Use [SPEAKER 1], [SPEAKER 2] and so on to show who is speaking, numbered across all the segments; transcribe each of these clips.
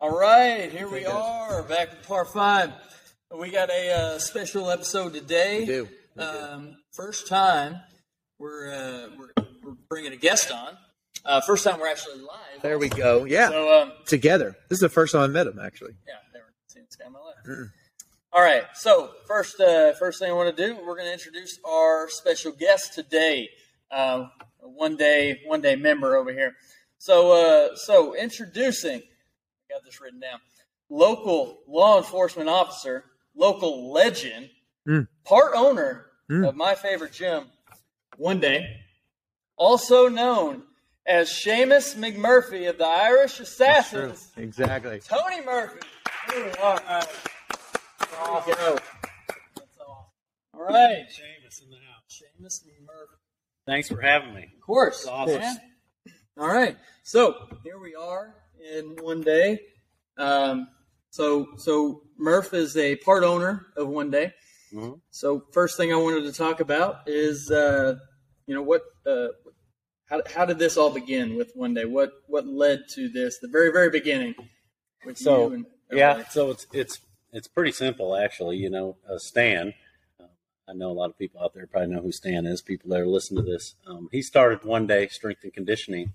[SPEAKER 1] All right, here we are back with part five. We got a uh, special episode today.
[SPEAKER 2] We do. We do.
[SPEAKER 1] Um, first time we're, uh, we're we're bringing a guest on. Uh, first time we're actually live.
[SPEAKER 2] There we go. Yeah,
[SPEAKER 1] So um,
[SPEAKER 2] together. This is the first time I met him, actually.
[SPEAKER 1] yeah, never seen this guy in my life. All right, so first uh, first thing I want to do, we're going to introduce our special guest today. Um, one day one day member over here. So uh, so introducing I got this written down. Local law enforcement officer, local legend,
[SPEAKER 2] Mm.
[SPEAKER 1] part owner
[SPEAKER 2] Mm.
[SPEAKER 1] of my favorite gym, one day, also known as Seamus McMurphy of the Irish Assassins,
[SPEAKER 2] Exactly.
[SPEAKER 1] Tony Murphy. Ooh, all right. Awesome. That's awesome. All right,
[SPEAKER 3] Seamus in the house.
[SPEAKER 1] Seamus McMurphy.
[SPEAKER 3] Thanks for having me.
[SPEAKER 1] Of course.
[SPEAKER 3] Awesome.
[SPEAKER 1] man. All right. So here we are in one day. Um, so so Murph is a part owner of one day.
[SPEAKER 3] Mhm.
[SPEAKER 1] So first thing I wanted to talk about is uh, you know what uh, how, how did this all begin with one day? What what led to this? The very very beginning. With
[SPEAKER 3] So,
[SPEAKER 1] you and
[SPEAKER 3] Yeah,
[SPEAKER 1] everybody.
[SPEAKER 3] so it's it's it's pretty simple actually. You know, uh, Stan. um, I know a lot of people out there probably know who Stan is. People that are listening to this, um, he started one day strength and conditioning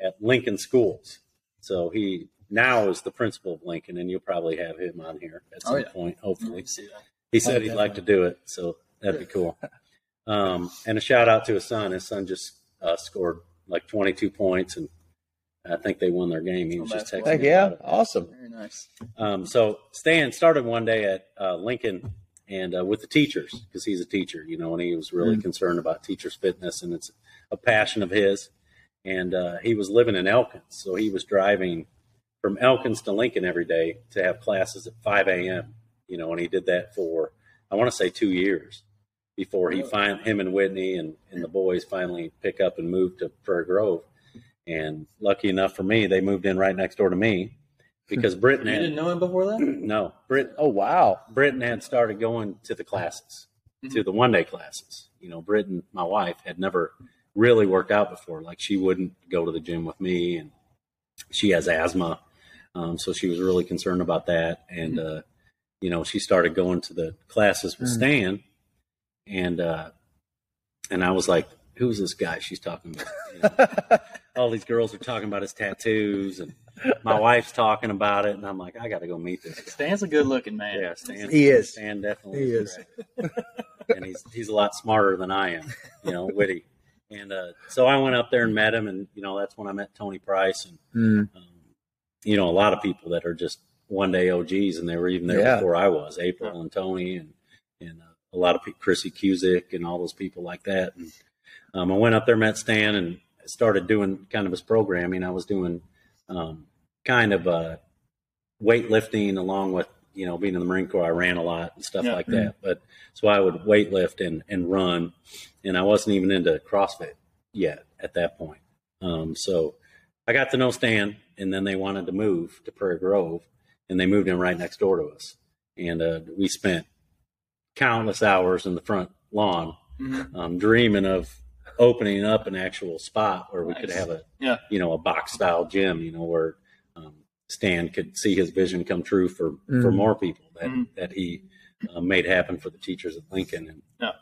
[SPEAKER 3] at Lincoln Schools. So he now is the principal of Lincoln, and you'll probably have him on here at
[SPEAKER 1] Oh,
[SPEAKER 3] some
[SPEAKER 1] yeah.
[SPEAKER 3] point,
[SPEAKER 1] Let
[SPEAKER 3] hopefully.
[SPEAKER 1] me see that.
[SPEAKER 3] He said he'd like to do it, so that'd be cool. Um, and a shout out to his son. His son just uh, scored like 22 points, and I think they won their game. He was just texting.
[SPEAKER 1] Basketball.
[SPEAKER 3] me
[SPEAKER 2] Heck yeah.
[SPEAKER 3] about it.
[SPEAKER 2] Awesome.
[SPEAKER 1] Very nice.
[SPEAKER 3] Um, so Stan started one day at uh, Lincoln and uh, with the teachers because he's a teacher, you know, and he was
[SPEAKER 1] Mm-hmm.
[SPEAKER 3] really concerned about teachers' fitness, and it's a passion of his. And uh, he was living in Elkins, so he was driving from Elkins to Lincoln every day to have classes at 5 a.m. You know, and he did that for I want to say two years before he
[SPEAKER 1] Wow.
[SPEAKER 3] find him and Whitney and, and the boys finally pick up and move to Prairie Grove. And lucky enough for me, they moved in right next door to me because Britton
[SPEAKER 1] You
[SPEAKER 3] had-
[SPEAKER 1] didn't know him before that?
[SPEAKER 3] no, Brit,
[SPEAKER 2] Oh wow.
[SPEAKER 3] Britain had started going to the classes, to the one day classes. You know, Britain, my wife, had never really worked out before. Like she wouldn't go to the gym with me, and she has asthma, um, so she was really concerned about that. And uh, you know, she started going to the classes with
[SPEAKER 2] Mhm.
[SPEAKER 3] Stan, and uh, and I was like, "Who's this guy she's talking about?" You know? all these girls are talking about his tattoos, and my wife's talking about it, and I'm like, "I got to go meet this." guy.
[SPEAKER 1] Stan's a good looking man.
[SPEAKER 3] Yeah, Stan.
[SPEAKER 2] He is.
[SPEAKER 3] Stan definitely
[SPEAKER 2] He
[SPEAKER 3] right. and he's he's a lot smarter than I am, you know, witty. And uh, so I went up there and met him, and you know that's when I met Tony Price, and
[SPEAKER 2] Mm.
[SPEAKER 3] um, you know a lot of people that are just one day OGs, and they were even there
[SPEAKER 2] Yeah.
[SPEAKER 3] before I was. April and Tony, and and uh, a lot of people, Chrissy Cusick, and all those people like that. And um, I went up there, met Stan, and started doing kind of his programming. I was doing um, kind of uh, weightlifting along with you know being in the Marine Corps. I ran a lot and stuff
[SPEAKER 1] Yeah.
[SPEAKER 3] like that. But so I would weightlift and and run, and I wasn't even into CrossFit yet at that point. Um, so I got to know Stan, and then they wanted to move to Prairie Grove, and they moved in right next door to us, and uh, we spent countless hours in the front lawn
[SPEAKER 1] Mhm.
[SPEAKER 3] um, dreaming of opening up an actual spot where we could
[SPEAKER 1] Nice.
[SPEAKER 3] have a
[SPEAKER 1] Yeah.
[SPEAKER 3] you know a box style gym you know where um, stan could see his vision come true for for
[SPEAKER 2] Mm.
[SPEAKER 3] more people that
[SPEAKER 1] Mm.
[SPEAKER 3] that he uh, made happen for the teachers at lincoln and
[SPEAKER 1] Yeah.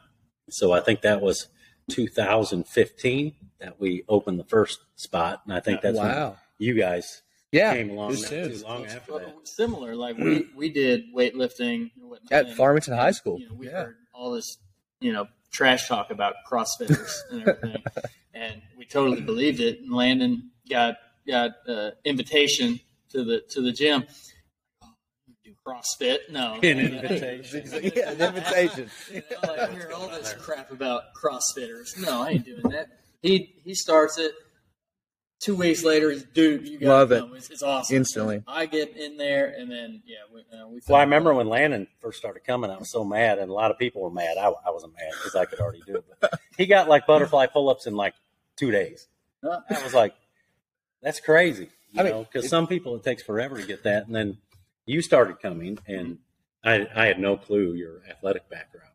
[SPEAKER 3] so i think that was 2015 that we opened the first spot and i think that's when
[SPEAKER 2] wow.
[SPEAKER 3] you guys
[SPEAKER 2] Yeah.
[SPEAKER 3] came along
[SPEAKER 2] This
[SPEAKER 3] not
[SPEAKER 2] is.
[SPEAKER 3] too long after
[SPEAKER 1] Well,
[SPEAKER 3] that
[SPEAKER 1] similar. Like we, we did weightlifting and whatnot.
[SPEAKER 2] Mm-hmm. At
[SPEAKER 1] And,
[SPEAKER 2] Farmington High
[SPEAKER 1] and,
[SPEAKER 2] School.
[SPEAKER 1] You know, we
[SPEAKER 2] Yeah.
[SPEAKER 1] heard all this, you know, trash talk about CrossFitters and everything, and we totally believed it. And Landon got got uh, invitation to the to the gym. Do CrossFit? No,
[SPEAKER 3] An invitation.
[SPEAKER 2] yeah, an invitation.
[SPEAKER 1] You know, like, I hear all this crap about CrossFitters. No, I ain't doing that. He he starts it. Two weeks later, he's dude. You got
[SPEAKER 2] Love it.
[SPEAKER 1] It's, it's awesome.
[SPEAKER 2] Instantly.
[SPEAKER 1] I get in there, and then yeah, we, uh, we.
[SPEAKER 3] Well, I remember when Landon first started coming, I was so mad, and a lot of people were mad. I, I wasn't mad because I could already do it. But he got like butterfly pull ups in like two days.
[SPEAKER 1] Huh?
[SPEAKER 3] I was like, that's crazy. You
[SPEAKER 2] I mean,
[SPEAKER 3] know, because
[SPEAKER 2] it-
[SPEAKER 3] some people it takes forever to get that. And then you started coming, and I, I had no clue your athletic background.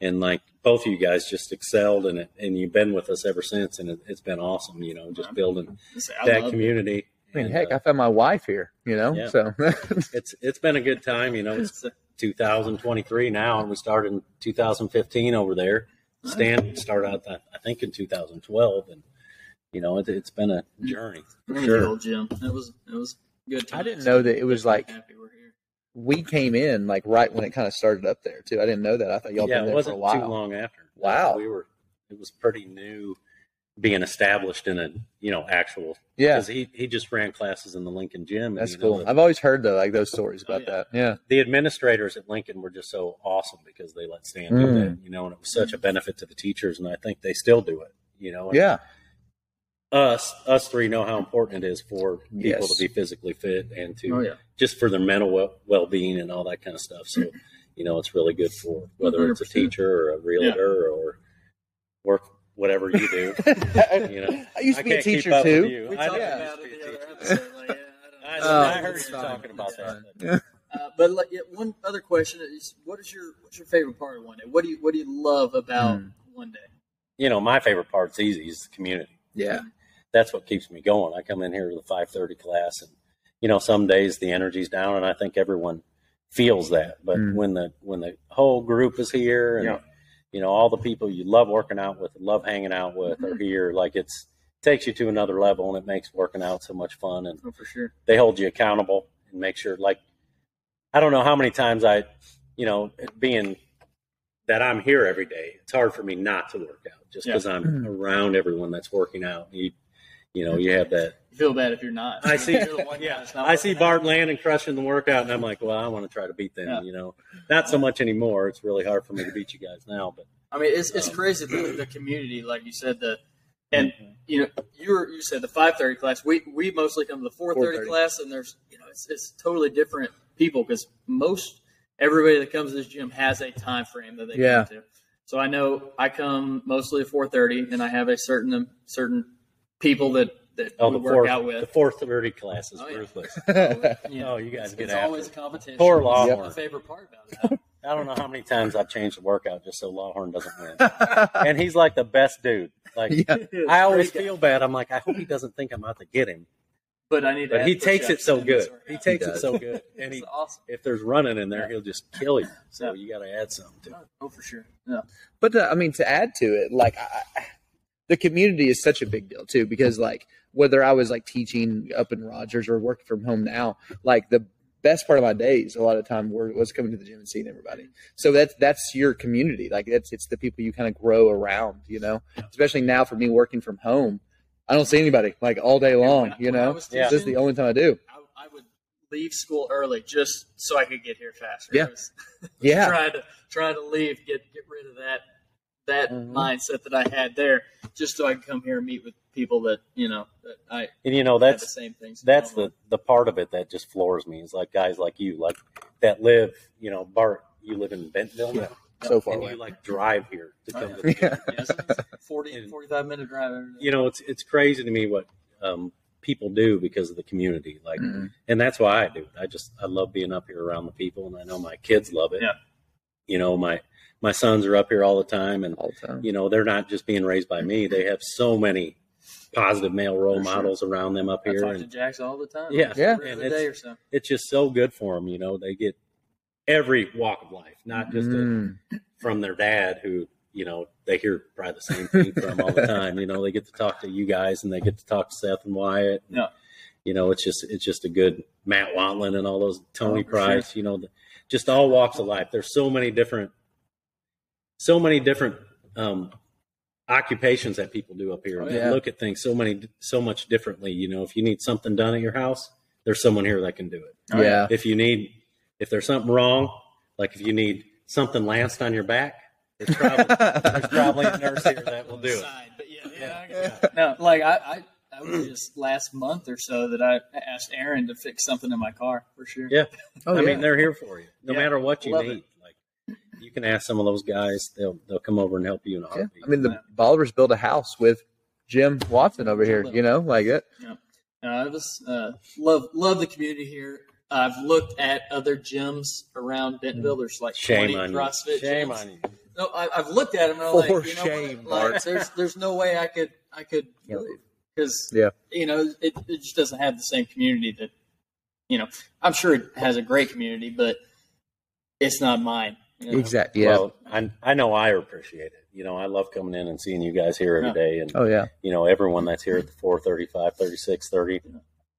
[SPEAKER 3] And like both of you guys just excelled in it, and you've been with us ever since, and it, it's been awesome, you know, just building
[SPEAKER 1] I said, I
[SPEAKER 3] that
[SPEAKER 1] love-
[SPEAKER 3] community.
[SPEAKER 2] I mean,
[SPEAKER 3] And,
[SPEAKER 2] heck,
[SPEAKER 3] uh,
[SPEAKER 2] I found my wife here, you know?
[SPEAKER 3] Yeah.
[SPEAKER 2] So,
[SPEAKER 3] It's it's been a good time, you know. It's 2023 now, and we started in 2015 over there. Stan started out, I I think, in 2012, and you know, it, it's been a journey.
[SPEAKER 1] Sure. Old Jim. That was that was good. Times.
[SPEAKER 2] I didn't know that it was like
[SPEAKER 1] Happy we're here.
[SPEAKER 2] we came in like right when it kind of started up there, too. I didn't know that. I thought y'all
[SPEAKER 3] yeah,
[SPEAKER 2] been
[SPEAKER 3] it
[SPEAKER 2] there for
[SPEAKER 3] wasn't
[SPEAKER 2] a while.
[SPEAKER 3] too long after.
[SPEAKER 2] Wow.
[SPEAKER 3] we were. It was pretty new, being established in a you know actual.
[SPEAKER 2] Yeah,
[SPEAKER 3] because he he just ran classes in the Lincoln Gym. and,
[SPEAKER 2] that's
[SPEAKER 3] you know, Oh,
[SPEAKER 2] cool.
[SPEAKER 3] the-
[SPEAKER 2] I've always heard, though, like those stories about
[SPEAKER 1] yeah.
[SPEAKER 2] that. Yeah.
[SPEAKER 3] the administrators at Lincoln were just so awesome because they let Stan do
[SPEAKER 2] Mm.
[SPEAKER 3] that, you know, and it was such a benefit to the teachers, and I think they still do it, you know. and
[SPEAKER 2] Yeah.
[SPEAKER 3] us us three know how important it is for people
[SPEAKER 2] Yes.
[SPEAKER 3] to be physically fit and to
[SPEAKER 1] Oh yeah.
[SPEAKER 3] just for their mental well well being and all that kind of stuff. So, you know, it's really good for whether it's a
[SPEAKER 1] 100%.
[SPEAKER 3] teacher or a realtor or work whatever you do. You know,
[SPEAKER 2] I used to
[SPEAKER 3] I
[SPEAKER 2] be a
[SPEAKER 3] can't keep
[SPEAKER 2] teacher
[SPEAKER 3] up with
[SPEAKER 2] too.
[SPEAKER 3] you.
[SPEAKER 1] We
[SPEAKER 3] I
[SPEAKER 1] talked
[SPEAKER 3] know
[SPEAKER 2] yeah.
[SPEAKER 3] you
[SPEAKER 1] about
[SPEAKER 3] used
[SPEAKER 1] it
[SPEAKER 3] to
[SPEAKER 1] the
[SPEAKER 3] be a
[SPEAKER 1] other
[SPEAKER 3] teacher.
[SPEAKER 1] episode. Like, yeah, I, don't know.
[SPEAKER 3] I,
[SPEAKER 2] Oh,
[SPEAKER 3] I heard
[SPEAKER 2] it's
[SPEAKER 3] you
[SPEAKER 2] fine.
[SPEAKER 3] talking about
[SPEAKER 2] It's
[SPEAKER 3] that.
[SPEAKER 1] Uh, but like, yeah, one other question is, what is your what's your favorite part of one day? What do you what do you love about
[SPEAKER 2] Hmm.
[SPEAKER 1] one day?
[SPEAKER 3] You know, my favorite part's easy is the community.
[SPEAKER 2] Yeah.
[SPEAKER 3] that's what keeps me going. I come in here to the five thirty class, and you know, some days the energy's down, and I think everyone feels that. But
[SPEAKER 2] Mm.
[SPEAKER 3] when the when the whole group is here, and
[SPEAKER 1] Yeah.
[SPEAKER 3] you know, all the people you love working out with, love hanging out with, are here, like it's takes you to another level, and it makes working out so much fun. And
[SPEAKER 1] Oh, for sure.
[SPEAKER 3] they hold you accountable and make sure like i don't know how many times i you know being that i'm here every day it's hard for me not to work out just because i'm
[SPEAKER 2] Mm.
[SPEAKER 3] around everyone that's working out you you know you have that
[SPEAKER 1] You feel bad if you're not.
[SPEAKER 3] i see
[SPEAKER 1] You're the one guy
[SPEAKER 3] yeah
[SPEAKER 1] that's not
[SPEAKER 3] i see
[SPEAKER 1] working out.
[SPEAKER 3] bart landon crushing the workout and i'm like well i want to try to beat them
[SPEAKER 1] Yeah.
[SPEAKER 3] you know not so much anymore it's really hard for me to beat you guys now but
[SPEAKER 1] I mean, it's it's crazy the, the community, like you said the, and you know you were, you said the five thirty class. We we mostly come to the four thirty
[SPEAKER 2] 4:30.
[SPEAKER 1] class, and there's you know it's it's totally different people because most everybody that comes to this gym has a time frame that they
[SPEAKER 2] Yeah.
[SPEAKER 1] come to. So I know I come mostly at four thirty, and I have a certain um, certain people that that
[SPEAKER 3] oh,
[SPEAKER 1] we
[SPEAKER 3] the
[SPEAKER 1] work
[SPEAKER 3] four
[SPEAKER 1] out
[SPEAKER 3] the
[SPEAKER 1] with.
[SPEAKER 3] four thirty class is
[SPEAKER 1] Oh, yeah.
[SPEAKER 3] ruthless
[SPEAKER 1] You
[SPEAKER 3] oh you guys
[SPEAKER 1] it's,
[SPEAKER 3] get
[SPEAKER 1] it's
[SPEAKER 3] after
[SPEAKER 1] always
[SPEAKER 3] it.
[SPEAKER 1] a competition.
[SPEAKER 3] Poor
[SPEAKER 1] That's
[SPEAKER 3] Lawhorn.
[SPEAKER 1] My favorite part about it.
[SPEAKER 3] I don't know how many times I've changed the workout just so Lawhorn doesn't win. and he's like the best dude. Like
[SPEAKER 2] yeah.
[SPEAKER 3] I always
[SPEAKER 1] Great guy.
[SPEAKER 3] feel bad. I'm like, I hope he doesn't think I'm out to get him.
[SPEAKER 1] but I need. to
[SPEAKER 3] But he
[SPEAKER 1] add
[SPEAKER 3] takes it
[SPEAKER 1] push-ups
[SPEAKER 3] so
[SPEAKER 1] in this
[SPEAKER 3] good.
[SPEAKER 1] workout.
[SPEAKER 3] He takes
[SPEAKER 2] He
[SPEAKER 3] it so good. And he
[SPEAKER 1] It's awesome.
[SPEAKER 3] if there's running in there, he'll just kill you. So
[SPEAKER 1] Yeah.
[SPEAKER 3] you gotta add something to it.
[SPEAKER 1] Oh, for sure. Yeah.
[SPEAKER 2] But uh, I mean, to add to it, like I, I- the community is such a big deal too, because like whether I was like teaching up in Rogers or working from home now, like the best part of my days a lot of time were, was coming to the gym and seeing everybody. So that's that's your community. Like that's it's the people you kind of grow around, you know. Especially now for me working from home, I don't see anybody like all day long,
[SPEAKER 1] When I-
[SPEAKER 2] you
[SPEAKER 1] when I
[SPEAKER 2] know.
[SPEAKER 1] was
[SPEAKER 3] Yeah.
[SPEAKER 2] This is the
[SPEAKER 1] teaching,
[SPEAKER 2] only time I do.
[SPEAKER 1] I, I would leave school early just so I could get here faster.
[SPEAKER 2] Yeah.
[SPEAKER 1] I was
[SPEAKER 2] Yeah.
[SPEAKER 1] Trying to trying to leave, get get rid of that that
[SPEAKER 3] Mm-hmm.
[SPEAKER 2] Mhm.
[SPEAKER 1] mindset that I had there, just so I could come here and meet with people that you know that I
[SPEAKER 3] And you know,
[SPEAKER 1] had the
[SPEAKER 3] that's
[SPEAKER 1] same things. in
[SPEAKER 3] that's
[SPEAKER 1] common.
[SPEAKER 3] the the part of it that just floors me is like guys like you, like that live, you know, Bart, you live in Bentonville now.
[SPEAKER 2] So far
[SPEAKER 3] and
[SPEAKER 2] away.
[SPEAKER 3] you like drive here to come
[SPEAKER 1] Oh, yeah.
[SPEAKER 3] to the
[SPEAKER 2] Yeah.
[SPEAKER 1] Yeah, it's a 40,
[SPEAKER 3] And-
[SPEAKER 1] 45 minute drive. every day.
[SPEAKER 3] you know, it's it's crazy to me what um, people do because of the community. Like,
[SPEAKER 2] Mhm.
[SPEAKER 3] and that's why I do it. I just I love being up here around the people, and I know my kids love it.
[SPEAKER 1] Yeah.
[SPEAKER 3] You know, my my sons are up here all the time, and
[SPEAKER 2] All the time.
[SPEAKER 3] you know they're not just being raised by me. They have so many positive male role
[SPEAKER 1] Mm-hmm. For sure.
[SPEAKER 3] models around them up
[SPEAKER 1] I
[SPEAKER 3] here,
[SPEAKER 1] talk to
[SPEAKER 3] and
[SPEAKER 1] Jax all the time.
[SPEAKER 3] Yeah.
[SPEAKER 2] Yeah.
[SPEAKER 1] Every
[SPEAKER 3] And
[SPEAKER 1] other
[SPEAKER 3] it's-
[SPEAKER 1] day or so.
[SPEAKER 3] it's just so good for them. You know, they get every walk of life, not just
[SPEAKER 4] Mm-hmm.
[SPEAKER 3] a,
[SPEAKER 2] Mm.
[SPEAKER 3] from their dad who you know they hear probably the same thing from all the time you know they get to talk to you guys and they get to talk to seth and wyatt and,
[SPEAKER 1] Yeah.
[SPEAKER 3] you know it's just it's just a good matt watlin and all those tony
[SPEAKER 1] Oh, for
[SPEAKER 3] price you know the, just all walks of life there's so many different so many different um occupations that people do up here
[SPEAKER 1] Oh,
[SPEAKER 3] They
[SPEAKER 2] yeah.
[SPEAKER 3] look at things so many so much differently you know if you need something done at your house there's someone here that can do it
[SPEAKER 1] Oh, yeah.
[SPEAKER 2] yeah.
[SPEAKER 3] if you need if there's something wrong like if you need something lanced on your back there's probably, there's probably a nurse here that will do it
[SPEAKER 1] Side, but yeah, yeah, I
[SPEAKER 3] Yeah.
[SPEAKER 1] No, like I, I, I was just last month or so that I asked Aaron to fix something in my car for sure.
[SPEAKER 3] Yeah.
[SPEAKER 2] Oh,
[SPEAKER 3] i
[SPEAKER 2] yeah.
[SPEAKER 3] mean they're here for you no
[SPEAKER 1] Yeah.
[SPEAKER 3] matter what you
[SPEAKER 1] Love it.
[SPEAKER 3] need like you can ask some of those guys they'll they'll come over and help you in a
[SPEAKER 2] Yeah.
[SPEAKER 3] heartbeat
[SPEAKER 2] I mean, the Ballers built a house with Jim Watson over here, you know, like it.
[SPEAKER 1] No, I just uh, love love the community here. I've looked at other gyms around Bentonville. There's like
[SPEAKER 3] shame
[SPEAKER 1] 20
[SPEAKER 3] on you
[SPEAKER 1] CrossFit
[SPEAKER 3] shame
[SPEAKER 1] gyms.
[SPEAKER 3] on you
[SPEAKER 1] No, I, I've looked at them. And I'm
[SPEAKER 2] For
[SPEAKER 1] like, you know
[SPEAKER 2] shame,
[SPEAKER 1] what? Like,
[SPEAKER 2] Bart.
[SPEAKER 1] there's there's no way I could I could
[SPEAKER 2] Can't believe.
[SPEAKER 1] because
[SPEAKER 2] Yeah.
[SPEAKER 1] you know it, it just doesn't have the same community that you know. I'm sure it has a great community, but it's not mine. you know?
[SPEAKER 2] Exactly. Yeah.
[SPEAKER 3] Well, I, I know I appreciate it. You know, I love coming in and seeing you guys here every
[SPEAKER 1] Yeah.
[SPEAKER 3] day, and
[SPEAKER 2] oh yeah.
[SPEAKER 3] you know everyone that's here at the 4:35, 36, 30.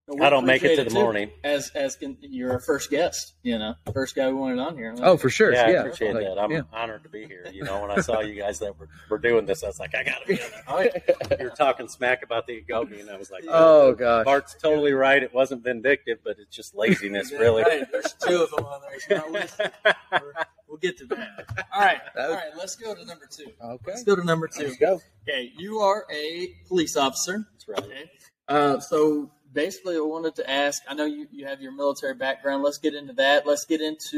[SPEAKER 1] But we
[SPEAKER 3] I don't make it to
[SPEAKER 1] appreciate
[SPEAKER 3] the
[SPEAKER 1] too,
[SPEAKER 3] morning.
[SPEAKER 1] As as can, you're our first guest, you know, first guy we wanted on here.
[SPEAKER 2] Oh, for sure.
[SPEAKER 3] Yeah,
[SPEAKER 2] Yeah.
[SPEAKER 3] I appreciate
[SPEAKER 2] Like,
[SPEAKER 3] that. I'm
[SPEAKER 2] yeah.
[SPEAKER 3] honored to be here. You know, when I saw you guys that were, were doing this, I was like, I gotta be. on it. you were talking smack about the Agogi, and I was like,
[SPEAKER 2] Oh gosh.
[SPEAKER 3] Bart's totally right. It wasn't vindictive, but it's just laziness, really.
[SPEAKER 1] Right, There's two of them on there. It's not worth it. We're- we'll get to that. All right, all right. Let's go to number two.
[SPEAKER 2] Okay.
[SPEAKER 1] Let's go to number two.
[SPEAKER 2] Let's go.
[SPEAKER 1] Okay, you are a police officer.
[SPEAKER 3] That's right.
[SPEAKER 1] Okay. Uh, so basically, I wanted to ask. I know you, you have your military background. Let's get into that. Let's get into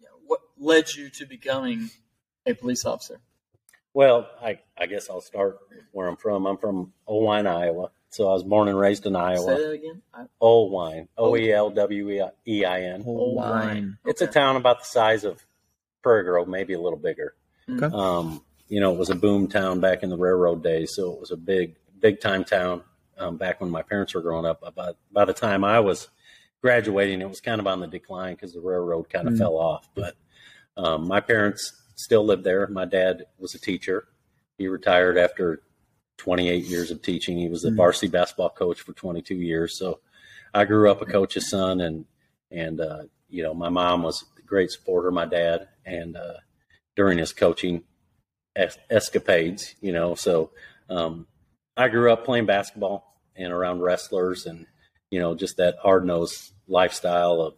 [SPEAKER 1] you know, what led you to becoming a police officer.
[SPEAKER 3] Well, I, I guess I'll start where I'm from. I'm from Oldwine, Iowa. So I was born and raised in
[SPEAKER 1] Say
[SPEAKER 3] Iowa.
[SPEAKER 1] that again. I,
[SPEAKER 3] Oldwine, O E L W E I N.
[SPEAKER 1] Oh,
[SPEAKER 2] Wine.
[SPEAKER 3] It's a town about the size of Prairie Grove, maybe a little bigger.
[SPEAKER 2] Okay.
[SPEAKER 3] Um, you know, it was a boom town back in the railroad days, so it was a big, big time town. Um, back when my parents were growing up, by, by the time I was graduating, it was kind of on the decline because the railroad kind of
[SPEAKER 2] Mm.
[SPEAKER 3] fell off. But um, my parents still lived there. My dad was a teacher. He retired after 28 years of teaching. He was the
[SPEAKER 2] Mm.
[SPEAKER 3] varsity basketball coach for 22 years. So I grew up a coach's son, and and uh, you know my mom was a great supporter. My dad, and uh, during his coaching es- escapades, you know, so um, I grew up playing basketball and around wrestlers, and you know just that hard nosed lifestyle of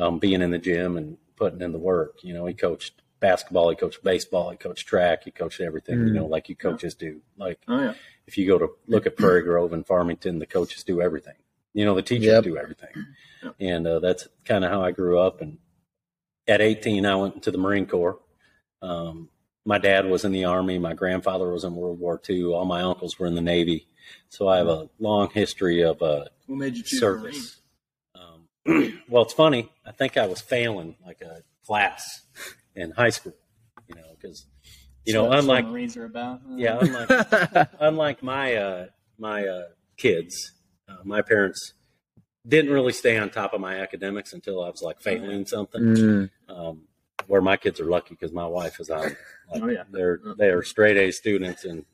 [SPEAKER 3] um, being in the gym and putting in the work. You know, he coached basketball, he coached baseball, he coached track, he coached everything. You
[SPEAKER 2] Mm.
[SPEAKER 3] know, like you coaches do, like
[SPEAKER 1] Oh yeah.
[SPEAKER 3] if you go to look at Prairie Grove and Farmington, the coaches do everything. You know, the teachers
[SPEAKER 2] Yep.
[SPEAKER 3] do everything.
[SPEAKER 1] Yep.
[SPEAKER 3] And uh, that's kind of how I grew up. And at 18, I went into the Marine Corps. Um, my dad was in the Army. My grandfather was in World War II. All my uncles were in the Navy. So I have a long history of uh,
[SPEAKER 1] What made you choose Marine?
[SPEAKER 3] service. Um, well, it's funny. I think I was failing like a class in high school, you know, because, you
[SPEAKER 1] So
[SPEAKER 3] know,
[SPEAKER 1] that's what
[SPEAKER 3] unlike,
[SPEAKER 1] Marines are about. Uh,
[SPEAKER 3] yeah, unlike unlike my uh, my uh, kids, uh, my parents didn't really stay on top of my academics until I was like failing something.
[SPEAKER 2] Mm.
[SPEAKER 3] Um, where my kids are lucky because my wife is on. Like,
[SPEAKER 1] Oh, yeah.
[SPEAKER 3] they're they are straight A students, and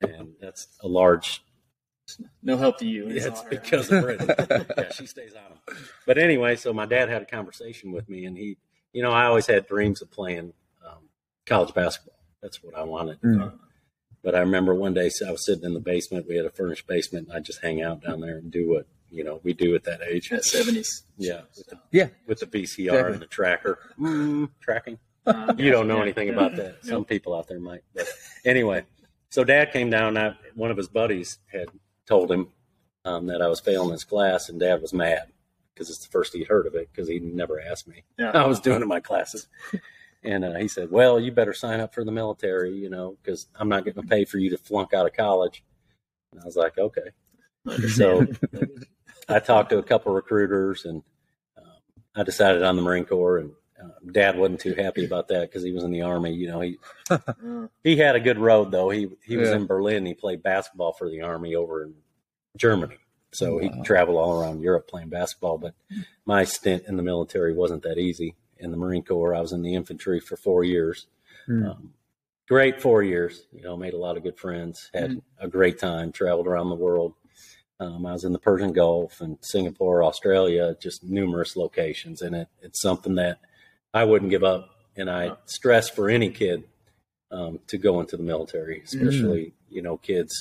[SPEAKER 3] and that's a large.
[SPEAKER 1] No help to you.
[SPEAKER 3] It's,
[SPEAKER 1] all her.
[SPEAKER 3] because of Brittany. yeah, she stays on them. But anyway, so my dad had a conversation with me, and he, you know, I always had dreams of playing um, college basketball. That's what I wanted.
[SPEAKER 2] Mm.
[SPEAKER 3] Uh, but I remember one day so I was sitting in the basement. We had a furnished basement. And I just hang out down there and do what you know we do at that age.
[SPEAKER 1] That seventies.
[SPEAKER 3] Yeah, with the,
[SPEAKER 2] Yeah.
[SPEAKER 3] with the VCR
[SPEAKER 2] Exactly.
[SPEAKER 3] and the tracker mm, tracking.
[SPEAKER 1] Uh,
[SPEAKER 3] You don't know
[SPEAKER 1] yeah,
[SPEAKER 3] anything
[SPEAKER 1] yeah.
[SPEAKER 3] about that. Some people out there might. But anyway, so Dad came down. I, one of his buddies had told him um, that I was failing his class, and Dad was mad because it's the first he'd heard of it because he never asked me.
[SPEAKER 1] Yeah.
[SPEAKER 3] I was doing in my classes. And uh, he said, Well, you better sign up for the military, you know, because I'm not going to pay for you to flunk out of college. And I was like, Okay. So I talked to a couple recruiters and um, I decided on the Marine Corps. And uh, dad wasn't too happy about that because he was in the Army. You know, he,
[SPEAKER 1] Uh,
[SPEAKER 3] he had a good road, though. He, he was
[SPEAKER 2] Yeah.
[SPEAKER 3] in Berlin. He played basketball for the Army over in Germany. So
[SPEAKER 2] Wow.
[SPEAKER 3] he traveled all around Europe playing basketball. But my stint in the military wasn't that easy. In the Marine Corps, I was in the infantry for four years.
[SPEAKER 2] Mm.
[SPEAKER 3] Um, great four years. You know, made a lot of good friends, had a great time, traveled around the world. Um, I was in the Persian Gulf and Singapore, Australia, just numerous locations, and it, it's something that I wouldn't give up. And I stress for any kid um, to go into the military, especially you know kids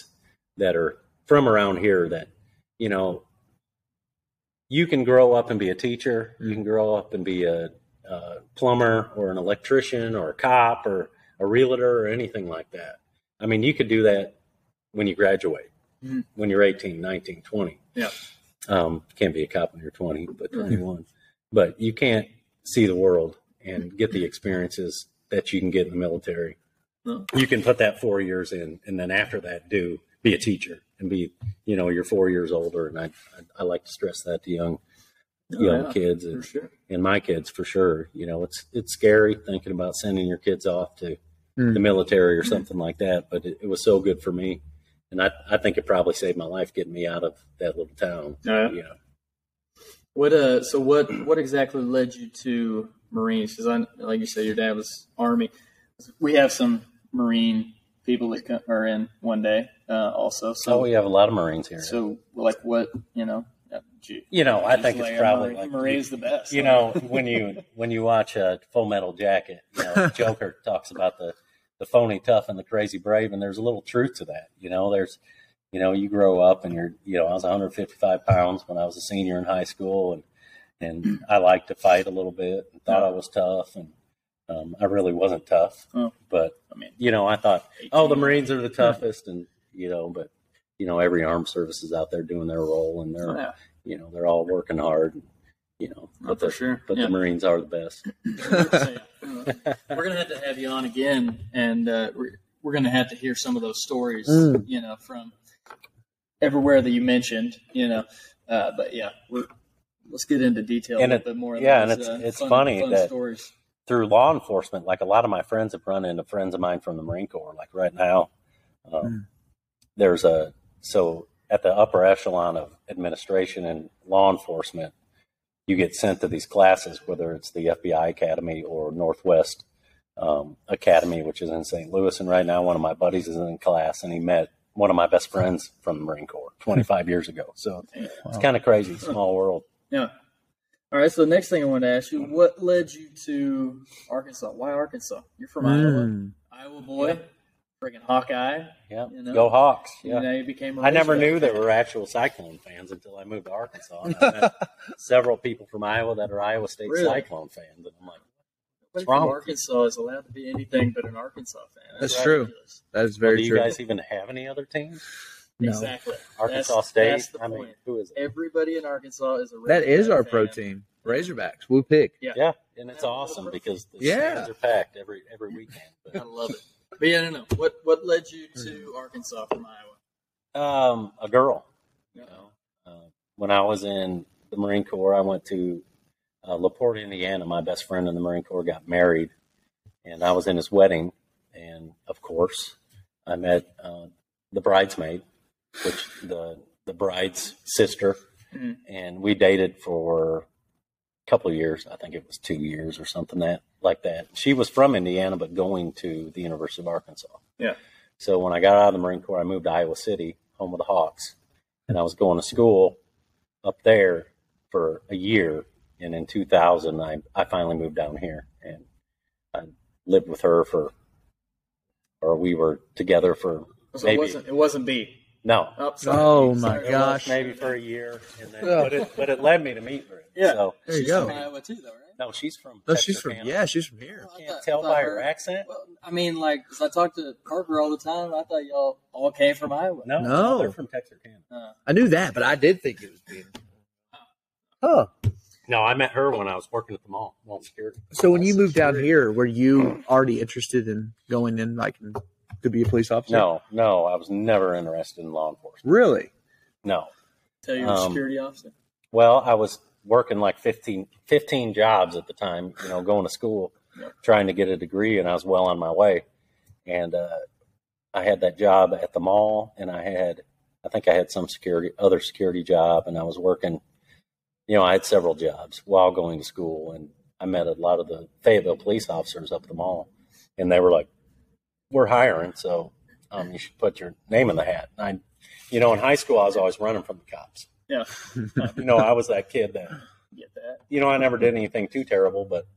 [SPEAKER 3] that are from around here that you know you can grow up and be a teacher, you can grow up and be a, a plumber or an electrician or a cop or a realtor or anything like that. I mean, you could do that when you graduate,
[SPEAKER 1] Mhm.
[SPEAKER 3] when you're 18, 19, 20.
[SPEAKER 1] Yeah. Mm-hmm.
[SPEAKER 3] Um, you can't be a cop when you're 20, but 21. But you can't see the world and get the experiences that you can get in the military.
[SPEAKER 1] No.
[SPEAKER 3] You can put that four years in, and then after that, do be a teacher and be, you know, you're four years older. And I, I, I like to stress that to young, young
[SPEAKER 1] Oh, yeah,
[SPEAKER 3] kids
[SPEAKER 1] for
[SPEAKER 3] and,
[SPEAKER 1] sure.
[SPEAKER 3] and my kids for sure. You know, it's it's scary thinking about sending your kids off to
[SPEAKER 2] Mm.
[SPEAKER 3] Hmm. the military or something like that, but it, it was so good for me. And I, I think it probably saved my life getting me out of that little town.
[SPEAKER 1] Yeah.
[SPEAKER 3] You know,
[SPEAKER 1] What uh? So what? What exactly led you to Marines? Because I, like you said, your dad was Army. We have some Marine people that co- are in one day uh, also.
[SPEAKER 3] so
[SPEAKER 1] So
[SPEAKER 3] Oh, we have a lot of Marines here.
[SPEAKER 1] so like what you know? uh, gee,
[SPEAKER 3] you know, I
[SPEAKER 1] just
[SPEAKER 3] think it's
[SPEAKER 1] like,
[SPEAKER 3] probably
[SPEAKER 1] Marine,
[SPEAKER 3] like
[SPEAKER 1] Marine's the best.
[SPEAKER 3] you know when you when you watch uh, Full Metal Jacket, you know, Joker talks about the the phony tough and the crazy brave, and there's a little truth to that. You know, there's you know you grow up and you're you know I was 155 pounds when I was a senior in high school, and
[SPEAKER 1] Mm.
[SPEAKER 3] and I liked to fight a little bit and thought I was tough, and um, I really wasn't tough,
[SPEAKER 1] Oh.
[SPEAKER 3] but
[SPEAKER 1] I mean,
[SPEAKER 3] you know I thought oh the Marines are the toughest, and you know but you know every armed service is out there doing their role and they're
[SPEAKER 1] Yeah,
[SPEAKER 3] you know they're all working hard and, you know
[SPEAKER 1] no,
[SPEAKER 3] but
[SPEAKER 1] for
[SPEAKER 3] the,
[SPEAKER 1] sure.
[SPEAKER 3] but
[SPEAKER 1] Yeah.
[SPEAKER 3] the marines are the best
[SPEAKER 1] we're gonna have to have you on again, and uh, we're, we're gonna have to hear some of those stories,
[SPEAKER 2] Mm.
[SPEAKER 1] you know, from everywhere that you mentioned, you know. Uh, but yeah, we're, let's get into detail
[SPEAKER 3] And
[SPEAKER 1] a
[SPEAKER 3] it-
[SPEAKER 1] little bit more. Of
[SPEAKER 3] yeah, and
[SPEAKER 1] those,
[SPEAKER 3] it's-
[SPEAKER 1] uh,
[SPEAKER 3] it's
[SPEAKER 1] fun-
[SPEAKER 3] funny
[SPEAKER 1] fun
[SPEAKER 3] that-
[SPEAKER 1] stories.
[SPEAKER 3] through law enforcement like a lot of my friends have run into friends of mine from the marine corps like right now um,
[SPEAKER 2] Mm.
[SPEAKER 3] there's a so at the upper echelon of administration and law enforcement you get sent to these classes whether it's the fbi academy or northwest um, academy which is in st louis and right now one of my buddies is in class and he met one of my best friends from the marine corps 25 years ago so it's
[SPEAKER 2] Wow.
[SPEAKER 3] kind of crazy small world
[SPEAKER 1] Yeah. All right. So the next thing I want to ask you, what led you to Arkansas? Why Arkansas? You're from Iowa,
[SPEAKER 2] Mm.
[SPEAKER 1] Iowa boy, friggin' Hawkeye.
[SPEAKER 3] Yeah,
[SPEAKER 1] You know?
[SPEAKER 3] go Hawks.
[SPEAKER 1] You
[SPEAKER 3] Yeah,
[SPEAKER 1] know, you became. a
[SPEAKER 3] I never
[SPEAKER 1] Roosevelt
[SPEAKER 3] knew there
[SPEAKER 1] fan.
[SPEAKER 3] were actual Cyclone fans until I moved to Arkansas. And I met several people from Iowa that are Iowa State
[SPEAKER 1] Really?
[SPEAKER 3] Cyclone fans, and I'm like,
[SPEAKER 1] Nobody from
[SPEAKER 3] wrong with you?
[SPEAKER 1] Arkansas is allowed to be anything but an Arkansas fan.
[SPEAKER 2] That's true.
[SPEAKER 1] ridiculous.
[SPEAKER 2] That is
[SPEAKER 3] well,
[SPEAKER 2] very
[SPEAKER 3] do you
[SPEAKER 2] true.
[SPEAKER 3] guys even have any other teams?
[SPEAKER 2] No.
[SPEAKER 1] Exactly.
[SPEAKER 3] Arkansas
[SPEAKER 1] That's-
[SPEAKER 3] State.
[SPEAKER 1] that's the
[SPEAKER 3] I mean,
[SPEAKER 1] point.
[SPEAKER 3] who is it?
[SPEAKER 1] Everybody in Arkansas is a
[SPEAKER 2] That is
[SPEAKER 1] Razorback
[SPEAKER 2] our
[SPEAKER 1] fan.
[SPEAKER 2] pro team. Razorbacks. We'll pick.
[SPEAKER 3] Yeah, and it's awesome because the
[SPEAKER 2] Yeah.
[SPEAKER 3] stands are packed every every weekend.
[SPEAKER 1] I love it. But yeah, no, no. What what led you to Arkansas from Iowa?
[SPEAKER 3] But, um, a girl.
[SPEAKER 1] You know,
[SPEAKER 3] Uh, when I was in the Marine Corps, I went to uh, LaPorte, Indiana. My best friend in the Marine Corps got married, and I was in his wedding. And of course, I met uh, the bridesmaid, which the the bride's sister,
[SPEAKER 1] Mhm.
[SPEAKER 3] and we dated for a couple of years. I think it was two years or something that like that. She was from Indiana, but going to the University of Arkansas.
[SPEAKER 1] Yeah.
[SPEAKER 3] So when I got out of the Marine Corps, I moved to Iowa City, home of the Hawks, and I was going to school up there for a year. And in 2000, I, I finally moved down here and I lived with her for, or we were together for
[SPEAKER 1] So
[SPEAKER 3] Maybe.
[SPEAKER 1] it wasn't it wasn't B.
[SPEAKER 3] no,
[SPEAKER 1] Oh, sorry.
[SPEAKER 2] Oh my
[SPEAKER 1] Sorry.
[SPEAKER 3] it
[SPEAKER 2] gosh.
[SPEAKER 3] was maybe for a year. And then,
[SPEAKER 2] Oh.
[SPEAKER 3] but, it, but it led me to meet her.
[SPEAKER 1] Yeah.
[SPEAKER 3] So,
[SPEAKER 2] There you
[SPEAKER 1] she's
[SPEAKER 2] go.
[SPEAKER 1] From Iowa too, though, right?
[SPEAKER 3] no, she's from.
[SPEAKER 2] No, she's from
[SPEAKER 3] Texarkana.
[SPEAKER 2] yeah, she's from here.
[SPEAKER 1] Well, I
[SPEAKER 3] Can't
[SPEAKER 1] thought-
[SPEAKER 3] tell
[SPEAKER 1] thought
[SPEAKER 3] by
[SPEAKER 1] her-
[SPEAKER 3] her accent.
[SPEAKER 1] Well, I mean, like, 'cause I talked to Parker all the time. I thought y'all all came from Iowa.
[SPEAKER 3] No,
[SPEAKER 2] No.
[SPEAKER 3] they're from Texarkana.
[SPEAKER 1] Uh,
[SPEAKER 2] I knew that, but I did think it was being. Huh.
[SPEAKER 3] No, I met her when I was working at the mall, mall security.
[SPEAKER 2] So when you moved down
[SPEAKER 3] Security.
[SPEAKER 2] here, were you already interested in going in like to be a police officer?
[SPEAKER 3] No, no, I was never interested in law enforcement.
[SPEAKER 2] Really?
[SPEAKER 3] No,
[SPEAKER 1] tell you were a
[SPEAKER 3] Um,
[SPEAKER 1] security officer.
[SPEAKER 3] Well, I was working like 15, 15 jobs at the time, you know, going to school,
[SPEAKER 1] Yeah.
[SPEAKER 3] trying to get a degree, and I was well on my way. And uh, I had that job at the mall, and I had, I think I had some security, other security job, and I was working, you know, I had several jobs while going to school, and I met a lot of the Fayetteville police officers up at the mall, and they were like, "We're hiring, so um, you should put your name in the hat." And I, you know, in high school, I was always running from the cops.
[SPEAKER 1] Yeah,
[SPEAKER 3] You know, I was that kid that
[SPEAKER 1] get that.
[SPEAKER 3] you know, I never did anything too terrible, but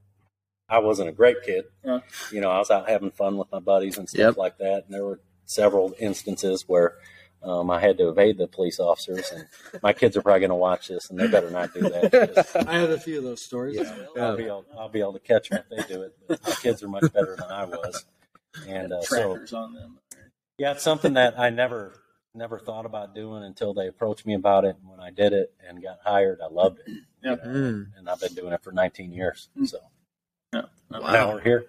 [SPEAKER 3] I wasn't a great kid.
[SPEAKER 1] Yeah.
[SPEAKER 3] You know, I was out having fun with my buddies and stuff
[SPEAKER 2] Yep.
[SPEAKER 3] like that. And there were several instances where um, I had to evade the police officers. And my kids are probably going to watch this, and they better not do that. 'cause
[SPEAKER 1] I have a few of those stories.
[SPEAKER 2] Yeah.
[SPEAKER 3] I'll, be able, I'll be able to catch them if they do it. But my kids are much better than I was. And uh, so
[SPEAKER 1] Trackers on them.
[SPEAKER 3] yeah, it's something that I never never thought about doing until they approached me about it. And when I did it and got hired, I loved it. you
[SPEAKER 1] Yeah.
[SPEAKER 3] know,
[SPEAKER 2] Mm.
[SPEAKER 3] And I've been doing it for 19 years.
[SPEAKER 1] Hmm.
[SPEAKER 3] So
[SPEAKER 1] Yeah. I mean,
[SPEAKER 3] now we're here.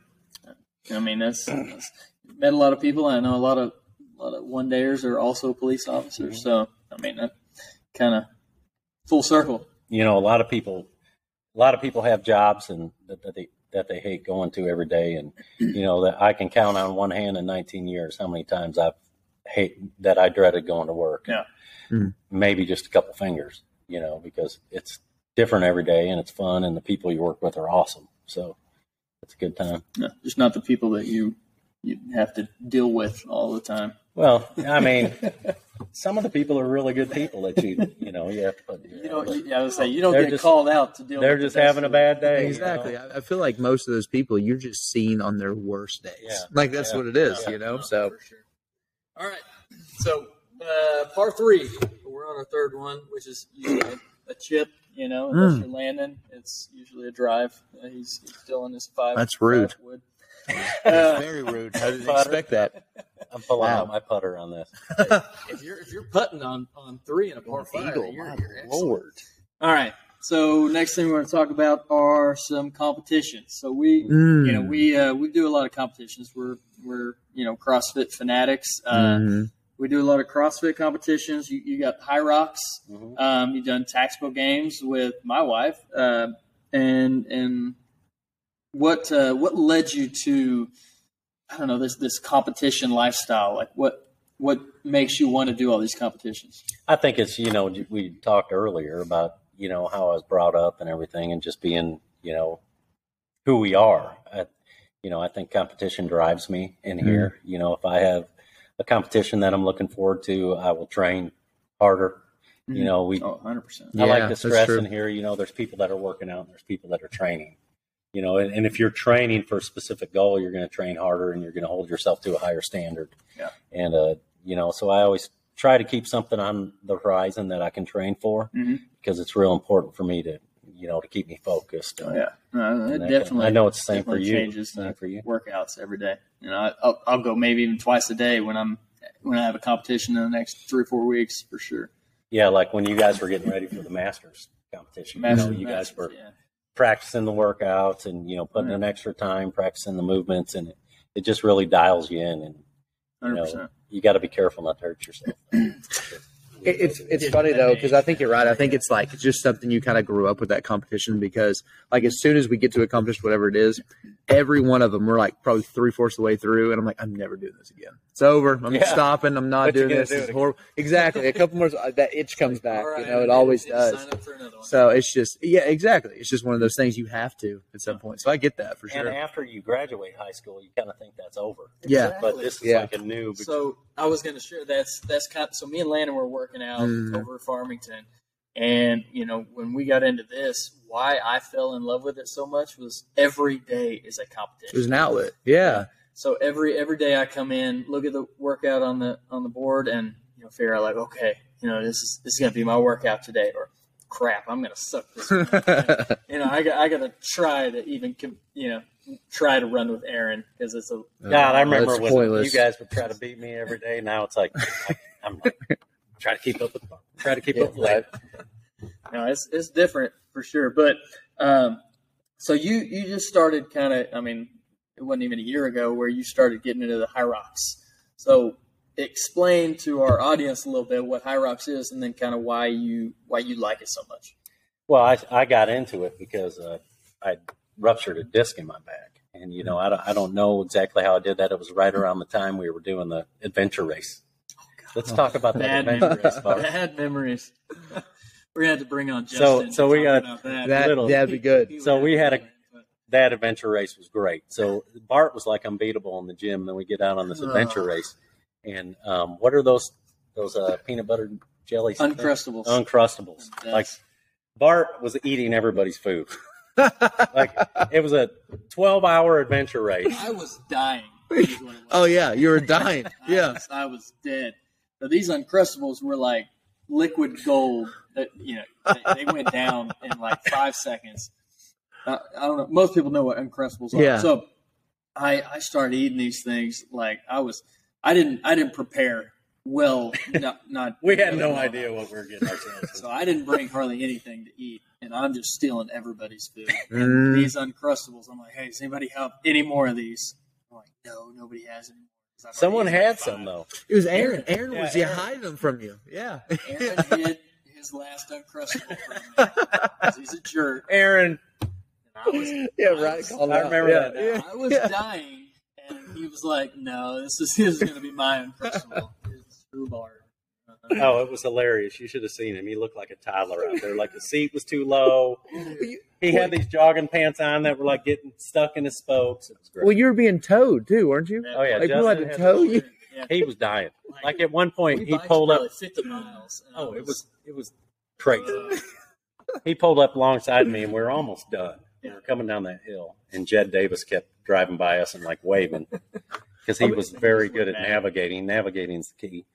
[SPEAKER 1] I mean, that's, that's met a lot of people. and I know a lot of a lot of one dayers are also police officers.
[SPEAKER 3] Mm-hmm.
[SPEAKER 1] So I mean, that kind of full circle.
[SPEAKER 3] You know, a lot of people, a lot of people have jobs and that, that they that they hate going to every day, and you know that I can count on one hand in 19 years how many times I've hate that I dreaded going to work.
[SPEAKER 1] Yeah.
[SPEAKER 2] Mhm.
[SPEAKER 3] Maybe just a couple fingers, you know, because it's different every day and it's fun and the people you work with are awesome. So it's a good time.
[SPEAKER 1] No, just not the people that you you have to deal with all the time.
[SPEAKER 3] Well, I mean, some of the people are really good people that you, you know, you have to put,
[SPEAKER 1] You don't. You, I would say you don't
[SPEAKER 3] They're
[SPEAKER 1] get
[SPEAKER 3] just-
[SPEAKER 1] called out to deal.
[SPEAKER 3] they're
[SPEAKER 1] with the
[SPEAKER 3] just
[SPEAKER 1] best
[SPEAKER 3] having a
[SPEAKER 1] of it.
[SPEAKER 3] bad day. you know?
[SPEAKER 2] Exactly. I, I feel like most of those people you're just seeing on their worst days.
[SPEAKER 3] Yeah.
[SPEAKER 2] Like that's
[SPEAKER 3] Yeah.
[SPEAKER 2] what it is,
[SPEAKER 3] Yeah.
[SPEAKER 2] you know. So
[SPEAKER 1] For sure. All right. So uh, par three. We're on our third one, which is usually a chip. You know, unless
[SPEAKER 2] Mm.
[SPEAKER 1] you're landing, it's usually a drive. Uh, he's, he's still in his five.
[SPEAKER 2] That's rude.
[SPEAKER 1] five wood. Uh,
[SPEAKER 2] very rude. I didn't
[SPEAKER 3] Potter.
[SPEAKER 2] expect that.
[SPEAKER 3] I'm pulling
[SPEAKER 2] Wow.
[SPEAKER 3] out my putter on this.
[SPEAKER 1] if you're if you're putting on on three and a par five,
[SPEAKER 2] Eagle,
[SPEAKER 1] you're,
[SPEAKER 2] my
[SPEAKER 1] you're excellent.
[SPEAKER 2] lord.
[SPEAKER 1] All right. So next thing we're going to talk about are some competitions. So we,
[SPEAKER 2] Hmm.
[SPEAKER 1] you
[SPEAKER 2] Mm.
[SPEAKER 1] know, we uh, we do a lot of competitions. We're we're you know CrossFit fanatics. Uh,
[SPEAKER 2] Mhm.
[SPEAKER 1] We do a lot of CrossFit competitions. You, you got High Rocks.
[SPEAKER 3] Mhm.
[SPEAKER 1] Um, you've done Taxpo games with my wife. Uh, and and what uh, what led you to I don't know this this competition lifestyle? Like what what makes you want to do all these competitions?
[SPEAKER 3] I think it's you know we talked earlier about you know how I was brought up and everything, and just being you know who we are. I, you know, I think competition drives me in
[SPEAKER 2] Mm-hmm.
[SPEAKER 3] here. You know, if I have a competition that I'm looking forward to, I will train harder.
[SPEAKER 2] Mm-hmm.
[SPEAKER 3] You know, we
[SPEAKER 1] Oh, 100 percent.
[SPEAKER 3] I
[SPEAKER 2] Yeah,
[SPEAKER 3] like the
[SPEAKER 2] that's
[SPEAKER 3] stress
[SPEAKER 2] true.
[SPEAKER 3] in here. You know, there's people that are working out and there's people that are training. You know, and, and if you're training for a specific goal, you're going to train harder and you're going to hold yourself to a higher standard.
[SPEAKER 1] Yeah.
[SPEAKER 3] And, uh, you know, so I always try to keep something on the horizon that I can train for
[SPEAKER 1] Mhm.
[SPEAKER 3] because it's real important for me to, you know, to keep me focused.
[SPEAKER 1] Oh, yeah, no,
[SPEAKER 3] And
[SPEAKER 1] it
[SPEAKER 3] that can-
[SPEAKER 1] definitely.
[SPEAKER 3] I know it's the same for
[SPEAKER 1] definitely
[SPEAKER 3] you.
[SPEAKER 1] changes the-
[SPEAKER 3] Same for you.
[SPEAKER 1] workouts every day. You know, I- I'll, I'll go maybe even twice a day when I'm when I have a competition in the next three or four weeks for sure.
[SPEAKER 3] Yeah. Like when you guys were getting ready for the Masters competition, you, know,
[SPEAKER 1] Masters,
[SPEAKER 3] you
[SPEAKER 1] masters,
[SPEAKER 3] guys were
[SPEAKER 1] yeah.
[SPEAKER 3] practicing the workouts and you know putting
[SPEAKER 2] Mm.
[SPEAKER 3] in extra time practicing the movements and it, it just really dials you in and you
[SPEAKER 1] 100%.
[SPEAKER 3] know you got to be careful not to hurt yourself
[SPEAKER 2] It- it's it's funny though because I think you're right. I think it's like just something you kind of grew up with that competition because like as soon as we get to a competition, whatever it is, every one of them we're like probably three fourths of the way through, and I'm like, I'm never doing this again. It's over. I'm
[SPEAKER 3] Yeah.
[SPEAKER 2] stopping. I'm not
[SPEAKER 3] But you
[SPEAKER 2] doing
[SPEAKER 3] gotta
[SPEAKER 2] this.
[SPEAKER 3] do
[SPEAKER 2] it's
[SPEAKER 3] it again.
[SPEAKER 2] horrible. Exactly. A couple more uh, that itch comes back.
[SPEAKER 1] All right,
[SPEAKER 2] you know, it always
[SPEAKER 1] you
[SPEAKER 2] does.
[SPEAKER 1] Sign up for another one.
[SPEAKER 2] So it's just yeah, exactly. It's just one of those things you have to at some point. So I get that for
[SPEAKER 3] and
[SPEAKER 2] sure.
[SPEAKER 3] after you graduate high school you kind of think that's over
[SPEAKER 2] Yeah.
[SPEAKER 3] but this is
[SPEAKER 2] Yeah.
[SPEAKER 3] like a new
[SPEAKER 1] So I was going to share that's that's kind. so me and Landon were working out
[SPEAKER 2] Mhm.
[SPEAKER 1] over at Farmington, and you know when we got into this, why I fell in love with it so much was every day is a competition.
[SPEAKER 2] It was an outlet. Yeah.
[SPEAKER 1] So every every day I come in, look at the workout on the on the board, and you know figure out like, okay, you know this is this is gonna be my workout today, or crap, I'm gonna suck this. one up. you know, I got I gotta try to even com- you know try to run with Aaron because it's a
[SPEAKER 3] god i remember
[SPEAKER 2] Oh, uh, That's
[SPEAKER 3] when
[SPEAKER 2] pointless.
[SPEAKER 3] you guys would try to beat me every day now it's like I, i'm like try to keep up with try to keep
[SPEAKER 1] Yeah,
[SPEAKER 3] up with life.
[SPEAKER 1] no, it's it's different for sure. But um, so you you just started kind of, I mean, it wasn't even a year ago where you started getting into the high rocks. So explain to our audience a little bit what high rocks is, and then kind of why you why you like it so much.
[SPEAKER 3] Well, I, I got into it because uh, I ruptured a disc in my back. And, you know, I don't, I don't know exactly how I did that. It was right around the time we were doing the adventure race. Let's talk about that
[SPEAKER 1] Bad
[SPEAKER 3] adventure race. Mark.
[SPEAKER 1] Bad memories. we had to bring on
[SPEAKER 3] So-
[SPEAKER 1] Justin.
[SPEAKER 3] so
[SPEAKER 1] to
[SPEAKER 3] we
[SPEAKER 1] talk
[SPEAKER 3] got-
[SPEAKER 1] about that.
[SPEAKER 2] That
[SPEAKER 3] little-
[SPEAKER 2] that'd be good.
[SPEAKER 1] He
[SPEAKER 3] so
[SPEAKER 1] would
[SPEAKER 3] we
[SPEAKER 1] have
[SPEAKER 3] had
[SPEAKER 1] to-
[SPEAKER 3] That adventure race was great. So Bart was like unbeatable in the gym. Then we get out on this adventure race. And um, what are those those uh, peanut butter jelly things?
[SPEAKER 1] Uncrustables.
[SPEAKER 3] Uncrustables.
[SPEAKER 1] Yes.
[SPEAKER 3] Like Bart was eating everybody's food. like it was a 12 hour adventure race.
[SPEAKER 1] I was dying. is what it was.
[SPEAKER 2] Oh yeah, you were dying.
[SPEAKER 1] I
[SPEAKER 2] Yeah.
[SPEAKER 1] was- I was dead. But these Uncrustables were like liquid gold. That you know, they, they went down in like five seconds. I, I don't know. Most people know what Uncrustables are.
[SPEAKER 2] Yeah.
[SPEAKER 1] So I I started eating these things like I was. I didn't. I didn't prepare well. Not. not
[SPEAKER 3] We had no idea what we were getting ourselves into.
[SPEAKER 1] So I didn't bring hardly anything to eat, and I'm just stealing everybody's food.
[SPEAKER 2] Mm.
[SPEAKER 1] These Uncrustables, I'm like, hey, does anybody have any more of these? I'm like, no, nobody has any. more. 'Cause I've already
[SPEAKER 3] Someone
[SPEAKER 1] eaten
[SPEAKER 3] had
[SPEAKER 1] five.
[SPEAKER 3] some though.
[SPEAKER 2] It was Aaron. Aaron
[SPEAKER 3] Yeah,
[SPEAKER 2] was yeah,
[SPEAKER 3] Aaron.
[SPEAKER 2] hiding them from you. Yeah.
[SPEAKER 1] Aaron hid his last uncrustable from me 'cause he's a jerk.
[SPEAKER 3] Aaron,
[SPEAKER 1] And I was,
[SPEAKER 2] yeah,
[SPEAKER 1] right, call
[SPEAKER 3] I remember that.
[SPEAKER 1] I was dying, and he was like, "No, this is, this is going to be my uncrustable." It Rhubarb. Uh,
[SPEAKER 3] Oh, it was hilarious. You should have seen him. He looked like a toddler out there. Like the seat was too low. He had these jogging pants on that were like getting stuck in his spokes. It was great.
[SPEAKER 4] Well, you were being towed too, weren't you?
[SPEAKER 3] oh yeah,
[SPEAKER 4] like
[SPEAKER 3] Justin
[SPEAKER 4] we had to
[SPEAKER 3] had-
[SPEAKER 4] tow you.
[SPEAKER 1] Yeah.
[SPEAKER 3] he was dying. Like at one
[SPEAKER 1] we
[SPEAKER 3] point, he
[SPEAKER 1] biked
[SPEAKER 3] pulled up.
[SPEAKER 1] probably fifty miles. and I uh,
[SPEAKER 3] Oh, it was it was crazy. He pulled up alongside me, and we were almost done. We were coming down that hill, and Jed Davis kept driving by us and like waving because he was very good at navigating. Navigating's the key.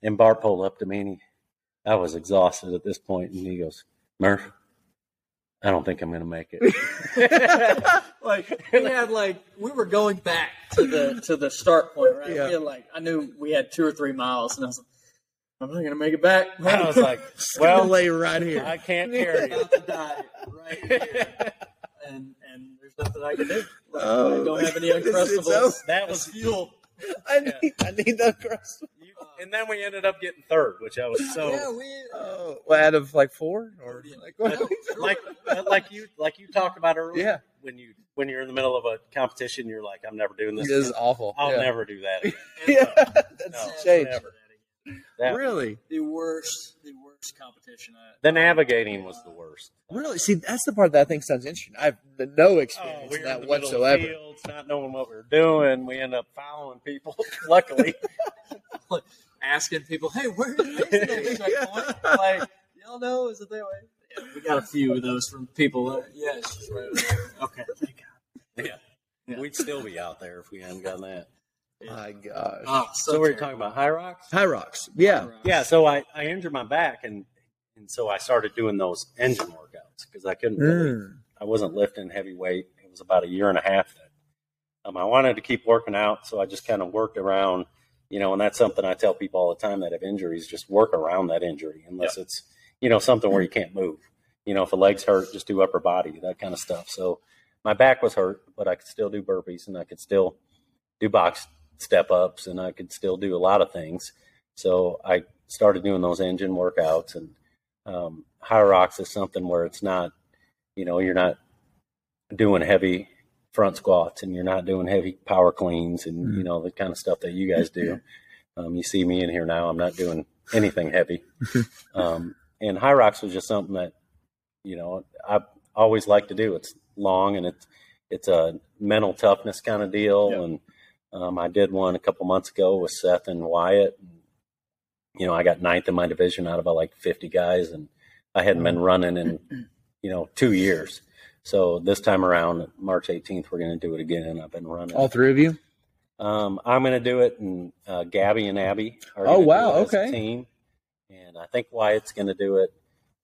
[SPEAKER 3] And Bart pulled up to me, and he, I was exhausted at this point, and he goes, "Murph, I don't think I'm going to make it."
[SPEAKER 1] like we had like we were going back to the to the start point, right?
[SPEAKER 4] Yeah.
[SPEAKER 1] We had like I knew we had two or three miles, and I was like, I'm not gonna make it back.
[SPEAKER 3] I was like,
[SPEAKER 4] Well,
[SPEAKER 3] "Well,
[SPEAKER 4] lay right here.
[SPEAKER 3] I can't carry
[SPEAKER 1] about to die right here, and and there's nothing I can do. Like,
[SPEAKER 4] Oh,
[SPEAKER 1] I don't have any
[SPEAKER 4] this is
[SPEAKER 1] uncrustables.
[SPEAKER 4] over.
[SPEAKER 3] That
[SPEAKER 1] That's
[SPEAKER 3] was
[SPEAKER 1] fuel.
[SPEAKER 4] I need, I need the crust.
[SPEAKER 3] you, and then we ended up getting third, which I was so
[SPEAKER 1] yeah, we.
[SPEAKER 4] Oh, well, out of like four or
[SPEAKER 1] Yeah.
[SPEAKER 4] like what?
[SPEAKER 3] like like you like you talked about earlier.
[SPEAKER 4] Yeah.
[SPEAKER 3] When you when you're in the middle of a competition, you're like, I'm never doing this.
[SPEAKER 4] This is awful.
[SPEAKER 3] I'll
[SPEAKER 4] yeah.
[SPEAKER 3] never do that. again."
[SPEAKER 4] Yeah, that's
[SPEAKER 3] No,
[SPEAKER 4] a change.
[SPEAKER 3] never. That-
[SPEAKER 4] Really,
[SPEAKER 1] The worst, the worst competition. I,
[SPEAKER 3] The navigating was the worst.
[SPEAKER 4] really. See, that's the part that I think sounds interesting. I have
[SPEAKER 3] Oh,
[SPEAKER 4] no experience in that whatsoever.
[SPEAKER 3] fields, not knowing what we were doing. We end up following people. Luckily,
[SPEAKER 1] asking people, "Hey, where is the next checkpoint?" Like, y'all know, is it that way? Yeah, we got a few of those from people. that- yeah, it's just right over there. Okay, thank God.
[SPEAKER 3] yeah.
[SPEAKER 1] Yeah.
[SPEAKER 3] we'd still be out there if we hadn't done that.
[SPEAKER 4] My gosh.
[SPEAKER 2] Uh,
[SPEAKER 1] Oh, so,
[SPEAKER 3] So, we were
[SPEAKER 1] terrible.
[SPEAKER 3] talking about high rocks.
[SPEAKER 4] High rocks. Yeah.
[SPEAKER 3] Yeah, so I, I injured my back and and so I started doing those engine workouts because I couldn't really
[SPEAKER 4] Mm.
[SPEAKER 3] I wasn't lifting heavy weight. It was about a year and a half. That, um, I wanted to keep working out, so I just kind of worked around, you know, and that's something I tell people all the time that have injuries, just work around that injury unless it's, you know, something where you can't move. You know, if the legs hurt, just do upper body, that kind of stuff. So my back was hurt, but I could still do burpees and I could still do box step ups and I could still do a lot of things. So I started doing those engine workouts and um, high rocks is something where it's not, you know, you're not doing heavy front squats and you're not doing heavy power cleans and you know the kind of stuff that you guys do. Um, you see me in here now. I'm not doing anything heavy. um, and high rocks was just something that you know I always like to do. It's long and it's it's a mental toughness kind of deal.
[SPEAKER 1] Yeah.
[SPEAKER 3] And um, I did one a couple months ago with Seth and Wyatt. You know, I got ninth in my division out of uh, like 50 guys, and I hadn't been running in you know two years. So this time around, March 18th, we're going to do it again. And I've been running.
[SPEAKER 4] All three of you.
[SPEAKER 3] Um, I'm going to do it, and uh, Gabby and Abby are.
[SPEAKER 4] Oh,
[SPEAKER 3] gonna
[SPEAKER 4] wow,
[SPEAKER 3] do it as a
[SPEAKER 4] okay.
[SPEAKER 3] team, and I think Wyatt's going to do it,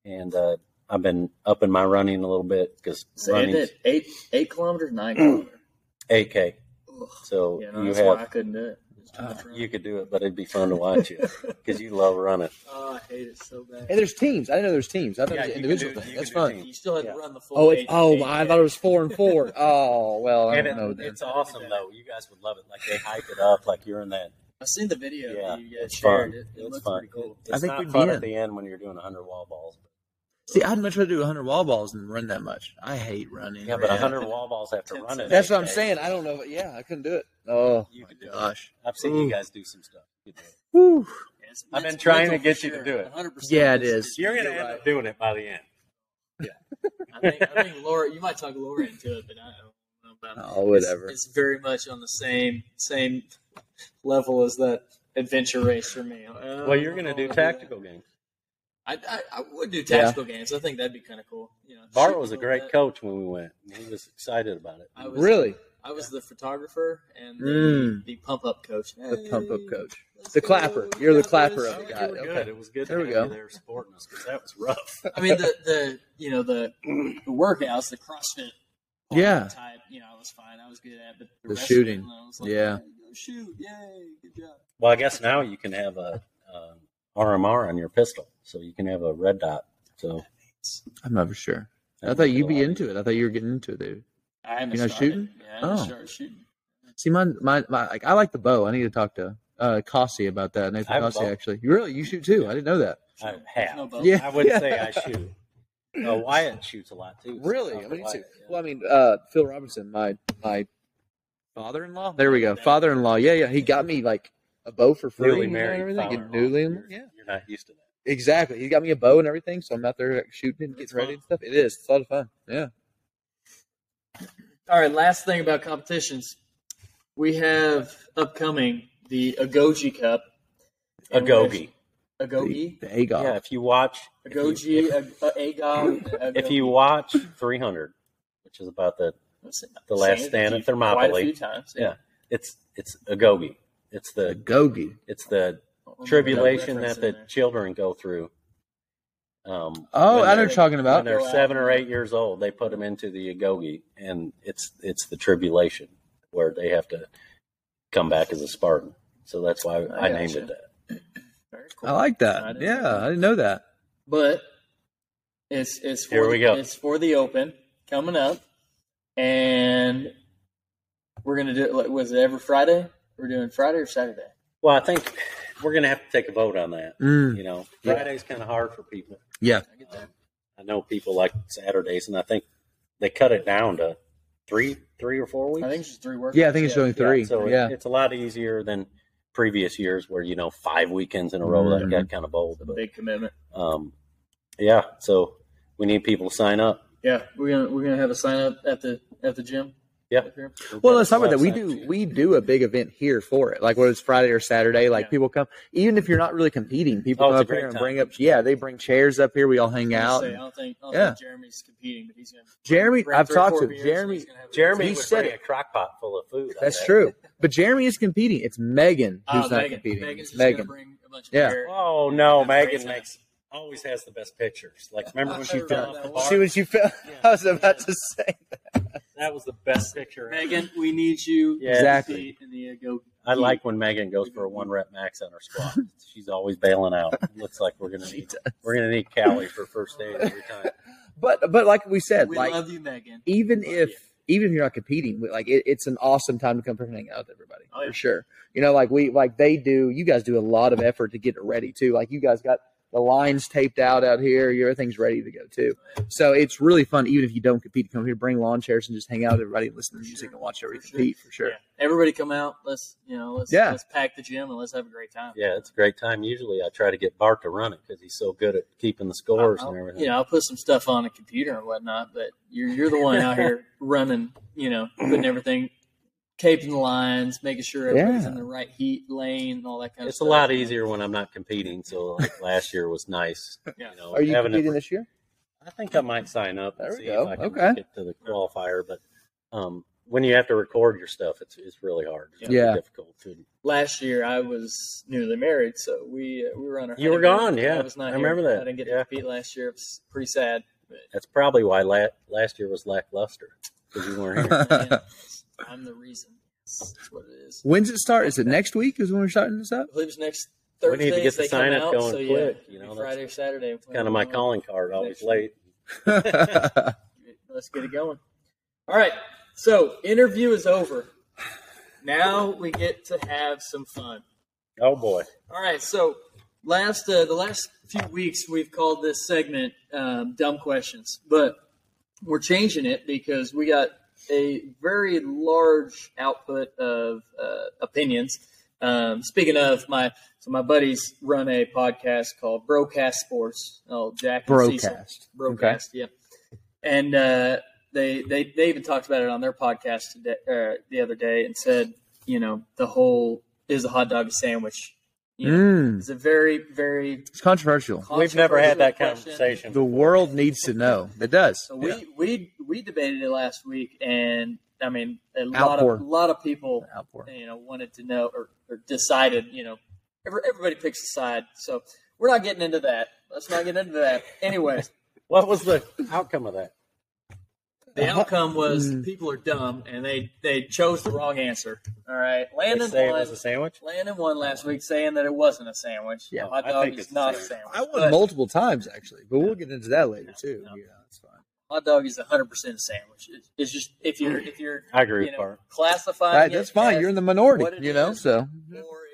[SPEAKER 3] and uh, I've been upping my running a little bit because
[SPEAKER 1] So you did
[SPEAKER 3] running's
[SPEAKER 1] eight, eight kilometers, nine kilometers.
[SPEAKER 3] 8K.
[SPEAKER 1] Ugh.
[SPEAKER 3] So
[SPEAKER 1] Yeah, no,
[SPEAKER 3] you
[SPEAKER 1] that's why I
[SPEAKER 3] have
[SPEAKER 1] couldn't do it. It's too much running.
[SPEAKER 3] you could do it, but it'd be fun to watch you because you love running.
[SPEAKER 1] oh, I hate it so bad.
[SPEAKER 4] And there's teams. I didn't know there's teams. I thought
[SPEAKER 3] Yeah,
[SPEAKER 4] it was an
[SPEAKER 3] you can
[SPEAKER 4] individual
[SPEAKER 3] do-
[SPEAKER 4] thing.
[SPEAKER 3] you
[SPEAKER 4] That's
[SPEAKER 3] can do
[SPEAKER 4] fun.
[SPEAKER 3] teams.
[SPEAKER 1] You still had
[SPEAKER 3] Yeah.
[SPEAKER 1] to run the full.
[SPEAKER 4] Oh, it's,
[SPEAKER 1] eight-
[SPEAKER 4] oh,
[SPEAKER 1] eight-
[SPEAKER 4] I thought it was four and four. Oh well, I
[SPEAKER 3] And
[SPEAKER 4] don't know.
[SPEAKER 3] it,
[SPEAKER 4] Then.
[SPEAKER 3] it's awesome though. You guys would love it. Like they hype it up, like you're in that.
[SPEAKER 1] I've seen the video.
[SPEAKER 3] Yeah,
[SPEAKER 1] that you guys
[SPEAKER 3] it's
[SPEAKER 1] shared. It,
[SPEAKER 3] fun.
[SPEAKER 1] it
[SPEAKER 3] It's
[SPEAKER 1] looks
[SPEAKER 3] fun.
[SPEAKER 1] pretty cool.
[SPEAKER 3] It's
[SPEAKER 4] think
[SPEAKER 3] not
[SPEAKER 4] we
[SPEAKER 3] fun
[SPEAKER 4] did.
[SPEAKER 3] at the end when you're doing 100 wall balls.
[SPEAKER 4] See, I'd much rather do 100 wall balls than run that much. I hate running.
[SPEAKER 3] Yeah, but
[SPEAKER 1] Yeah.
[SPEAKER 3] 100 wall balls have to
[SPEAKER 1] That's-
[SPEAKER 3] run it.
[SPEAKER 4] that's what I'm
[SPEAKER 3] 8K.
[SPEAKER 4] saying. I don't know. But yeah, I couldn't do it. Oh
[SPEAKER 3] You could do
[SPEAKER 4] my
[SPEAKER 3] it.
[SPEAKER 4] gosh.
[SPEAKER 3] I've seen you guys do some stuff. You do it.
[SPEAKER 4] Whew.
[SPEAKER 1] It's
[SPEAKER 3] I've been
[SPEAKER 1] mental
[SPEAKER 3] trying to
[SPEAKER 1] for
[SPEAKER 3] get you to
[SPEAKER 1] sure.
[SPEAKER 3] do it.
[SPEAKER 1] 100%.
[SPEAKER 4] Yeah, it
[SPEAKER 1] It's-
[SPEAKER 4] is.
[SPEAKER 3] You're gonna end
[SPEAKER 4] right.
[SPEAKER 3] up doing it by the end.
[SPEAKER 1] I think, I think Laura, you might talk Laura into it, but I don't know about it.
[SPEAKER 4] Oh, whatever.
[SPEAKER 1] It's, it's very much on the same same level as that adventure race for me. Uh,
[SPEAKER 3] Well, you're gonna
[SPEAKER 1] I'll
[SPEAKER 3] do
[SPEAKER 4] Oh,
[SPEAKER 1] that.
[SPEAKER 3] tactical games.
[SPEAKER 1] I, I, I would do tactical games. I think that'd be kind of cool. You know,
[SPEAKER 3] Bart
[SPEAKER 1] shoot
[SPEAKER 3] was a
[SPEAKER 1] little
[SPEAKER 3] great
[SPEAKER 1] bit.
[SPEAKER 3] coach when we went. He was excited about it.
[SPEAKER 1] I was,
[SPEAKER 4] Really?
[SPEAKER 1] I was the photographer and the,
[SPEAKER 4] Mm.
[SPEAKER 1] the pump up coach.
[SPEAKER 4] The pump up
[SPEAKER 1] Hey,
[SPEAKER 4] coach.
[SPEAKER 1] let's
[SPEAKER 4] The
[SPEAKER 1] go.
[SPEAKER 4] clapper. You're the
[SPEAKER 1] Clappers.
[SPEAKER 4] clapper of
[SPEAKER 1] I
[SPEAKER 4] the
[SPEAKER 1] would
[SPEAKER 4] guy.
[SPEAKER 1] do it.
[SPEAKER 4] Okay.
[SPEAKER 3] Good. It was good.
[SPEAKER 4] There
[SPEAKER 3] to
[SPEAKER 4] we
[SPEAKER 3] have
[SPEAKER 4] go.
[SPEAKER 3] you there supporting us because that was rough.
[SPEAKER 1] I mean the the you know the the workouts, the CrossFit. part
[SPEAKER 4] Yeah.
[SPEAKER 1] Type, you know, I was fine. I was good at, but
[SPEAKER 4] The
[SPEAKER 1] rest of
[SPEAKER 4] shooting.
[SPEAKER 1] it, I was like,
[SPEAKER 4] Yeah.
[SPEAKER 1] "Hey, go shoot, yay, good job.
[SPEAKER 3] Well, I guess now you can have a, um RMR on your pistol, so you can have a red dot. So
[SPEAKER 4] I'm never sure.
[SPEAKER 3] that
[SPEAKER 4] I thought
[SPEAKER 3] makes it
[SPEAKER 4] you'd
[SPEAKER 3] a
[SPEAKER 4] be
[SPEAKER 3] lot
[SPEAKER 4] into it. I thought you were getting into it, dude.
[SPEAKER 1] I haven't
[SPEAKER 4] You know,
[SPEAKER 1] started.
[SPEAKER 4] shooting?
[SPEAKER 1] Yeah, I haven't
[SPEAKER 4] Oh.
[SPEAKER 1] started shooting.
[SPEAKER 4] See, my, my, my like, I like the bow. I need to talk to uh, Cossie about that.
[SPEAKER 3] I
[SPEAKER 4] Nathan
[SPEAKER 3] have a
[SPEAKER 4] Cossie,
[SPEAKER 3] bow.
[SPEAKER 4] actually. You really? You shoot too? I didn't know that.
[SPEAKER 3] I
[SPEAKER 1] There's
[SPEAKER 3] have.
[SPEAKER 1] no bow.
[SPEAKER 4] Yeah.
[SPEAKER 3] I would say I shoot. Uh, Wyatt shoots a lot too.
[SPEAKER 4] Really? I
[SPEAKER 3] Uh,
[SPEAKER 4] mean, you too.
[SPEAKER 3] Wyatt, yeah.
[SPEAKER 4] Well, I mean, uh, Phil Robinson, my my father-in-law. There we go, father-in-law. Yeah, yeah. He got me like a bow for free.
[SPEAKER 3] Newly
[SPEAKER 4] you know,
[SPEAKER 3] married
[SPEAKER 4] and everything.
[SPEAKER 3] father-in-law.
[SPEAKER 4] Get newly,
[SPEAKER 3] You're-
[SPEAKER 4] yeah.
[SPEAKER 3] You're not used to that.
[SPEAKER 4] Exactly. He got me a bow and everything, so I'm out there like, shooting and
[SPEAKER 1] It's
[SPEAKER 4] getting
[SPEAKER 1] fun.
[SPEAKER 4] ready and stuff. It is. It's a lot of fun. Yeah.
[SPEAKER 1] All right, last thing about competitions. We have upcoming the Agogi Cup.
[SPEAKER 3] A gogi.
[SPEAKER 1] Agogi?
[SPEAKER 4] The, the Agar.
[SPEAKER 3] Yeah, if you watch, if you-
[SPEAKER 1] Agogi, Ag- uh, Agog.
[SPEAKER 3] if
[SPEAKER 1] Agogi.
[SPEAKER 3] you watch 300, which is about the
[SPEAKER 1] Let's see.
[SPEAKER 3] The Last
[SPEAKER 1] Seen it a
[SPEAKER 3] Stand
[SPEAKER 1] few-
[SPEAKER 3] at Thermopylae.
[SPEAKER 1] Quite a few times.
[SPEAKER 3] Yeah. it's it's a gogi. It's
[SPEAKER 4] The
[SPEAKER 3] the
[SPEAKER 4] Gogi.
[SPEAKER 3] it's the
[SPEAKER 1] I don't remember
[SPEAKER 3] tribulation
[SPEAKER 1] reference
[SPEAKER 3] that
[SPEAKER 1] in
[SPEAKER 3] the
[SPEAKER 1] there.
[SPEAKER 3] children go through. Um,
[SPEAKER 4] Oh, I know
[SPEAKER 3] when they're-
[SPEAKER 4] what you're talking
[SPEAKER 3] when
[SPEAKER 4] about.
[SPEAKER 1] they're-
[SPEAKER 3] they're seven or eight years old, they put them into the agogi, and it's it's the tribulation where they have to come back as a Spartan. So that's why I,
[SPEAKER 1] I
[SPEAKER 3] named
[SPEAKER 1] gotcha.
[SPEAKER 3] it that.
[SPEAKER 1] Very cool.
[SPEAKER 4] I like
[SPEAKER 1] I
[SPEAKER 4] that.
[SPEAKER 1] didn't know
[SPEAKER 4] Yeah,
[SPEAKER 1] that.
[SPEAKER 4] I didn't know that.
[SPEAKER 1] but it's it's for
[SPEAKER 3] Here we go.
[SPEAKER 1] it's for the open coming up and we're gonna do it like was it every friday we're doing friday or saturday
[SPEAKER 3] Well, I think we're gonna have to take a vote on that.
[SPEAKER 4] Mm,
[SPEAKER 3] You know,
[SPEAKER 4] Yeah.
[SPEAKER 3] Friday's kind of hard for people.
[SPEAKER 4] yeah.
[SPEAKER 1] I get that.
[SPEAKER 3] I know people like Saturdays, and I think they cut it down to three, three or four weeks.
[SPEAKER 1] i think it's just three workouts
[SPEAKER 4] Yeah, I think it's only three.
[SPEAKER 3] Yeah, so it-
[SPEAKER 4] yeah.
[SPEAKER 3] it's a lot easier than previous years where you know five weekends in a row that
[SPEAKER 4] Mm-hmm.
[SPEAKER 3] got kind of bold.
[SPEAKER 1] a
[SPEAKER 3] But
[SPEAKER 1] big commitment
[SPEAKER 3] um, yeah, so we need people to sign up.
[SPEAKER 1] yeah we're gonna we're gonna have a sign up at the at the gym
[SPEAKER 3] Yeah.
[SPEAKER 1] Up here.
[SPEAKER 4] Well, let's talk about that. We
[SPEAKER 3] Sign up.
[SPEAKER 4] do we do a big event here for it. Like whether it's Friday or Saturday, like
[SPEAKER 1] Yeah.
[SPEAKER 4] people come. Even if you're not really competing, people
[SPEAKER 3] Oh,
[SPEAKER 4] come
[SPEAKER 3] it's a
[SPEAKER 4] up here
[SPEAKER 3] great
[SPEAKER 4] and
[SPEAKER 3] time.
[SPEAKER 4] bring up. Yeah, they bring chairs up here. We all hang
[SPEAKER 1] I'm gonna
[SPEAKER 4] out.
[SPEAKER 1] say, "Oh, I don't think I don't
[SPEAKER 4] Yeah.
[SPEAKER 1] think Jeremy's competing, but he's gonna.
[SPEAKER 4] Jeremy,
[SPEAKER 1] bring
[SPEAKER 4] I've
[SPEAKER 1] three or
[SPEAKER 4] talked
[SPEAKER 1] four
[SPEAKER 4] to him.
[SPEAKER 1] beers,
[SPEAKER 4] Jeremy-
[SPEAKER 1] he's gonna have a-
[SPEAKER 3] Jeremy
[SPEAKER 4] He
[SPEAKER 3] would
[SPEAKER 4] said
[SPEAKER 3] bring
[SPEAKER 4] it.
[SPEAKER 3] a crock pot full of food. I
[SPEAKER 4] That's
[SPEAKER 3] bet.
[SPEAKER 4] true. But Jeremy is competing. It's Megan
[SPEAKER 1] Ah,
[SPEAKER 4] who's not
[SPEAKER 1] Megan.
[SPEAKER 4] competing.
[SPEAKER 1] Megan's
[SPEAKER 4] It's
[SPEAKER 1] just gonna
[SPEAKER 4] Megan.
[SPEAKER 1] bring a bunch of
[SPEAKER 4] Yeah.
[SPEAKER 1] beer.
[SPEAKER 3] Oh no,
[SPEAKER 1] Have a great
[SPEAKER 3] Megan
[SPEAKER 1] time.
[SPEAKER 3] makes always has the best pictures. Like remember when
[SPEAKER 1] I
[SPEAKER 3] she
[SPEAKER 1] heard
[SPEAKER 3] fell
[SPEAKER 1] about
[SPEAKER 3] off
[SPEAKER 1] that
[SPEAKER 3] the
[SPEAKER 1] one.
[SPEAKER 3] bar?
[SPEAKER 4] See what you felt.
[SPEAKER 3] Yeah.
[SPEAKER 4] I was about to say.
[SPEAKER 3] That was the best picture. ever.
[SPEAKER 1] Megan, we need you.
[SPEAKER 3] Yeah.
[SPEAKER 4] Exactly.
[SPEAKER 1] In the uh, go.
[SPEAKER 3] I like when Megan goes for a one rep max on her squat. She's always bailing out. It looks like we're gonna need we're gonna need Callie for first aid every time.
[SPEAKER 4] But but like we said,
[SPEAKER 1] We
[SPEAKER 4] like
[SPEAKER 1] love you, Megan.
[SPEAKER 4] even
[SPEAKER 3] love
[SPEAKER 4] if
[SPEAKER 3] you.
[SPEAKER 4] even if you're not competing, we- like it, it's an awesome time to come and hang out with everybody
[SPEAKER 1] Oh, yeah.
[SPEAKER 4] for sure. You know, like we like they do. You guys do a lot of effort to get it ready too. Like you guys got the lines taped out out here. Your thing's ready to go too. So it's really fun, even if you don't compete. to Come here, bring lawn chairs, and just hang out with everybody, and listen to
[SPEAKER 1] For
[SPEAKER 4] music,
[SPEAKER 1] sure.
[SPEAKER 4] and watch everybody
[SPEAKER 1] For sure.
[SPEAKER 4] compete for sure.
[SPEAKER 1] Yeah. Everybody come out. Let's you know. Let's
[SPEAKER 4] Yeah.
[SPEAKER 1] let's pack the gym and let's have a great time.
[SPEAKER 3] Yeah, it's a great time. Usually, I try to get Bart to run it because he's so good at keeping the scores
[SPEAKER 1] I'll-
[SPEAKER 3] and everything.
[SPEAKER 1] You know, I'll put some stuff on a computer and whatnot, but you're you're the one out here running. You know, putting everything, taping the lines, making sure everybody's
[SPEAKER 4] Yeah.
[SPEAKER 1] in the right heat lane and all that kind of.
[SPEAKER 3] It's a
[SPEAKER 1] stuff.
[SPEAKER 3] lot easier when I'm not competing. So like last year was nice.
[SPEAKER 1] Yeah.
[SPEAKER 3] You know,
[SPEAKER 4] Are you
[SPEAKER 3] having it-
[SPEAKER 4] competing this year?
[SPEAKER 3] I think I might sign up
[SPEAKER 4] There
[SPEAKER 3] and
[SPEAKER 4] we
[SPEAKER 3] see
[SPEAKER 4] go.
[SPEAKER 3] if I can
[SPEAKER 4] Okay.
[SPEAKER 3] get to the qualifier. But um, when you have to record your stuff, it's it's really hard. It's really
[SPEAKER 4] Yeah.
[SPEAKER 3] difficult. To,
[SPEAKER 1] Last year, I was newly married, so we uh, we were on our.
[SPEAKER 3] You were
[SPEAKER 1] honeymoon.
[SPEAKER 3] gone, yeah.
[SPEAKER 1] I was not
[SPEAKER 3] I
[SPEAKER 1] here.
[SPEAKER 3] remember that.
[SPEAKER 1] I didn't get
[SPEAKER 3] Yeah.
[SPEAKER 1] to compete last year. It was pretty sad.
[SPEAKER 3] that's probably why la- last year was lackluster because you weren't here.
[SPEAKER 1] Man, I'm the reason. That's what it is.
[SPEAKER 4] When's it start? Is it next week? Is when we're starting this up?
[SPEAKER 1] I believe it's next
[SPEAKER 3] We
[SPEAKER 1] Thursday.
[SPEAKER 3] need to get the
[SPEAKER 1] they
[SPEAKER 3] sign
[SPEAKER 1] come
[SPEAKER 3] up
[SPEAKER 1] out,
[SPEAKER 3] going
[SPEAKER 1] so, yeah,
[SPEAKER 3] quick, you
[SPEAKER 1] it'll
[SPEAKER 3] know,
[SPEAKER 1] be
[SPEAKER 3] that's
[SPEAKER 1] Friday or Saturday.
[SPEAKER 3] kind of my calling card. Always late.
[SPEAKER 1] Let's get it going. All right, so interview is over. Now we get to have some fun.
[SPEAKER 3] Oh boy.
[SPEAKER 1] All right, so last uh, the last few weeks we've called this segment um, "Dumb Questions," but we're changing it because we got a very large output of uh, opinions. Um, speaking of my, so my buddies run a podcast called Broadcast Sports. Oh, Jack and Cecil.
[SPEAKER 4] Broadcast. Okay.
[SPEAKER 1] Broadcast, yeah. And uh, they they they even talked about it on their podcast today, uh, the other day and said, you know, the whole is a hot dog a sandwich. You know,
[SPEAKER 4] Mm,
[SPEAKER 1] It's a very very
[SPEAKER 4] it's controversial.
[SPEAKER 3] We've never had that
[SPEAKER 1] controversial question.
[SPEAKER 3] conversation.
[SPEAKER 4] The world needs to know. It does.
[SPEAKER 1] So we we we debated it last week, and I mean, a lot
[SPEAKER 4] Outpour.
[SPEAKER 1] of lot of people,
[SPEAKER 4] Outpour.
[SPEAKER 1] you know, wanted to know or, or decided, you know, every, everybody picks a side. So we're not getting into that. Let's not get into that. Anyways,
[SPEAKER 3] What was the outcome of that?
[SPEAKER 1] the outcome was
[SPEAKER 4] Mm.
[SPEAKER 1] people are dumb, and they they chose the wrong answer. All right,
[SPEAKER 3] They
[SPEAKER 1] Landon
[SPEAKER 3] say it
[SPEAKER 1] won.
[SPEAKER 3] was a sandwich.
[SPEAKER 1] Landon won last week, saying that it wasn't a sandwich.
[SPEAKER 4] Yeah,
[SPEAKER 1] a hot
[SPEAKER 3] I
[SPEAKER 1] dog
[SPEAKER 3] think
[SPEAKER 1] is
[SPEAKER 3] it's a
[SPEAKER 1] not a
[SPEAKER 3] sandwich.
[SPEAKER 1] sandwich.
[SPEAKER 4] I won
[SPEAKER 1] But
[SPEAKER 4] multiple times actually, but we'll get into that later too.
[SPEAKER 1] Yeah.
[SPEAKER 4] Yeah, that's fine.
[SPEAKER 1] hot dog is 100 percent a sandwich. It's, it's just if you're if you're
[SPEAKER 3] I agree
[SPEAKER 1] you
[SPEAKER 3] with
[SPEAKER 1] know,
[SPEAKER 3] Bart. Uh,
[SPEAKER 1] classifying
[SPEAKER 4] That-
[SPEAKER 1] it
[SPEAKER 4] that's fine.
[SPEAKER 1] as-
[SPEAKER 4] You're in the
[SPEAKER 1] what it
[SPEAKER 4] minority, you know.
[SPEAKER 1] is.
[SPEAKER 4] So
[SPEAKER 1] or if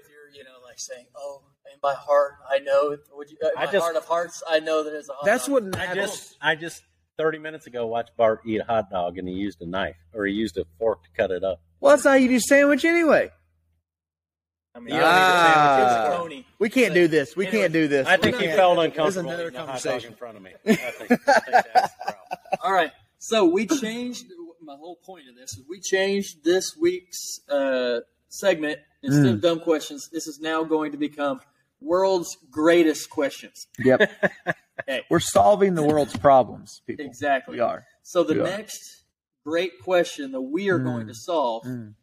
[SPEAKER 1] you're you know like saying oh in my heart i know would you, in
[SPEAKER 3] I
[SPEAKER 1] my
[SPEAKER 3] just-
[SPEAKER 1] heart of hearts i know that it's a hot
[SPEAKER 4] that's
[SPEAKER 1] dog.
[SPEAKER 4] what
[SPEAKER 3] I
[SPEAKER 4] matters.
[SPEAKER 3] just I just thirty minutes ago watched Bart eat a hot dog and he used a knife or he used a fork to cut it up.
[SPEAKER 4] well, that's how you do sandwich anyway.
[SPEAKER 1] I mean,
[SPEAKER 3] You don't need to sandwich
[SPEAKER 1] it's
[SPEAKER 3] it.
[SPEAKER 4] Ah.
[SPEAKER 1] crony.
[SPEAKER 4] We can't do this. We
[SPEAKER 1] Anyway,
[SPEAKER 4] can't do this.
[SPEAKER 3] I think
[SPEAKER 1] We're
[SPEAKER 3] he
[SPEAKER 1] not-
[SPEAKER 3] felt
[SPEAKER 2] there's
[SPEAKER 3] uncomfortable
[SPEAKER 2] another
[SPEAKER 3] eating a hot dog
[SPEAKER 2] conversation.
[SPEAKER 3] in front of me. I think, I think that's the problem.
[SPEAKER 1] All right. So we changed my whole point of this is we changed this week's uh, segment instead
[SPEAKER 2] Mm.
[SPEAKER 1] of dumb questions. This is now going to become world's greatest questions.
[SPEAKER 2] Yep.
[SPEAKER 1] Hey.
[SPEAKER 2] We're solving the world's problems, people.
[SPEAKER 1] Exactly.
[SPEAKER 2] We are.
[SPEAKER 1] So the
[SPEAKER 2] Yeah.
[SPEAKER 1] next great question that we are going
[SPEAKER 2] Mm.
[SPEAKER 1] to solve
[SPEAKER 2] Mm.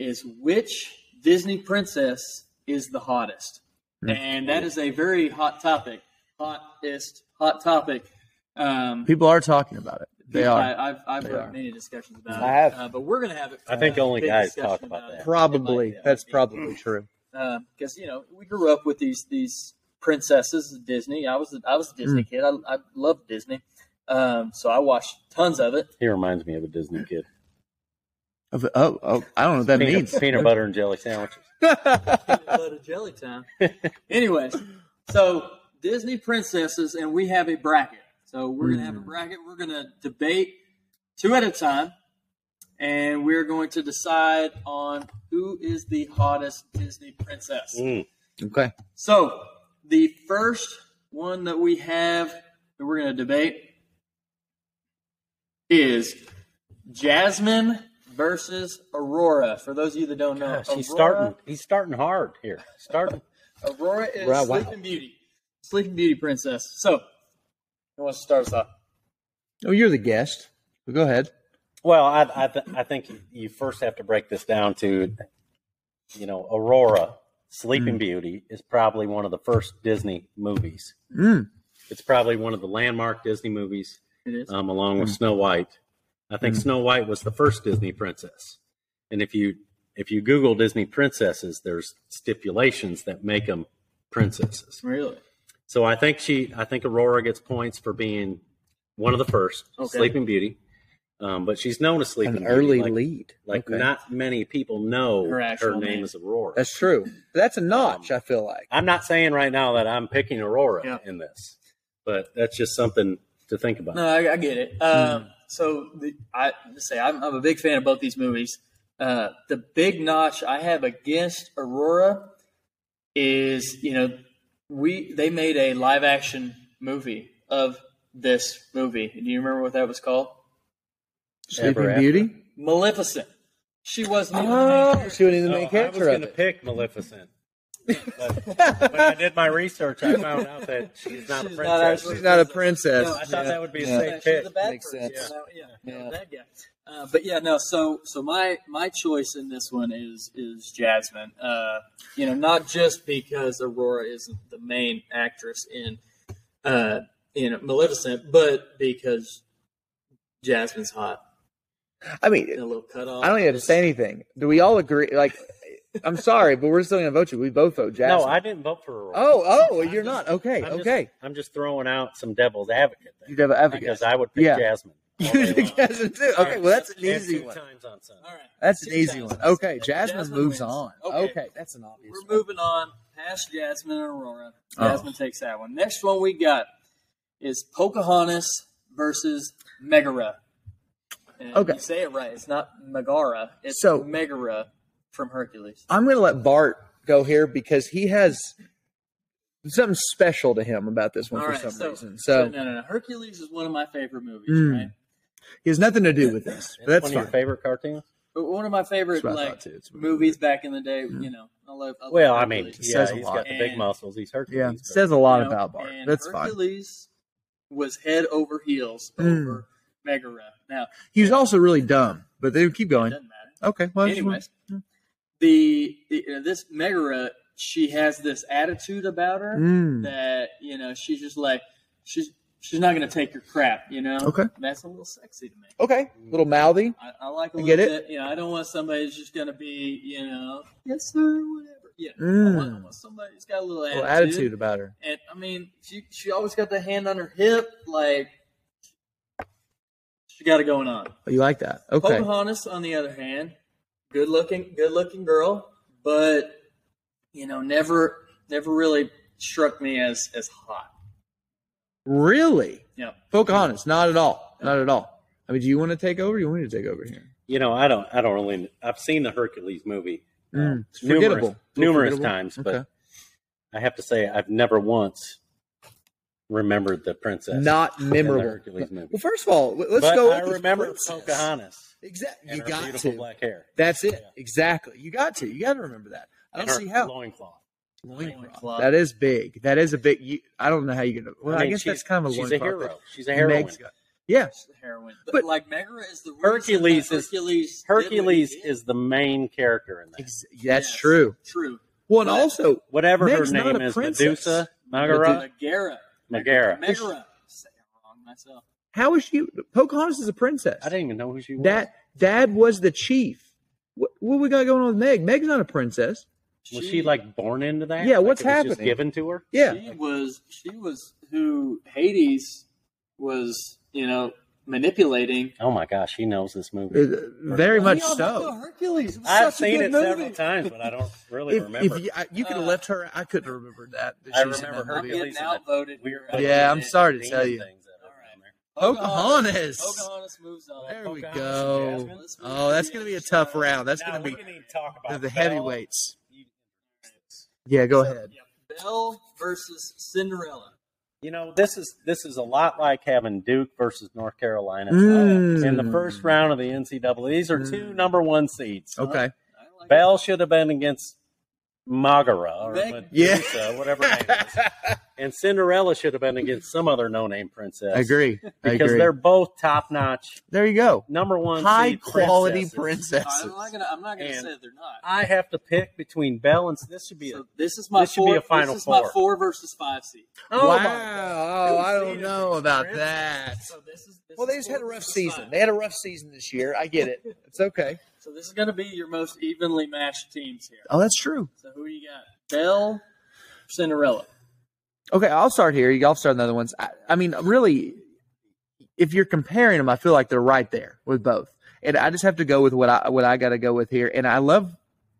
[SPEAKER 1] is which Disney princess is the hottest?
[SPEAKER 2] Mm.
[SPEAKER 1] And that is a very hot topic. Hottest hot topic. Um,
[SPEAKER 4] People are talking about it. They are.
[SPEAKER 1] I, I've, I've
[SPEAKER 2] They
[SPEAKER 1] heard
[SPEAKER 2] are.
[SPEAKER 1] many discussions about
[SPEAKER 2] I
[SPEAKER 1] it.
[SPEAKER 2] have.
[SPEAKER 1] Uh, but we're going to have it.
[SPEAKER 3] I think only
[SPEAKER 1] big
[SPEAKER 3] guys
[SPEAKER 1] discussion
[SPEAKER 3] talk about that.
[SPEAKER 2] Probably.
[SPEAKER 1] It might-
[SPEAKER 2] That's
[SPEAKER 1] it might be.
[SPEAKER 2] probably true.
[SPEAKER 1] because you know we grew up with these these princesses of Disney. I was I was a Disney
[SPEAKER 2] Mm.
[SPEAKER 1] kid. I, I loved Disney, um, so I watched tons of it.
[SPEAKER 3] He reminds me of a Disney kid.
[SPEAKER 4] Of- oh, oh, I don't know what that
[SPEAKER 3] Peanut,
[SPEAKER 4] means.
[SPEAKER 3] peanut butter and jelly sandwiches.
[SPEAKER 1] Peanut butter jelly time. Anyways, so Disney princesses, and we have a bracket. So we're gonna
[SPEAKER 3] Mm.
[SPEAKER 1] have a bracket. We're gonna debate two at a time, and we're going to decide on who is the hottest Disney princess.
[SPEAKER 3] Mm.
[SPEAKER 2] Okay.
[SPEAKER 1] So the first one that we have that we're going to debate is Jasmine versus Aurora. For those of you that don't know,
[SPEAKER 2] Oh,
[SPEAKER 3] Gosh,
[SPEAKER 1] Aurora,
[SPEAKER 3] he's starting. He's starting hard here. Starting.
[SPEAKER 1] Aurora is
[SPEAKER 2] Wow, wow.
[SPEAKER 1] Sleeping Beauty, Sleeping Beauty princess. So who wants to start us off?
[SPEAKER 2] Oh, you're the guest. Well, go ahead.
[SPEAKER 3] Well, I I, th- I think you first have to break this down to, you know, Aurora, Sleeping Beauty is probably one of the first Disney movies.
[SPEAKER 2] Mm.
[SPEAKER 3] It's probably one of the landmark Disney movies,
[SPEAKER 1] It is.
[SPEAKER 3] um, along with Snow White. I think Snow White was the first Disney princess, and if you if you Google Disney princesses, there's stipulations that make them princesses.
[SPEAKER 1] Really?
[SPEAKER 3] So I think she, I think Aurora gets points for being one of the first
[SPEAKER 1] Okay.
[SPEAKER 3] Sleeping Beauty, um, but she's known as Sleeping
[SPEAKER 2] An
[SPEAKER 3] Beauty.
[SPEAKER 2] early
[SPEAKER 3] like,
[SPEAKER 2] lead.
[SPEAKER 3] Like
[SPEAKER 2] Okay.
[SPEAKER 3] not many people know
[SPEAKER 1] Her
[SPEAKER 3] her,
[SPEAKER 1] actual
[SPEAKER 3] name
[SPEAKER 1] name.
[SPEAKER 3] is Aurora.
[SPEAKER 2] That's true. That's a notch, I feel like.
[SPEAKER 3] I'm not saying right now that I'm picking Aurora
[SPEAKER 1] Yeah.
[SPEAKER 3] in this, but that's just something to think about.
[SPEAKER 1] No, I, I get it.
[SPEAKER 2] Hmm.
[SPEAKER 1] Um, So the, I just say I'm, I'm a big fan of both these movies. Uh, the big notch I have against Aurora is, you know, we they made a live action movie of this movie. Do you remember what that was called?
[SPEAKER 2] Sleeping
[SPEAKER 3] Ever After.
[SPEAKER 2] Beauty.
[SPEAKER 1] Maleficent. She wasn't. even the main
[SPEAKER 2] Oh, she
[SPEAKER 1] character.
[SPEAKER 2] was the
[SPEAKER 3] Oh,
[SPEAKER 2] main
[SPEAKER 3] I was
[SPEAKER 2] character of
[SPEAKER 3] going to
[SPEAKER 2] it.
[SPEAKER 3] pick Maleficent. but when I did my research, I found out that she's not
[SPEAKER 1] She's
[SPEAKER 3] a
[SPEAKER 1] not
[SPEAKER 3] princess.
[SPEAKER 1] actually-
[SPEAKER 2] She's not a princess.
[SPEAKER 1] No,
[SPEAKER 3] I thought that would be a
[SPEAKER 2] Yeah.
[SPEAKER 3] safe
[SPEAKER 1] She's
[SPEAKER 3] pick.
[SPEAKER 1] a bad
[SPEAKER 2] Makes
[SPEAKER 1] person,
[SPEAKER 2] sense.
[SPEAKER 1] so, yeah,
[SPEAKER 2] Yeah.
[SPEAKER 1] bad guy. Uh, but yeah, no. So, so my my choice in this one is is Jasmine. Uh, you know, not just because Aurora is the main actress in uh, in Maleficent, but because Jasmine's hot.
[SPEAKER 2] I mean,
[SPEAKER 1] A little cut off.
[SPEAKER 2] I don't even have to say anything. Do we all agree? Like, I'm sorry, but we're still gonna vote you. We both vote Jasmine.
[SPEAKER 3] No, I didn't vote for Aurora.
[SPEAKER 2] oh, oh, you're
[SPEAKER 3] just-
[SPEAKER 2] not okay.
[SPEAKER 3] I'm just-
[SPEAKER 2] okay,
[SPEAKER 3] I'm just throwing out some devil's advocate there.
[SPEAKER 2] you have an advocate.
[SPEAKER 3] because I would pick
[SPEAKER 2] Yeah.
[SPEAKER 3] Jasmine. all
[SPEAKER 2] You
[SPEAKER 3] day
[SPEAKER 2] think
[SPEAKER 3] long.
[SPEAKER 2] Jasmine too?
[SPEAKER 3] All
[SPEAKER 2] Okay,
[SPEAKER 3] right.
[SPEAKER 2] well that's an
[SPEAKER 3] And
[SPEAKER 2] easy
[SPEAKER 3] two
[SPEAKER 2] one.
[SPEAKER 3] times on Sunday.
[SPEAKER 1] All right,
[SPEAKER 2] That's an
[SPEAKER 1] Two
[SPEAKER 2] easy one.
[SPEAKER 1] Jasmines.
[SPEAKER 2] Okay, Jasmine, moves
[SPEAKER 1] wins.
[SPEAKER 2] on.
[SPEAKER 1] Okay.
[SPEAKER 2] Okay, that's an obvious.
[SPEAKER 1] We're
[SPEAKER 2] one.
[SPEAKER 1] moving on past Jasmine and Aurora.
[SPEAKER 2] Oh.
[SPEAKER 1] Jasmine takes that one. Next one we got is Pocahontas versus Megara. And
[SPEAKER 2] Okay.
[SPEAKER 1] You say it right. It's not Megara. It's
[SPEAKER 2] So-
[SPEAKER 1] Megara from Hercules.
[SPEAKER 2] I'm going to let Bart go here because he has something special to him about this one
[SPEAKER 1] All
[SPEAKER 2] for
[SPEAKER 1] right,
[SPEAKER 2] some
[SPEAKER 1] so-
[SPEAKER 2] reason.
[SPEAKER 1] No,
[SPEAKER 2] So
[SPEAKER 1] no, no. Hercules is one of my favorite movies,
[SPEAKER 2] Mm.
[SPEAKER 1] right?
[SPEAKER 2] he has nothing to do with this. But
[SPEAKER 3] one
[SPEAKER 2] that's
[SPEAKER 3] of your
[SPEAKER 2] fine.
[SPEAKER 3] favorite cartoons.
[SPEAKER 1] But one of my favorite
[SPEAKER 2] That's what I
[SPEAKER 1] like
[SPEAKER 2] thought, too. It's-
[SPEAKER 1] movies back in the day. You know, I love. I love
[SPEAKER 3] Well, I mean,
[SPEAKER 1] Hercules.
[SPEAKER 3] yeah,
[SPEAKER 2] says a
[SPEAKER 3] he's
[SPEAKER 2] lot.
[SPEAKER 3] got the big
[SPEAKER 1] And-
[SPEAKER 3] muscles. He's Hercules.
[SPEAKER 2] Yeah,
[SPEAKER 3] but-
[SPEAKER 2] says a lot
[SPEAKER 1] you know,
[SPEAKER 2] about Bart.
[SPEAKER 1] and
[SPEAKER 2] That's fine.
[SPEAKER 1] Hercules was head over heels
[SPEAKER 2] Mm.
[SPEAKER 1] over Megara. Now,
[SPEAKER 2] He was also really dumb, but they keep
[SPEAKER 1] it
[SPEAKER 2] going.
[SPEAKER 1] doesn't matter.
[SPEAKER 2] Okay, well, I just
[SPEAKER 1] Anyways,
[SPEAKER 2] want-
[SPEAKER 1] the, the uh, this Megara, she has this attitude about her
[SPEAKER 2] Mm.
[SPEAKER 1] that you know she's just like she's she's not gonna take your crap, you know.
[SPEAKER 2] Okay.
[SPEAKER 1] that's a little sexy to me.
[SPEAKER 2] okay, little mouthy.
[SPEAKER 1] I, I like a
[SPEAKER 2] I
[SPEAKER 1] little
[SPEAKER 2] get it.
[SPEAKER 1] bit. You know, I don't want somebody who's just gonna be you know yes sir whatever. Yeah, I, want, I
[SPEAKER 2] Mm.
[SPEAKER 1] want somebody who's got a little attitude.
[SPEAKER 2] Little attitude about her.
[SPEAKER 1] And I mean, she she always got the hand on her hip, like she got it going on.
[SPEAKER 2] Oh, you like that? Okay.
[SPEAKER 1] Pocahontas, on the other hand, good looking, good looking girl, but you know, never, never really struck me as as hot.
[SPEAKER 2] Really?
[SPEAKER 1] Yeah,
[SPEAKER 2] Pocahontas? Not at all. Not at all. I mean, do you want to take over? You want me to take over here?
[SPEAKER 3] You know, I don't. I don't really. I've seen the Hercules movie,
[SPEAKER 2] Hmm,
[SPEAKER 4] Mm, it's
[SPEAKER 3] Uh, numerous-
[SPEAKER 4] forgettable.
[SPEAKER 3] numerous
[SPEAKER 4] Forgettable?
[SPEAKER 3] times, but uh, I have to say I've never once remembered the princess.
[SPEAKER 2] Not
[SPEAKER 3] in the
[SPEAKER 2] memorable.
[SPEAKER 3] Hercules movie.
[SPEAKER 2] Well, first of all, let's
[SPEAKER 3] but
[SPEAKER 2] go.
[SPEAKER 3] I
[SPEAKER 2] with the
[SPEAKER 3] remember
[SPEAKER 2] princess.
[SPEAKER 3] Pocahontas.
[SPEAKER 2] Exactly.
[SPEAKER 3] And
[SPEAKER 2] You
[SPEAKER 3] her
[SPEAKER 2] got
[SPEAKER 3] beautiful
[SPEAKER 2] to.
[SPEAKER 3] black hair.
[SPEAKER 2] That's it.
[SPEAKER 3] Yeah.
[SPEAKER 2] Exactly. You got to. You got to remember that. I don't
[SPEAKER 3] and her
[SPEAKER 2] see how.
[SPEAKER 3] Loincloth.
[SPEAKER 1] Loincloth.
[SPEAKER 2] That is big. That is a big. You, I don't know how you're gonna. Well, I,
[SPEAKER 3] mean,
[SPEAKER 2] guess
[SPEAKER 3] she's-
[SPEAKER 2] that's kind of a
[SPEAKER 3] She's a
[SPEAKER 2] loincloth
[SPEAKER 3] hero. She's a
[SPEAKER 2] that
[SPEAKER 3] heroine.
[SPEAKER 2] Meg's got. Yeah,
[SPEAKER 1] That's the heroine. But,
[SPEAKER 2] But-
[SPEAKER 1] like Megara is the reason
[SPEAKER 3] Hercules
[SPEAKER 1] that
[SPEAKER 3] is-
[SPEAKER 1] Hercules. did what he
[SPEAKER 3] Hercules
[SPEAKER 1] did.
[SPEAKER 3] is the main character in that.
[SPEAKER 2] ex- that's
[SPEAKER 1] Yes.
[SPEAKER 2] true.
[SPEAKER 1] true.
[SPEAKER 2] Well, and
[SPEAKER 1] But-
[SPEAKER 2] also
[SPEAKER 3] Whatever
[SPEAKER 2] Meg's
[SPEAKER 3] her
[SPEAKER 2] not
[SPEAKER 3] name
[SPEAKER 2] a
[SPEAKER 3] is,
[SPEAKER 2] princess.
[SPEAKER 3] Medusa, Megara,
[SPEAKER 1] Megara.
[SPEAKER 3] Megara.
[SPEAKER 1] Megara. Say it wrong myself.
[SPEAKER 2] how is she? Pocahontas is a princess.
[SPEAKER 3] I didn't even know who she was.
[SPEAKER 2] That dad was the chief. What, what we got going on with Meg? Meg's not a princess.
[SPEAKER 3] was she, like born into that?
[SPEAKER 2] Yeah,
[SPEAKER 3] Like,
[SPEAKER 2] what's
[SPEAKER 3] it was Just
[SPEAKER 2] happening?
[SPEAKER 3] given to her.
[SPEAKER 2] Yeah,
[SPEAKER 1] She was. She was who Hades was. You know, manipulating.
[SPEAKER 3] Oh my gosh, she knows this movie.
[SPEAKER 2] Uh, very much
[SPEAKER 1] Yeah, but
[SPEAKER 2] so.
[SPEAKER 1] Hercules. was
[SPEAKER 3] I've
[SPEAKER 1] such a
[SPEAKER 3] seen
[SPEAKER 1] good
[SPEAKER 3] it
[SPEAKER 1] movie.
[SPEAKER 3] several times, but I don't really
[SPEAKER 2] If,
[SPEAKER 3] remember.
[SPEAKER 2] if you, I, you could have
[SPEAKER 1] Uh,
[SPEAKER 2] left her, I couldn't remember that. that
[SPEAKER 3] I
[SPEAKER 2] she's in
[SPEAKER 3] remember
[SPEAKER 2] that
[SPEAKER 1] I'm
[SPEAKER 3] her
[SPEAKER 2] movie.
[SPEAKER 1] getting
[SPEAKER 3] Hercules is a
[SPEAKER 1] outvoted.
[SPEAKER 3] weird-
[SPEAKER 1] here.
[SPEAKER 2] Yeah, I'm sorry to
[SPEAKER 3] Demon
[SPEAKER 2] tell you.
[SPEAKER 3] things that are
[SPEAKER 1] All right.
[SPEAKER 3] in there.
[SPEAKER 2] Pocahontas.
[SPEAKER 1] Pocahontas moves on.
[SPEAKER 2] There we
[SPEAKER 3] Pocahontas and
[SPEAKER 2] go.
[SPEAKER 3] Jasmine.
[SPEAKER 1] Let's move
[SPEAKER 2] Oh,
[SPEAKER 1] to
[SPEAKER 2] that's
[SPEAKER 1] the
[SPEAKER 2] going to be a
[SPEAKER 1] next
[SPEAKER 2] tough
[SPEAKER 1] round.
[SPEAKER 2] round. That's
[SPEAKER 3] Now,
[SPEAKER 2] going to
[SPEAKER 3] we
[SPEAKER 2] be
[SPEAKER 3] need to talk
[SPEAKER 2] the,
[SPEAKER 3] about
[SPEAKER 2] the
[SPEAKER 3] Belle.
[SPEAKER 2] heavyweights. Yeah, go ahead.
[SPEAKER 1] Yeah, Belle versus Cinderella.
[SPEAKER 3] You know, this is this is a lot like having Duke versus North Carolina
[SPEAKER 2] Mm.
[SPEAKER 3] in the first round of the NCAA. These are two number one seeds.
[SPEAKER 2] Okay.
[SPEAKER 1] I like
[SPEAKER 3] Bell should have been against Magara or
[SPEAKER 1] Meg-
[SPEAKER 3] Medusa,
[SPEAKER 2] Yeah.
[SPEAKER 3] whatever her name is. And Cinderella should have been against some other no name princess.
[SPEAKER 4] I agree. I
[SPEAKER 3] Because
[SPEAKER 4] agree.
[SPEAKER 3] they're both top notch,
[SPEAKER 4] there you go.
[SPEAKER 3] number one
[SPEAKER 4] High
[SPEAKER 3] seed
[SPEAKER 4] quality
[SPEAKER 3] princesses.
[SPEAKER 1] it.
[SPEAKER 4] princesses.
[SPEAKER 1] I'm not gonna. I'm not gonna
[SPEAKER 3] And-
[SPEAKER 1] say they're not.
[SPEAKER 3] I have to pick between Bell and this should be a
[SPEAKER 1] So this is my
[SPEAKER 3] This should
[SPEAKER 1] four.
[SPEAKER 3] be a final
[SPEAKER 1] this is my
[SPEAKER 3] four.
[SPEAKER 1] four versus five seed.
[SPEAKER 3] Oh, my
[SPEAKER 2] wow. Oh, I don't know about that.
[SPEAKER 1] So this is. This
[SPEAKER 2] Well, they
[SPEAKER 1] is
[SPEAKER 2] just had a
[SPEAKER 1] four
[SPEAKER 2] rough
[SPEAKER 1] versus
[SPEAKER 2] season.
[SPEAKER 1] five.
[SPEAKER 2] They had a rough season this year. I get it. It's okay.
[SPEAKER 1] So this is gonna be your most evenly matched teams here.
[SPEAKER 4] Oh, that's true.
[SPEAKER 1] So who you got? Belle, Cinderella.
[SPEAKER 4] Okay, I'll start here. Y'all start on the other ones. I, I mean, really, if you're comparing them, I feel like they're right there with both. And I just have to go with what I what I got to go with here. And I love,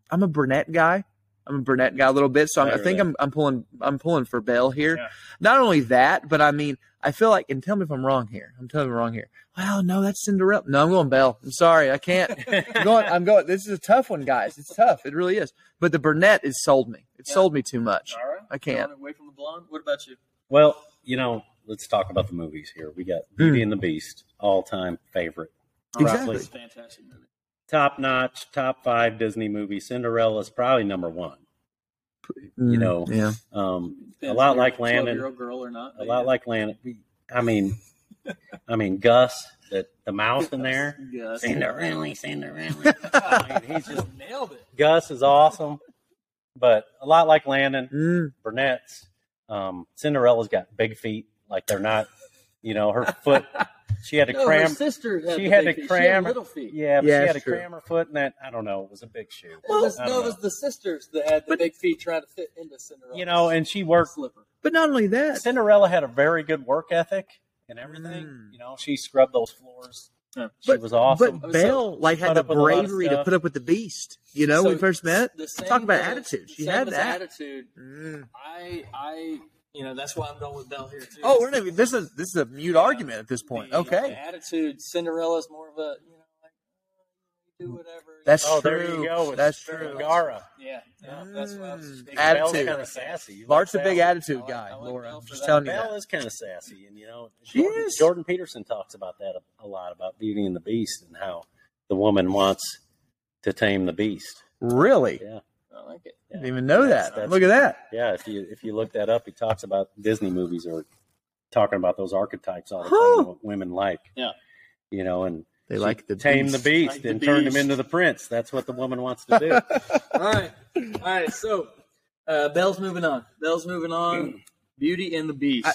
[SPEAKER 4] I'm a brunette guy. I'm a brunette guy a little bit, so I'm,
[SPEAKER 3] Right,
[SPEAKER 4] I think
[SPEAKER 3] right.
[SPEAKER 4] I'm I'm pulling I'm pulling for Bell here.
[SPEAKER 1] Yeah.
[SPEAKER 4] Not only that, but I mean, I feel like, and tell me if I'm wrong here. I'm telling you wrong here. Wow, no, that's Cinderella. No, I'm going Bell. I'm sorry, I can't. I'm going. I'm going. This is a tough one, guys. It's tough. It really is. But the brunette has sold me. It
[SPEAKER 1] Yeah.
[SPEAKER 4] sold me too much.
[SPEAKER 1] All right.
[SPEAKER 4] I can't.
[SPEAKER 1] Going away from the blonde. What about you?
[SPEAKER 3] Well, you know, let's talk about the movies here. We got Beauty and the Beast, all time favorite.
[SPEAKER 4] Exactly.
[SPEAKER 1] It's a fantastic movie.
[SPEAKER 3] Top notch, top five Disney movie. Cinderella's probably number one.
[SPEAKER 4] Mm,
[SPEAKER 3] know,
[SPEAKER 4] Yeah.
[SPEAKER 3] Um, a lot like
[SPEAKER 1] Year
[SPEAKER 3] Landon.
[SPEAKER 1] old girl or not?
[SPEAKER 3] A lot like Landon. I mean, I mean Gus, the the mouth in there.
[SPEAKER 1] Yes.
[SPEAKER 3] Cinderella, Cinderella. I mean, he's just
[SPEAKER 1] Nailed it.
[SPEAKER 3] Gus is awesome, but a lot like Landon.
[SPEAKER 4] Mm,
[SPEAKER 3] brunettes. Um, Cinderella's got big feet, like they're not, you know, her foot. She had to
[SPEAKER 1] No, her
[SPEAKER 3] cram.
[SPEAKER 1] sister had the
[SPEAKER 3] she had
[SPEAKER 1] big
[SPEAKER 3] to
[SPEAKER 1] feet. She
[SPEAKER 3] cram-
[SPEAKER 1] had little feet.
[SPEAKER 3] Yeah, but
[SPEAKER 4] Yeah,
[SPEAKER 3] she had to
[SPEAKER 4] it's true.
[SPEAKER 3] cram her foot in that. I don't know. It was a big shoe.
[SPEAKER 1] It was,
[SPEAKER 3] I
[SPEAKER 1] no,
[SPEAKER 3] don't
[SPEAKER 1] it was
[SPEAKER 3] know.
[SPEAKER 1] the sisters that had the
[SPEAKER 4] But-
[SPEAKER 1] big feet trying to fit into Cinderella.
[SPEAKER 3] you know, and she worked.
[SPEAKER 1] slipper.
[SPEAKER 4] but not only that,
[SPEAKER 3] Cinderella had a very good work ethic and everything.
[SPEAKER 4] Mm.
[SPEAKER 3] You know, she scrubbed those floors.
[SPEAKER 1] Yeah.
[SPEAKER 3] She
[SPEAKER 4] But-
[SPEAKER 3] was awesome.
[SPEAKER 4] but Belle like
[SPEAKER 3] put
[SPEAKER 4] had the
[SPEAKER 3] up with a lot of
[SPEAKER 4] bravery to
[SPEAKER 3] stuff.
[SPEAKER 4] put up with the beast. You know, when we first met.
[SPEAKER 1] The same
[SPEAKER 4] Talk about
[SPEAKER 1] as-
[SPEAKER 4] attitude.
[SPEAKER 1] the
[SPEAKER 4] She
[SPEAKER 1] same
[SPEAKER 4] had
[SPEAKER 1] as
[SPEAKER 4] that.
[SPEAKER 1] attitude.
[SPEAKER 4] Mm.
[SPEAKER 1] I, I, you know, that's why I'm going with Belle here too.
[SPEAKER 4] Oh, we're gonna, this is this is a mute argument at this point.
[SPEAKER 1] The- the
[SPEAKER 4] Okay,
[SPEAKER 1] attitude. Cinderella's more of a, you know, like do whatever. you
[SPEAKER 4] that's
[SPEAKER 3] oh,
[SPEAKER 4] true.
[SPEAKER 3] there you go. With
[SPEAKER 4] That's true.
[SPEAKER 3] Megara.
[SPEAKER 1] Yeah, yeah, that's what I was
[SPEAKER 4] Mm,
[SPEAKER 1] thinking.
[SPEAKER 4] Attitude.
[SPEAKER 3] Belle's kind of sassy. You like
[SPEAKER 4] Bart's a big
[SPEAKER 3] sassy.
[SPEAKER 4] attitude
[SPEAKER 1] I like-
[SPEAKER 4] guy,
[SPEAKER 1] I like
[SPEAKER 4] Laura.
[SPEAKER 1] Belle
[SPEAKER 4] I'm
[SPEAKER 1] for
[SPEAKER 4] just
[SPEAKER 1] that.
[SPEAKER 4] telling you
[SPEAKER 3] Belle
[SPEAKER 4] that.
[SPEAKER 3] is kind of sassy, and you know,
[SPEAKER 4] She
[SPEAKER 3] Jordan,
[SPEAKER 4] is.
[SPEAKER 3] Jordan Peterson talks about that a, a lot about Beauty and the Beast and how the woman wants to tame the beast.
[SPEAKER 4] Really,
[SPEAKER 3] Yeah,
[SPEAKER 1] I like it.
[SPEAKER 4] didn't even know
[SPEAKER 3] That's-
[SPEAKER 4] that.
[SPEAKER 3] that's-
[SPEAKER 4] Look at that.
[SPEAKER 3] yeah. If you if you look that up, he talks about Disney movies are talking about those archetypes all the
[SPEAKER 4] Huh.
[SPEAKER 3] time, what women like.
[SPEAKER 1] Yeah.
[SPEAKER 3] you know, and
[SPEAKER 4] They
[SPEAKER 3] she
[SPEAKER 4] like the
[SPEAKER 3] tame the beast
[SPEAKER 1] Like the
[SPEAKER 3] and turn him
[SPEAKER 1] beast.
[SPEAKER 3] into the prince. That's what the woman wants to do.
[SPEAKER 1] All right, all right. So, uh, Belle's moving on. Belle's moving on. Beauty and the Beast.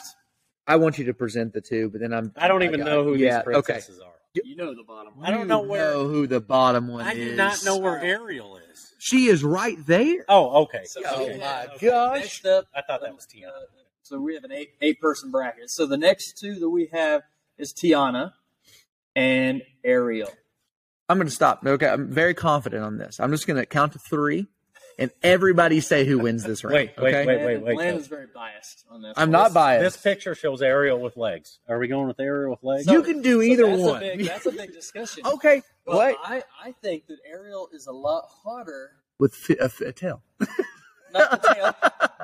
[SPEAKER 2] I want you to present the two, but then I'm.
[SPEAKER 3] I don't even
[SPEAKER 2] got
[SPEAKER 3] know
[SPEAKER 2] it.
[SPEAKER 3] who
[SPEAKER 2] yeah,
[SPEAKER 3] these princesses are.
[SPEAKER 1] you know the bottom
[SPEAKER 3] I
[SPEAKER 1] line.
[SPEAKER 3] don't
[SPEAKER 4] You
[SPEAKER 3] know where-
[SPEAKER 4] who the bottom one
[SPEAKER 3] I
[SPEAKER 4] is.
[SPEAKER 3] do not know where Ariel is.
[SPEAKER 4] She is right there.
[SPEAKER 3] Oh, okay.
[SPEAKER 1] So-
[SPEAKER 2] Okay. Oh
[SPEAKER 3] okay.
[SPEAKER 2] my
[SPEAKER 3] Okay.
[SPEAKER 2] gosh!
[SPEAKER 1] Next up,
[SPEAKER 3] I thought that was Tina.
[SPEAKER 1] Uh, so we have an eight eight person bracket. So the next two that we have is Tiana and Ariel.
[SPEAKER 4] I'm going to stop. Okay, I'm very confident on this. I'm just going to count to three, and everybody say who wins this round.
[SPEAKER 3] Wait, wait,
[SPEAKER 4] okay?
[SPEAKER 3] wait. wait,
[SPEAKER 1] Landon's very biased on this.
[SPEAKER 4] I'm
[SPEAKER 1] one.
[SPEAKER 4] not biased.
[SPEAKER 3] This picture shows Ariel with legs. Are we going with Ariel with legs?
[SPEAKER 1] So-
[SPEAKER 4] you can do either
[SPEAKER 1] that's
[SPEAKER 4] one.
[SPEAKER 1] A big, that's a big discussion.
[SPEAKER 4] okay,
[SPEAKER 1] But
[SPEAKER 4] what?
[SPEAKER 1] I, I think that Ariel is a lot hotter
[SPEAKER 4] with fi- a, a tail.
[SPEAKER 1] Not the tail,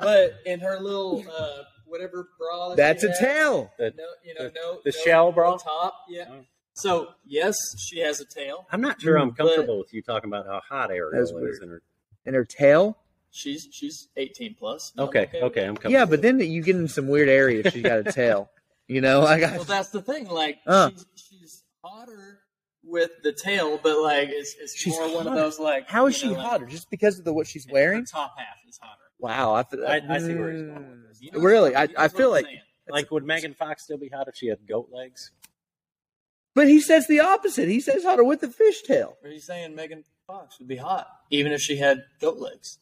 [SPEAKER 1] but in her little uh, whatever bra. That
[SPEAKER 4] That's
[SPEAKER 1] she
[SPEAKER 4] a
[SPEAKER 1] has,
[SPEAKER 4] tail.
[SPEAKER 1] No, you know, no.
[SPEAKER 3] the
[SPEAKER 1] no,
[SPEAKER 3] shell
[SPEAKER 1] no
[SPEAKER 3] bra?
[SPEAKER 1] top. Yeah.
[SPEAKER 3] Oh.
[SPEAKER 1] So yes, she has a tail.
[SPEAKER 3] I'm not sure I'm
[SPEAKER 1] Mm,
[SPEAKER 3] comfortable with you talking about how hot Ariel
[SPEAKER 4] That's
[SPEAKER 3] is.
[SPEAKER 4] weird.
[SPEAKER 3] in her-
[SPEAKER 4] And her tail.
[SPEAKER 1] She's she's 18 plus. I'm
[SPEAKER 3] Okay,
[SPEAKER 1] with
[SPEAKER 3] okay, I'm comfortable.
[SPEAKER 4] Yeah, but then you get in some weird area if she's got a tail. You know, like
[SPEAKER 1] well,
[SPEAKER 4] I,
[SPEAKER 1] that's the thing. Like
[SPEAKER 4] Uh.
[SPEAKER 1] she's, she's hotter with the tail, but like it's, it's
[SPEAKER 4] She's
[SPEAKER 1] more one of
[SPEAKER 4] hotter.
[SPEAKER 1] those like.
[SPEAKER 4] how is
[SPEAKER 1] you
[SPEAKER 4] she
[SPEAKER 1] know, like,
[SPEAKER 4] hotter? Just because of the what she's
[SPEAKER 1] her
[SPEAKER 4] wearing?
[SPEAKER 1] top half is hotter.
[SPEAKER 4] Wow, I, mm. feel-
[SPEAKER 3] I- I see where he's going with
[SPEAKER 1] You know what
[SPEAKER 4] Really, I,
[SPEAKER 1] I'm- you know
[SPEAKER 4] I
[SPEAKER 1] what
[SPEAKER 4] feel
[SPEAKER 1] I'm
[SPEAKER 4] like,
[SPEAKER 1] saying.
[SPEAKER 3] like, would Megan Fox still be hot if she had goat legs?
[SPEAKER 4] but he says the opposite. He says hotter with the fishtail.
[SPEAKER 1] Are you saying Megan Fox would be hot even if she had goat legs?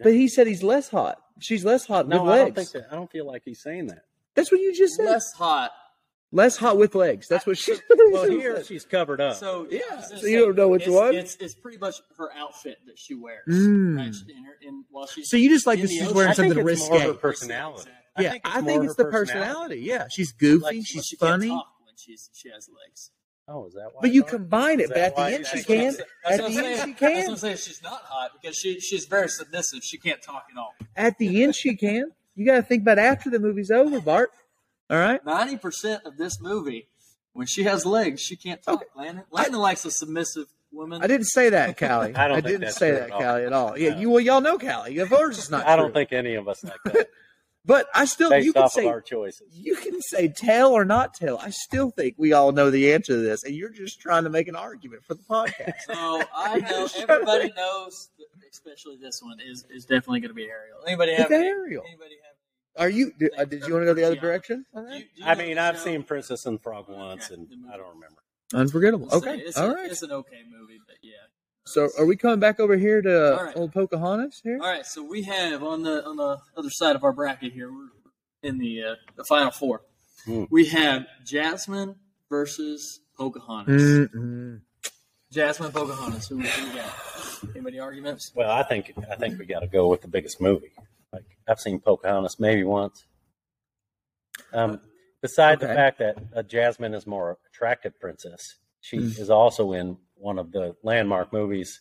[SPEAKER 4] But he said he's less hot. She's less hot
[SPEAKER 3] No,
[SPEAKER 4] with
[SPEAKER 3] I
[SPEAKER 4] legs.
[SPEAKER 3] don't think that. I don't feel like he's saying that.
[SPEAKER 4] That's what you just said. Less,
[SPEAKER 1] Less hot.
[SPEAKER 4] hot with legs. That's what she.
[SPEAKER 3] Well, here she's covered up.
[SPEAKER 1] So
[SPEAKER 4] Yeah,
[SPEAKER 1] I was gonna
[SPEAKER 4] so you don't know which
[SPEAKER 1] it's,
[SPEAKER 4] one?
[SPEAKER 1] It's it's pretty much her outfit that she wears.
[SPEAKER 4] Mm.
[SPEAKER 1] Right? She- In her, in, while she's
[SPEAKER 4] So you just like
[SPEAKER 1] in
[SPEAKER 4] this
[SPEAKER 1] the
[SPEAKER 4] she's
[SPEAKER 1] ocean.
[SPEAKER 4] wearing
[SPEAKER 3] I think
[SPEAKER 4] something
[SPEAKER 3] it's more of her
[SPEAKER 4] risque.
[SPEAKER 3] personality.
[SPEAKER 4] yeah, I think it's, the personality. Yeah, she's goofy.
[SPEAKER 3] Like,
[SPEAKER 4] she's
[SPEAKER 1] she
[SPEAKER 4] funny.
[SPEAKER 1] Can't talk when she's, she has legs.
[SPEAKER 3] Oh, is that why?
[SPEAKER 4] But you
[SPEAKER 3] Doc?
[SPEAKER 4] combine it,
[SPEAKER 3] Is
[SPEAKER 4] but
[SPEAKER 3] that
[SPEAKER 4] at the
[SPEAKER 3] why
[SPEAKER 4] end
[SPEAKER 3] you
[SPEAKER 4] she
[SPEAKER 3] think
[SPEAKER 4] can.
[SPEAKER 3] it's-
[SPEAKER 1] That's
[SPEAKER 4] At
[SPEAKER 1] what I'm
[SPEAKER 4] the
[SPEAKER 1] saying.
[SPEAKER 4] end, she can.
[SPEAKER 1] That's what I'm saying. She's not hot because she she's very submissive. She can't talk at all.
[SPEAKER 4] At the end, she can. You got to think about after the movie's over, Bart. All right.
[SPEAKER 1] Ninety percent of this movie, when she has legs, she can't talk. Landon, Landon likes a submissive woman.
[SPEAKER 4] I didn't say that, Callie.
[SPEAKER 3] I don't think
[SPEAKER 4] didn't
[SPEAKER 3] that's
[SPEAKER 4] say
[SPEAKER 3] true
[SPEAKER 4] that,
[SPEAKER 3] at all.
[SPEAKER 4] Callie, at all. Yeah,
[SPEAKER 3] No.
[SPEAKER 4] you well, y'all know Callie. Of course, it's not.
[SPEAKER 3] I don't
[SPEAKER 4] true.
[SPEAKER 3] think any of us like that.
[SPEAKER 4] But I still, you
[SPEAKER 3] Based
[SPEAKER 4] can
[SPEAKER 3] off of
[SPEAKER 4] say
[SPEAKER 3] our choices.
[SPEAKER 4] you can say tail or not tail. I still think we all know the answer to this, and you're just trying to make an argument for the podcast.
[SPEAKER 1] So I know
[SPEAKER 4] Shut
[SPEAKER 1] everybody knows, that especially this one is is definitely going to be Ariel. Anybody have
[SPEAKER 4] It's
[SPEAKER 1] any-
[SPEAKER 4] Ariel.
[SPEAKER 1] Anybody have?
[SPEAKER 4] Are you? do- uh, Did you want to go the other direction?
[SPEAKER 1] You- do you
[SPEAKER 3] I
[SPEAKER 1] know
[SPEAKER 3] mean,
[SPEAKER 1] the
[SPEAKER 3] I've
[SPEAKER 1] show?
[SPEAKER 3] seen Princess and the Frog once,
[SPEAKER 1] Okay.
[SPEAKER 3] and I don't remember.
[SPEAKER 4] Unforgettable.
[SPEAKER 1] It's a-
[SPEAKER 4] Okay.
[SPEAKER 1] it's a-
[SPEAKER 4] All right.
[SPEAKER 1] It's an okay movie, but yeah.
[SPEAKER 4] So, are we coming back over here to
[SPEAKER 1] All right.
[SPEAKER 4] old Pocahontas here?
[SPEAKER 1] All right, so we have on the on the other side of our bracket here, we're in the uh, the final four.
[SPEAKER 3] Hmm.
[SPEAKER 1] We have Jasmine versus Pocahontas.
[SPEAKER 4] Hmm. Mm-mm.
[SPEAKER 1] Jasmine Pocahontas. Who, who we got? Anybody arguments?
[SPEAKER 3] Well, I think I think we got to go with the biggest movie. Like I've seen Pocahontas maybe once. Um, beside
[SPEAKER 4] Uh, Okay.
[SPEAKER 3] the fact that uh, Jasmine is more attractive princess, she
[SPEAKER 4] Mm.
[SPEAKER 3] is also in one of the landmark movies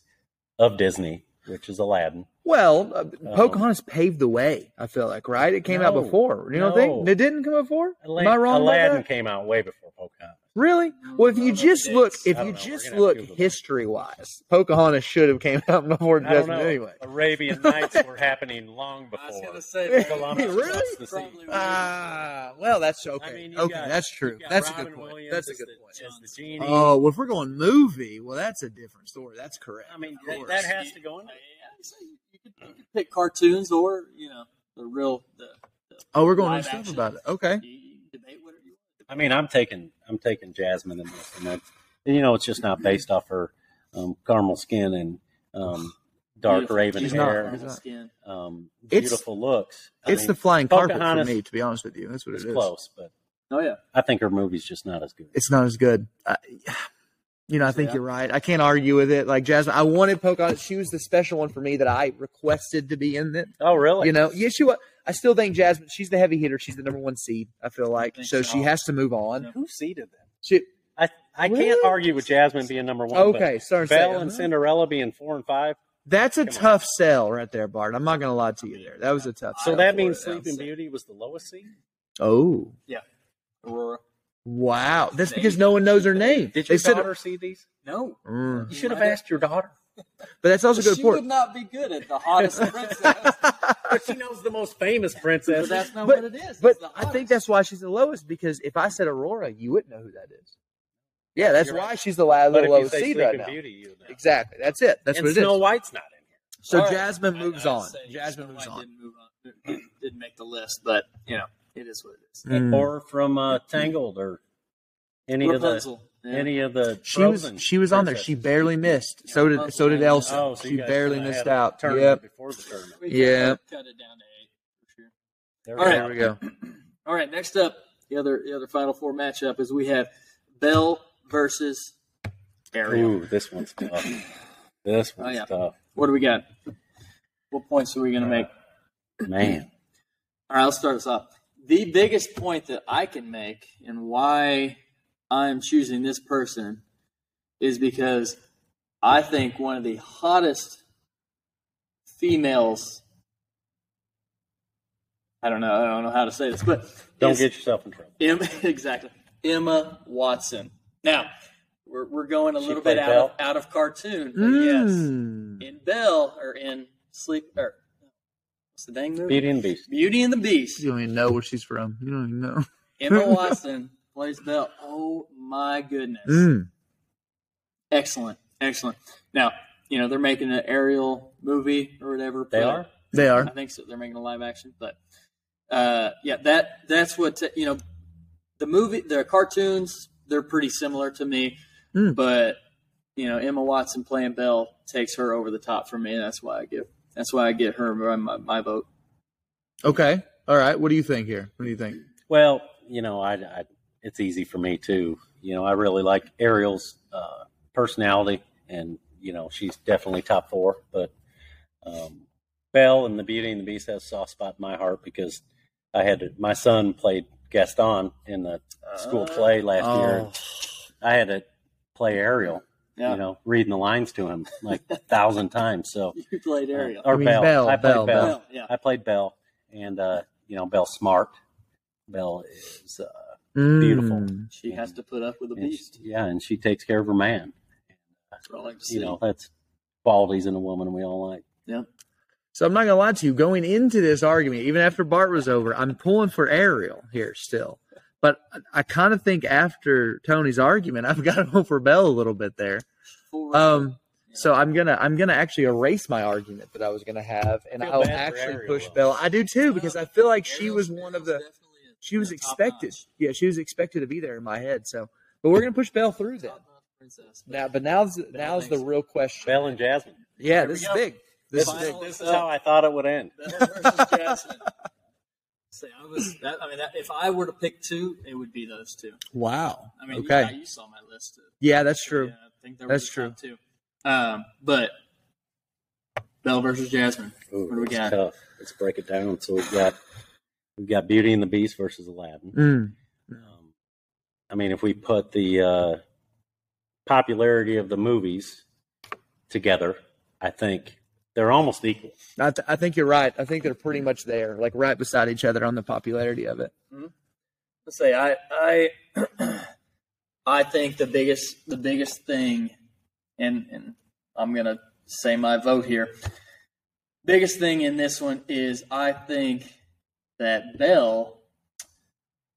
[SPEAKER 3] of Disney, which is Aladdin.
[SPEAKER 4] Well, uh, Pocahontas paved the way. I feel like, right? It came out
[SPEAKER 3] No,
[SPEAKER 4] before. You don't think
[SPEAKER 3] no.
[SPEAKER 4] it didn't come before?
[SPEAKER 3] Ala-
[SPEAKER 4] Am I wrong? about
[SPEAKER 3] Aladdin
[SPEAKER 4] that?
[SPEAKER 3] came out way before Pocahontas.
[SPEAKER 4] Really?
[SPEAKER 1] Mm,
[SPEAKER 4] Well, if
[SPEAKER 1] I
[SPEAKER 4] you
[SPEAKER 1] don't know
[SPEAKER 4] just
[SPEAKER 1] the
[SPEAKER 4] look,
[SPEAKER 1] dates.
[SPEAKER 4] if
[SPEAKER 3] I
[SPEAKER 4] you
[SPEAKER 3] don't know. We're
[SPEAKER 4] just
[SPEAKER 3] gonna have to
[SPEAKER 4] look
[SPEAKER 3] Google that.
[SPEAKER 4] history wise, Pocahontas should have came out before
[SPEAKER 3] I don't
[SPEAKER 4] Desmond
[SPEAKER 3] know.
[SPEAKER 4] anyway.
[SPEAKER 3] Arabian Nights were happening long
[SPEAKER 1] I was
[SPEAKER 3] before.
[SPEAKER 1] gonna say
[SPEAKER 3] Columbus
[SPEAKER 4] Really?
[SPEAKER 3] crossed the sea.
[SPEAKER 1] Probably
[SPEAKER 4] Ah, well, that's okay.
[SPEAKER 3] I mean, you
[SPEAKER 4] okay,
[SPEAKER 3] got-
[SPEAKER 4] that's
[SPEAKER 3] You
[SPEAKER 4] true.
[SPEAKER 3] got
[SPEAKER 4] That's a
[SPEAKER 3] Robin
[SPEAKER 4] good point.
[SPEAKER 3] Williams
[SPEAKER 4] That's a
[SPEAKER 3] as
[SPEAKER 4] good
[SPEAKER 3] the-
[SPEAKER 4] point.
[SPEAKER 3] as the genie.
[SPEAKER 4] Oh, well, if we're going movie, well, that's a different story. That's correct.
[SPEAKER 3] I mean,
[SPEAKER 1] Of
[SPEAKER 3] that,
[SPEAKER 1] course.
[SPEAKER 3] that has to go in.
[SPEAKER 1] Yeah, I'd Uh, say you could, you could pick cartoons or you know the real the.
[SPEAKER 4] Oh, we're going
[SPEAKER 1] Live
[SPEAKER 4] to stuff
[SPEAKER 1] action.
[SPEAKER 4] about it. Okay.
[SPEAKER 1] You, you can debate whatever you want.
[SPEAKER 3] I mean, I'm taking I'm taking Jasmine in this, and that's and, you know it's just not based off her um, caramel skin and um, dark
[SPEAKER 1] Beautiful-
[SPEAKER 3] raven
[SPEAKER 1] beautiful
[SPEAKER 3] hair,
[SPEAKER 1] caramel skin.
[SPEAKER 3] um,
[SPEAKER 4] It's-
[SPEAKER 3] beautiful looks. I
[SPEAKER 4] It's
[SPEAKER 3] mean,
[SPEAKER 4] the flying carpet for
[SPEAKER 3] Pocahontas
[SPEAKER 4] me, to be honest with you. That's what
[SPEAKER 3] it's
[SPEAKER 4] it is.
[SPEAKER 3] close, but
[SPEAKER 1] Oh yeah.
[SPEAKER 3] I think her movie's just not as good.
[SPEAKER 4] It's not as good. I, you know, I think
[SPEAKER 1] Yeah.
[SPEAKER 4] you're right. I can't argue with it. Like Jasmine, I wanted Pocahontas. She was the special one for me that I requested to be in it.
[SPEAKER 3] Oh, really?
[SPEAKER 4] you know, yeah, she was. I still think Jasmine. She's the heavy hitter. She's the number one seed. I feel like
[SPEAKER 1] think
[SPEAKER 4] so
[SPEAKER 1] so.
[SPEAKER 4] she has to move on.
[SPEAKER 1] Yeah.
[SPEAKER 3] who seeded that?
[SPEAKER 4] She,
[SPEAKER 3] I I
[SPEAKER 4] What?
[SPEAKER 3] can't argue with Jasmine being number one. but
[SPEAKER 4] okay, sorry.
[SPEAKER 3] Belle and Cinderella being four and five.
[SPEAKER 4] That's a
[SPEAKER 3] Come on.
[SPEAKER 4] tough sell right there, Bart. I'm not gonna lie to you there. That was a tough.
[SPEAKER 3] So
[SPEAKER 4] sell
[SPEAKER 3] that
[SPEAKER 4] for
[SPEAKER 3] means
[SPEAKER 4] it, though.
[SPEAKER 3] Sleeping Beauty was the lowest seed.
[SPEAKER 4] Oh
[SPEAKER 1] Aurora.
[SPEAKER 4] wow, that's because no one knows her name.
[SPEAKER 3] Did
[SPEAKER 4] They
[SPEAKER 3] your
[SPEAKER 4] said-
[SPEAKER 3] daughter see these?
[SPEAKER 1] No.
[SPEAKER 4] Mm.
[SPEAKER 3] You should have asked your daughter.
[SPEAKER 4] but that's also a good
[SPEAKER 1] she
[SPEAKER 4] point.
[SPEAKER 1] would not be good at the hottest princess.
[SPEAKER 3] But she knows the most famous
[SPEAKER 1] But
[SPEAKER 3] princess.
[SPEAKER 1] that's not
[SPEAKER 4] But-
[SPEAKER 1] what it is.
[SPEAKER 4] But
[SPEAKER 1] It's the
[SPEAKER 4] I think
[SPEAKER 1] hottest.
[SPEAKER 4] that's why she's the lowest because if I said Aurora, you wouldn't know who that is. Yeah, that's
[SPEAKER 3] You're
[SPEAKER 4] why
[SPEAKER 3] right.
[SPEAKER 4] she's the la-
[SPEAKER 3] But
[SPEAKER 4] the
[SPEAKER 3] if you
[SPEAKER 4] lowest
[SPEAKER 3] say
[SPEAKER 4] seed
[SPEAKER 3] Sleeping
[SPEAKER 4] right now.
[SPEAKER 3] Beauty, you know.
[SPEAKER 4] Exactly. That's it. That's
[SPEAKER 3] and
[SPEAKER 4] what it is.
[SPEAKER 3] Snow White's not in here.
[SPEAKER 4] So
[SPEAKER 1] All right.
[SPEAKER 4] Jasmine
[SPEAKER 1] I-
[SPEAKER 4] moves
[SPEAKER 1] I
[SPEAKER 4] on.
[SPEAKER 1] say
[SPEAKER 4] Jasmine
[SPEAKER 1] Snow
[SPEAKER 4] moves
[SPEAKER 1] White
[SPEAKER 4] on.
[SPEAKER 1] Didn't, move on. Didn't- didn't make the list, but you know it is what it is.
[SPEAKER 4] Mm.
[SPEAKER 3] or from uh, Tangled or any
[SPEAKER 1] Rapunzel.
[SPEAKER 3] of the
[SPEAKER 1] Yeah.
[SPEAKER 3] any of the
[SPEAKER 4] She was
[SPEAKER 3] Frozen
[SPEAKER 4] she was on there. She
[SPEAKER 3] princesses.
[SPEAKER 4] barely missed. So did so did Elsa.
[SPEAKER 3] oh, so you
[SPEAKER 4] she
[SPEAKER 3] guys
[SPEAKER 4] barely
[SPEAKER 3] kinda
[SPEAKER 4] missed
[SPEAKER 3] had a
[SPEAKER 4] out.
[SPEAKER 3] tournament
[SPEAKER 4] Yep.
[SPEAKER 3] before the tournament.
[SPEAKER 1] We
[SPEAKER 4] Yeah.
[SPEAKER 1] Cut, cut it down to eight for sure.
[SPEAKER 3] There
[SPEAKER 1] All right.
[SPEAKER 4] There we go.
[SPEAKER 1] All right, next up, the other the other final four matchup is we have Bell versus Ariel.
[SPEAKER 3] Ooh, this one's tough. This
[SPEAKER 4] Oh,
[SPEAKER 3] one's
[SPEAKER 1] yeah.
[SPEAKER 3] tough,
[SPEAKER 1] What do we got? What points are we
[SPEAKER 3] Uh,
[SPEAKER 1] gonna make?
[SPEAKER 3] man.
[SPEAKER 1] All right, I'll start us off. The biggest point that I can make and why I'm choosing this person is because I think one of the hottest females. I don't know. I don't know how to say this, but
[SPEAKER 3] Don't
[SPEAKER 1] is
[SPEAKER 3] get yourself in trouble.
[SPEAKER 1] Emma, exactly Emma Watson. Now we're, we're going a
[SPEAKER 3] She
[SPEAKER 1] little
[SPEAKER 3] played
[SPEAKER 1] bit out of,
[SPEAKER 3] Belle?
[SPEAKER 1] out of cartoon, but
[SPEAKER 4] Mm.
[SPEAKER 1] yes, in Belle or in Sleep or what's the dang movie?
[SPEAKER 3] Beauty and the Beast.
[SPEAKER 1] Beauty and the Beast.
[SPEAKER 4] You don't even know where she's from. You don't even know.
[SPEAKER 1] Emma Watson plays Belle. Oh my goodness.
[SPEAKER 4] Mm.
[SPEAKER 1] Excellent. Excellent. Now, you know, they're making an aerial movie or whatever.
[SPEAKER 3] They
[SPEAKER 1] but
[SPEAKER 3] are.
[SPEAKER 4] They
[SPEAKER 1] I
[SPEAKER 4] are.
[SPEAKER 1] think so. They're making a live action, but uh, yeah, that that's what you know. The movie, the cartoons, they're pretty similar to me,
[SPEAKER 3] Hmm.
[SPEAKER 4] Mm.
[SPEAKER 1] but you know, Emma Watson playing Belle takes her over the top for me. and That's why I give. That's why I get her my, my vote.
[SPEAKER 4] Okay. All right. What do you think here? What do you think?
[SPEAKER 3] Well, you know, I, I it's easy for me too. You know, I really like Ariel's uh, personality, and you know, she's definitely top four. But um, Belle and the Beauty and the Beast has a soft spot in my heart because I had my son played Gaston in the
[SPEAKER 1] Uh,
[SPEAKER 3] school play last year. I had to play Ariel.
[SPEAKER 1] oh. Yeah.
[SPEAKER 3] You know, reading the lines to him like a thousand times. So,
[SPEAKER 1] You played
[SPEAKER 3] uh,
[SPEAKER 1] Ariel.
[SPEAKER 3] or
[SPEAKER 4] You mean
[SPEAKER 3] Belle.
[SPEAKER 4] Belle,
[SPEAKER 3] I played
[SPEAKER 4] Belle,
[SPEAKER 3] Belle.
[SPEAKER 1] Well, yeah.
[SPEAKER 3] I played Belle, and uh, you know Belle's smart. Belle is uh, Beautiful.
[SPEAKER 4] Mm.
[SPEAKER 1] She has to put up with the
[SPEAKER 3] and she-
[SPEAKER 1] beast.
[SPEAKER 3] yeah, and she takes care of her man.
[SPEAKER 1] That's what I like to see.
[SPEAKER 3] You know that's qualities in a woman we all like.
[SPEAKER 4] So I'm not gonna lie to you. Going into this argument, even after Bart was over, I'm pulling for Ariel here still. But I- I kind of think after Tony's argument, I've got to go for Belle a little bit there.
[SPEAKER 1] Full
[SPEAKER 4] Um, so I'm gonna I'm gonna actually erase my argument that I was gonna have, and
[SPEAKER 3] I feel
[SPEAKER 4] I'll
[SPEAKER 3] bad for
[SPEAKER 4] actually
[SPEAKER 3] Ariel,
[SPEAKER 4] push
[SPEAKER 3] though.
[SPEAKER 4] Belle. I do too because I feel like she
[SPEAKER 1] Ariel's
[SPEAKER 4] was one of the
[SPEAKER 1] definitely a-
[SPEAKER 4] she was
[SPEAKER 1] a top
[SPEAKER 4] expected.
[SPEAKER 1] notch.
[SPEAKER 4] Yeah, she was expected to be there in my head. So, but we're gonna push Belle through then.
[SPEAKER 1] Top notch princess.
[SPEAKER 4] Now, but now's now's the
[SPEAKER 1] thanks.
[SPEAKER 4] real question.
[SPEAKER 3] Belle and Jasmine.
[SPEAKER 4] Yeah,
[SPEAKER 1] Here we
[SPEAKER 4] this is
[SPEAKER 1] go.
[SPEAKER 4] big. This
[SPEAKER 3] This,
[SPEAKER 4] is big.
[SPEAKER 1] Final-
[SPEAKER 3] this is how I thought it would end.
[SPEAKER 1] Bell versus Jasmine. Say, I was. That, I mean, that, if I were to pick two, it would be those two.
[SPEAKER 4] Wow.
[SPEAKER 1] I mean,
[SPEAKER 4] okay.
[SPEAKER 1] yeah, you saw my list. of-
[SPEAKER 4] Yeah, that's true.
[SPEAKER 1] Yeah, I think there
[SPEAKER 4] That's
[SPEAKER 1] was the top two. Um, but Bell versus Jasmine.
[SPEAKER 3] Ooh,
[SPEAKER 1] What do we
[SPEAKER 3] it's
[SPEAKER 1] got?
[SPEAKER 3] tough. Let's break it down. So we've got we've got Beauty and the Beast versus Aladdin.
[SPEAKER 4] Mm.
[SPEAKER 3] Um, I mean, if we put the uh, popularity of the movies together, I think they're almost equal.
[SPEAKER 4] I, th- I think you're right. I think they're pretty much there, like right beside each other on the popularity of it.
[SPEAKER 1] Let's say I I I think the biggest the biggest thing, and and I'm gonna say my vote here. Biggest thing in this one is I think that Belle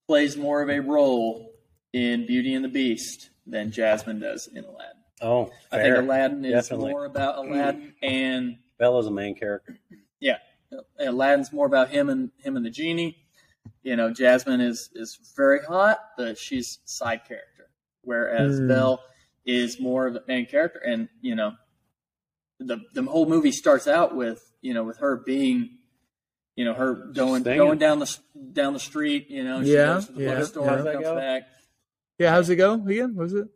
[SPEAKER 1] plays more of a role in Beauty and the Beast than Jasmine does in Aladdin.
[SPEAKER 3] Oh,
[SPEAKER 1] I
[SPEAKER 3] fair.
[SPEAKER 1] think Aladdin is
[SPEAKER 3] Definitely.
[SPEAKER 1] more about Aladdin and
[SPEAKER 3] Bella's a main character.
[SPEAKER 1] Aladdin's more about him and him and the genie. You know, Jasmine is is very hot, but she's side character, whereas
[SPEAKER 4] Hmm.
[SPEAKER 1] Belle is more of a main character. And you know, the the whole movie starts out with you know with her being, you know, her going
[SPEAKER 3] singing.
[SPEAKER 1] going down the s- down the street. You know, she
[SPEAKER 4] Yeah,
[SPEAKER 1] goes to the
[SPEAKER 4] yeah,
[SPEAKER 1] yeah, store,
[SPEAKER 4] yeah.
[SPEAKER 1] and comes
[SPEAKER 3] Go.
[SPEAKER 1] back.
[SPEAKER 4] Yeah, how's it go again? What was it?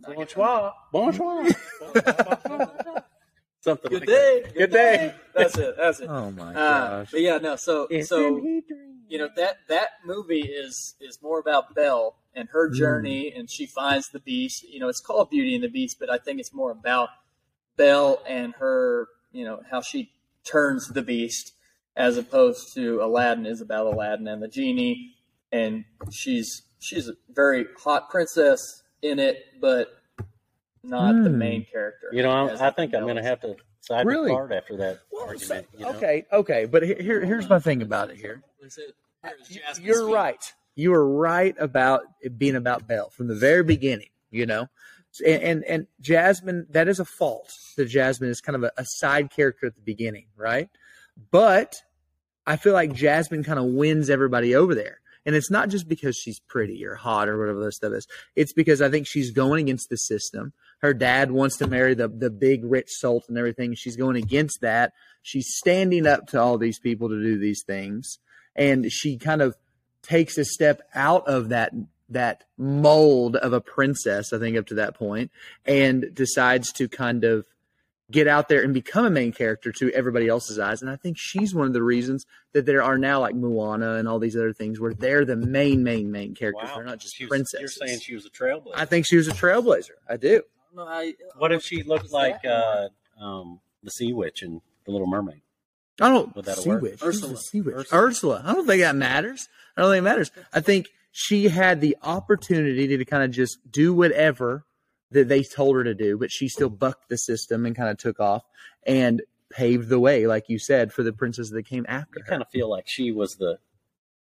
[SPEAKER 3] Bonsoir. Bonsoir. Something
[SPEAKER 1] Good
[SPEAKER 3] like
[SPEAKER 1] day, good,
[SPEAKER 3] day.
[SPEAKER 1] That's it. That's it.
[SPEAKER 4] Oh my
[SPEAKER 1] Uh, but yeah, no. So
[SPEAKER 3] that.
[SPEAKER 1] so you know that that movie is is more about Belle and her
[SPEAKER 4] Mm.
[SPEAKER 1] journey, and she finds the Beast. You know, it's called Beauty and the Beast, but I think it's more about Belle and her. You know, how she turns the Beast, as opposed to Aladdin is about Aladdin and the genie, and she's she's a very hot princess in it, but not the
[SPEAKER 4] Mm.
[SPEAKER 1] main character.
[SPEAKER 3] You know,
[SPEAKER 1] as
[SPEAKER 3] I, I think
[SPEAKER 1] Belle
[SPEAKER 3] I'm going to
[SPEAKER 1] is.
[SPEAKER 3] have to side
[SPEAKER 4] Really?
[SPEAKER 3] with Bart after that
[SPEAKER 4] Well,
[SPEAKER 3] argument.
[SPEAKER 4] so-
[SPEAKER 3] you know?
[SPEAKER 4] Okay, okay, but here, here here's my thing about it here.
[SPEAKER 1] Is it- here is Jasmine
[SPEAKER 4] You're
[SPEAKER 1] speaking.
[SPEAKER 4] right. You were right about it being about Belle from the very beginning, you know? And, and and Jasmine, that is a fault that Jasmine is kind of a, a side character at the beginning, right? But I feel like Jasmine kind of wins everybody over there. And it's not just because she's pretty or hot or whatever this stuff is. It's because I think she's going against the system. Her dad wants to marry the the big rich salt and everything. She's going against that. She's standing up to all these people to do these things. And she kind of takes a step out of that that mold of a princess, I think, up to that point, and decides to kind of get out there and become a main character to everybody else's eyes. And I think she's one of the reasons that there are now like Moana and all these other things where they're the main, main, main characters. They're not just
[SPEAKER 3] She was-
[SPEAKER 4] princesses.
[SPEAKER 3] You're saying she was a trailblazer.
[SPEAKER 4] I think she was a trailblazer. I do.
[SPEAKER 1] I don't know how you-
[SPEAKER 3] What if she looked
[SPEAKER 1] Is that
[SPEAKER 3] like uh, um, the Sea Witch in The Little Mermaid.
[SPEAKER 4] I don't
[SPEAKER 3] Would that
[SPEAKER 4] sea
[SPEAKER 3] work?
[SPEAKER 4] witch. Who's
[SPEAKER 1] Ursula.
[SPEAKER 4] a sea witch?
[SPEAKER 1] Ursula.
[SPEAKER 4] Ursula. I don't think that matters. I don't think it matters. I think she had the opportunity to kind of just do whatever that they told her to do, but she still bucked the system and kind of took off and paved the way, like you said, for the princess that came after
[SPEAKER 3] You
[SPEAKER 4] her.
[SPEAKER 3] kind of feel like she was the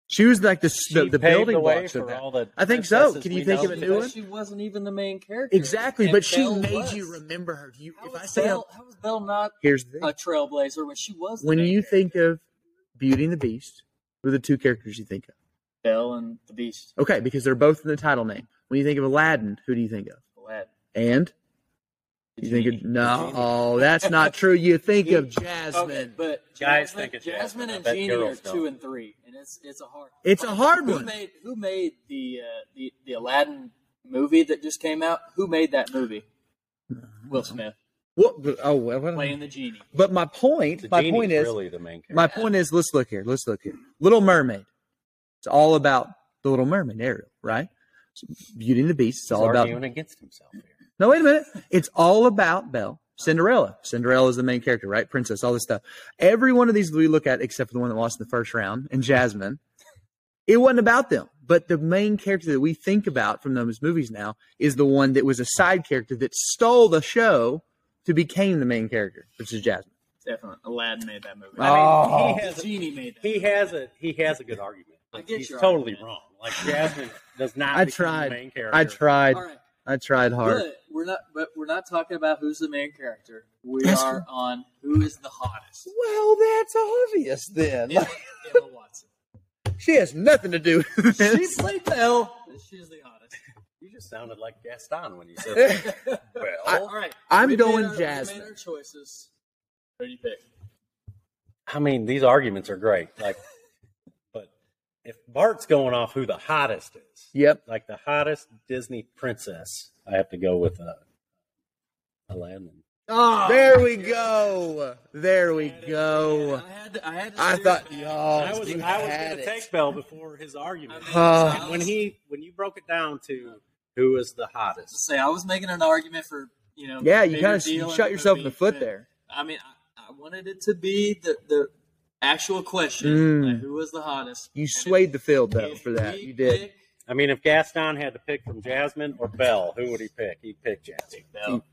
[SPEAKER 4] She was like the
[SPEAKER 3] she
[SPEAKER 4] the, the
[SPEAKER 3] paved
[SPEAKER 4] building
[SPEAKER 3] the way
[SPEAKER 4] blocks
[SPEAKER 3] for
[SPEAKER 4] of that.
[SPEAKER 3] all the.
[SPEAKER 4] I think so.
[SPEAKER 3] princesses
[SPEAKER 4] Can you
[SPEAKER 3] we
[SPEAKER 4] think
[SPEAKER 3] know
[SPEAKER 4] of a
[SPEAKER 3] today.
[SPEAKER 4] new one?
[SPEAKER 1] She wasn't even the main character.
[SPEAKER 4] Exactly,
[SPEAKER 1] And
[SPEAKER 4] but she
[SPEAKER 1] Belle
[SPEAKER 4] made
[SPEAKER 1] was.
[SPEAKER 4] you remember her. You,
[SPEAKER 1] How
[SPEAKER 4] if
[SPEAKER 1] was
[SPEAKER 4] I say
[SPEAKER 1] Belle, how was Belle not
[SPEAKER 4] here's the thing.
[SPEAKER 1] a trailblazer when she was? The
[SPEAKER 4] when
[SPEAKER 1] main
[SPEAKER 4] you
[SPEAKER 1] character?
[SPEAKER 4] think of Beauty and the Beast, who are the two characters you think of?
[SPEAKER 1] Belle and the Beast,
[SPEAKER 4] Okay, because they're both in the title name. When you think of Aladdin, who do you think of?
[SPEAKER 1] Aladdin.
[SPEAKER 4] And
[SPEAKER 1] the
[SPEAKER 4] you think of
[SPEAKER 1] genie.
[SPEAKER 4] no, oh, that's not true. You think of Jasmine.
[SPEAKER 1] Okay, but
[SPEAKER 3] Guys
[SPEAKER 1] Jasmine,
[SPEAKER 3] think of
[SPEAKER 1] Jasmine
[SPEAKER 3] Jasmine. I
[SPEAKER 1] and
[SPEAKER 3] bet
[SPEAKER 1] Genie are
[SPEAKER 3] girls
[SPEAKER 1] two
[SPEAKER 3] don't.
[SPEAKER 1] and three, and it's it's a hard.
[SPEAKER 4] It's a hard
[SPEAKER 1] who
[SPEAKER 4] one.
[SPEAKER 1] Made, who made the uh, the the Aladdin movie that just came out? Who made that movie?
[SPEAKER 4] Uh-huh.
[SPEAKER 1] Will Smith
[SPEAKER 4] What? but- Oh well. well,
[SPEAKER 1] playing the genie.
[SPEAKER 4] But my point,
[SPEAKER 3] The
[SPEAKER 4] my
[SPEAKER 3] genie's
[SPEAKER 4] point is,
[SPEAKER 3] really the main character.
[SPEAKER 4] my point is, let's look here. Let's look here. Little Mermaid. It's all about the Little Mermaid, Ariel, right? Beauty and the Beast. It's
[SPEAKER 3] He's
[SPEAKER 4] all about
[SPEAKER 3] arguing against himself. Here.
[SPEAKER 4] No, wait a minute. It's all about Belle. Cinderella. Cinderella is the main character, right? Princess, all this stuff. Every one of these we look at, except for the one that lost in the first round, and Jasmine, it wasn't about them. But the main character that we think about from those movies now is the one that was a side character that stole the show to became the main character, which is Jasmine.
[SPEAKER 1] Definitely, Aladdin made that movie.
[SPEAKER 4] I mean,
[SPEAKER 3] I mean,
[SPEAKER 4] Oh.
[SPEAKER 3] he
[SPEAKER 1] the
[SPEAKER 3] has
[SPEAKER 1] genie made that.
[SPEAKER 3] he has a he has a good argument. Like,
[SPEAKER 1] get
[SPEAKER 3] he's
[SPEAKER 1] your
[SPEAKER 3] totally
[SPEAKER 1] argument.
[SPEAKER 3] wrong. Like Jasmine does not.
[SPEAKER 4] I
[SPEAKER 3] become
[SPEAKER 4] tried.
[SPEAKER 3] The main character.
[SPEAKER 4] I tried.
[SPEAKER 1] All right,
[SPEAKER 4] I tried hard.
[SPEAKER 1] but we're not. But we're not talking about who's the main character. We
[SPEAKER 4] That's-
[SPEAKER 1] are on who is the hottest.
[SPEAKER 4] Well, that's obvious then.
[SPEAKER 1] Emma, Emma Watson.
[SPEAKER 4] she has nothing to do with
[SPEAKER 1] She
[SPEAKER 4] this.
[SPEAKER 1] played Belle. She's the hottest.
[SPEAKER 3] You just sounded like Gaston when you said that.
[SPEAKER 1] All
[SPEAKER 3] well,
[SPEAKER 1] right,
[SPEAKER 4] I'm
[SPEAKER 1] we made
[SPEAKER 4] going
[SPEAKER 1] our- we
[SPEAKER 4] Jasmine.
[SPEAKER 1] made our choices. Who do you pick?
[SPEAKER 3] I mean, these arguments are great. Like, but if Bart's going off who the hottest is,
[SPEAKER 4] Yep.
[SPEAKER 3] like the hottest Disney princess, I have to go with uh, Aladdin.
[SPEAKER 1] Oh,
[SPEAKER 4] There we go. There we go.
[SPEAKER 1] I had to, I had to
[SPEAKER 4] I
[SPEAKER 1] steer
[SPEAKER 4] thought,
[SPEAKER 1] it back.
[SPEAKER 4] y'all.
[SPEAKER 3] I was
[SPEAKER 4] you
[SPEAKER 3] I was
[SPEAKER 4] had
[SPEAKER 3] going to
[SPEAKER 4] it.
[SPEAKER 3] take Bell before his argument.
[SPEAKER 4] Uh,
[SPEAKER 1] I
[SPEAKER 3] And when
[SPEAKER 1] was-
[SPEAKER 3] he when you broke it down to who is the hottest,
[SPEAKER 1] say I was making an argument for you know.
[SPEAKER 4] Yeah, you
[SPEAKER 1] bigger
[SPEAKER 4] kind of
[SPEAKER 1] deal
[SPEAKER 4] shot
[SPEAKER 1] the
[SPEAKER 4] yourself in the
[SPEAKER 1] movie,
[SPEAKER 4] foot
[SPEAKER 1] but,
[SPEAKER 4] there.
[SPEAKER 1] I mean, I, I wanted it to be the the actual question:
[SPEAKER 4] Mm.
[SPEAKER 1] like, who was the hottest?
[SPEAKER 4] You swayed the field though
[SPEAKER 1] If
[SPEAKER 4] for that.
[SPEAKER 1] we
[SPEAKER 4] You did.
[SPEAKER 1] pick
[SPEAKER 3] I mean, if Gaston had to pick from Jasmine or Bell, who would he pick? He'd pick Jasmine.
[SPEAKER 1] Belle.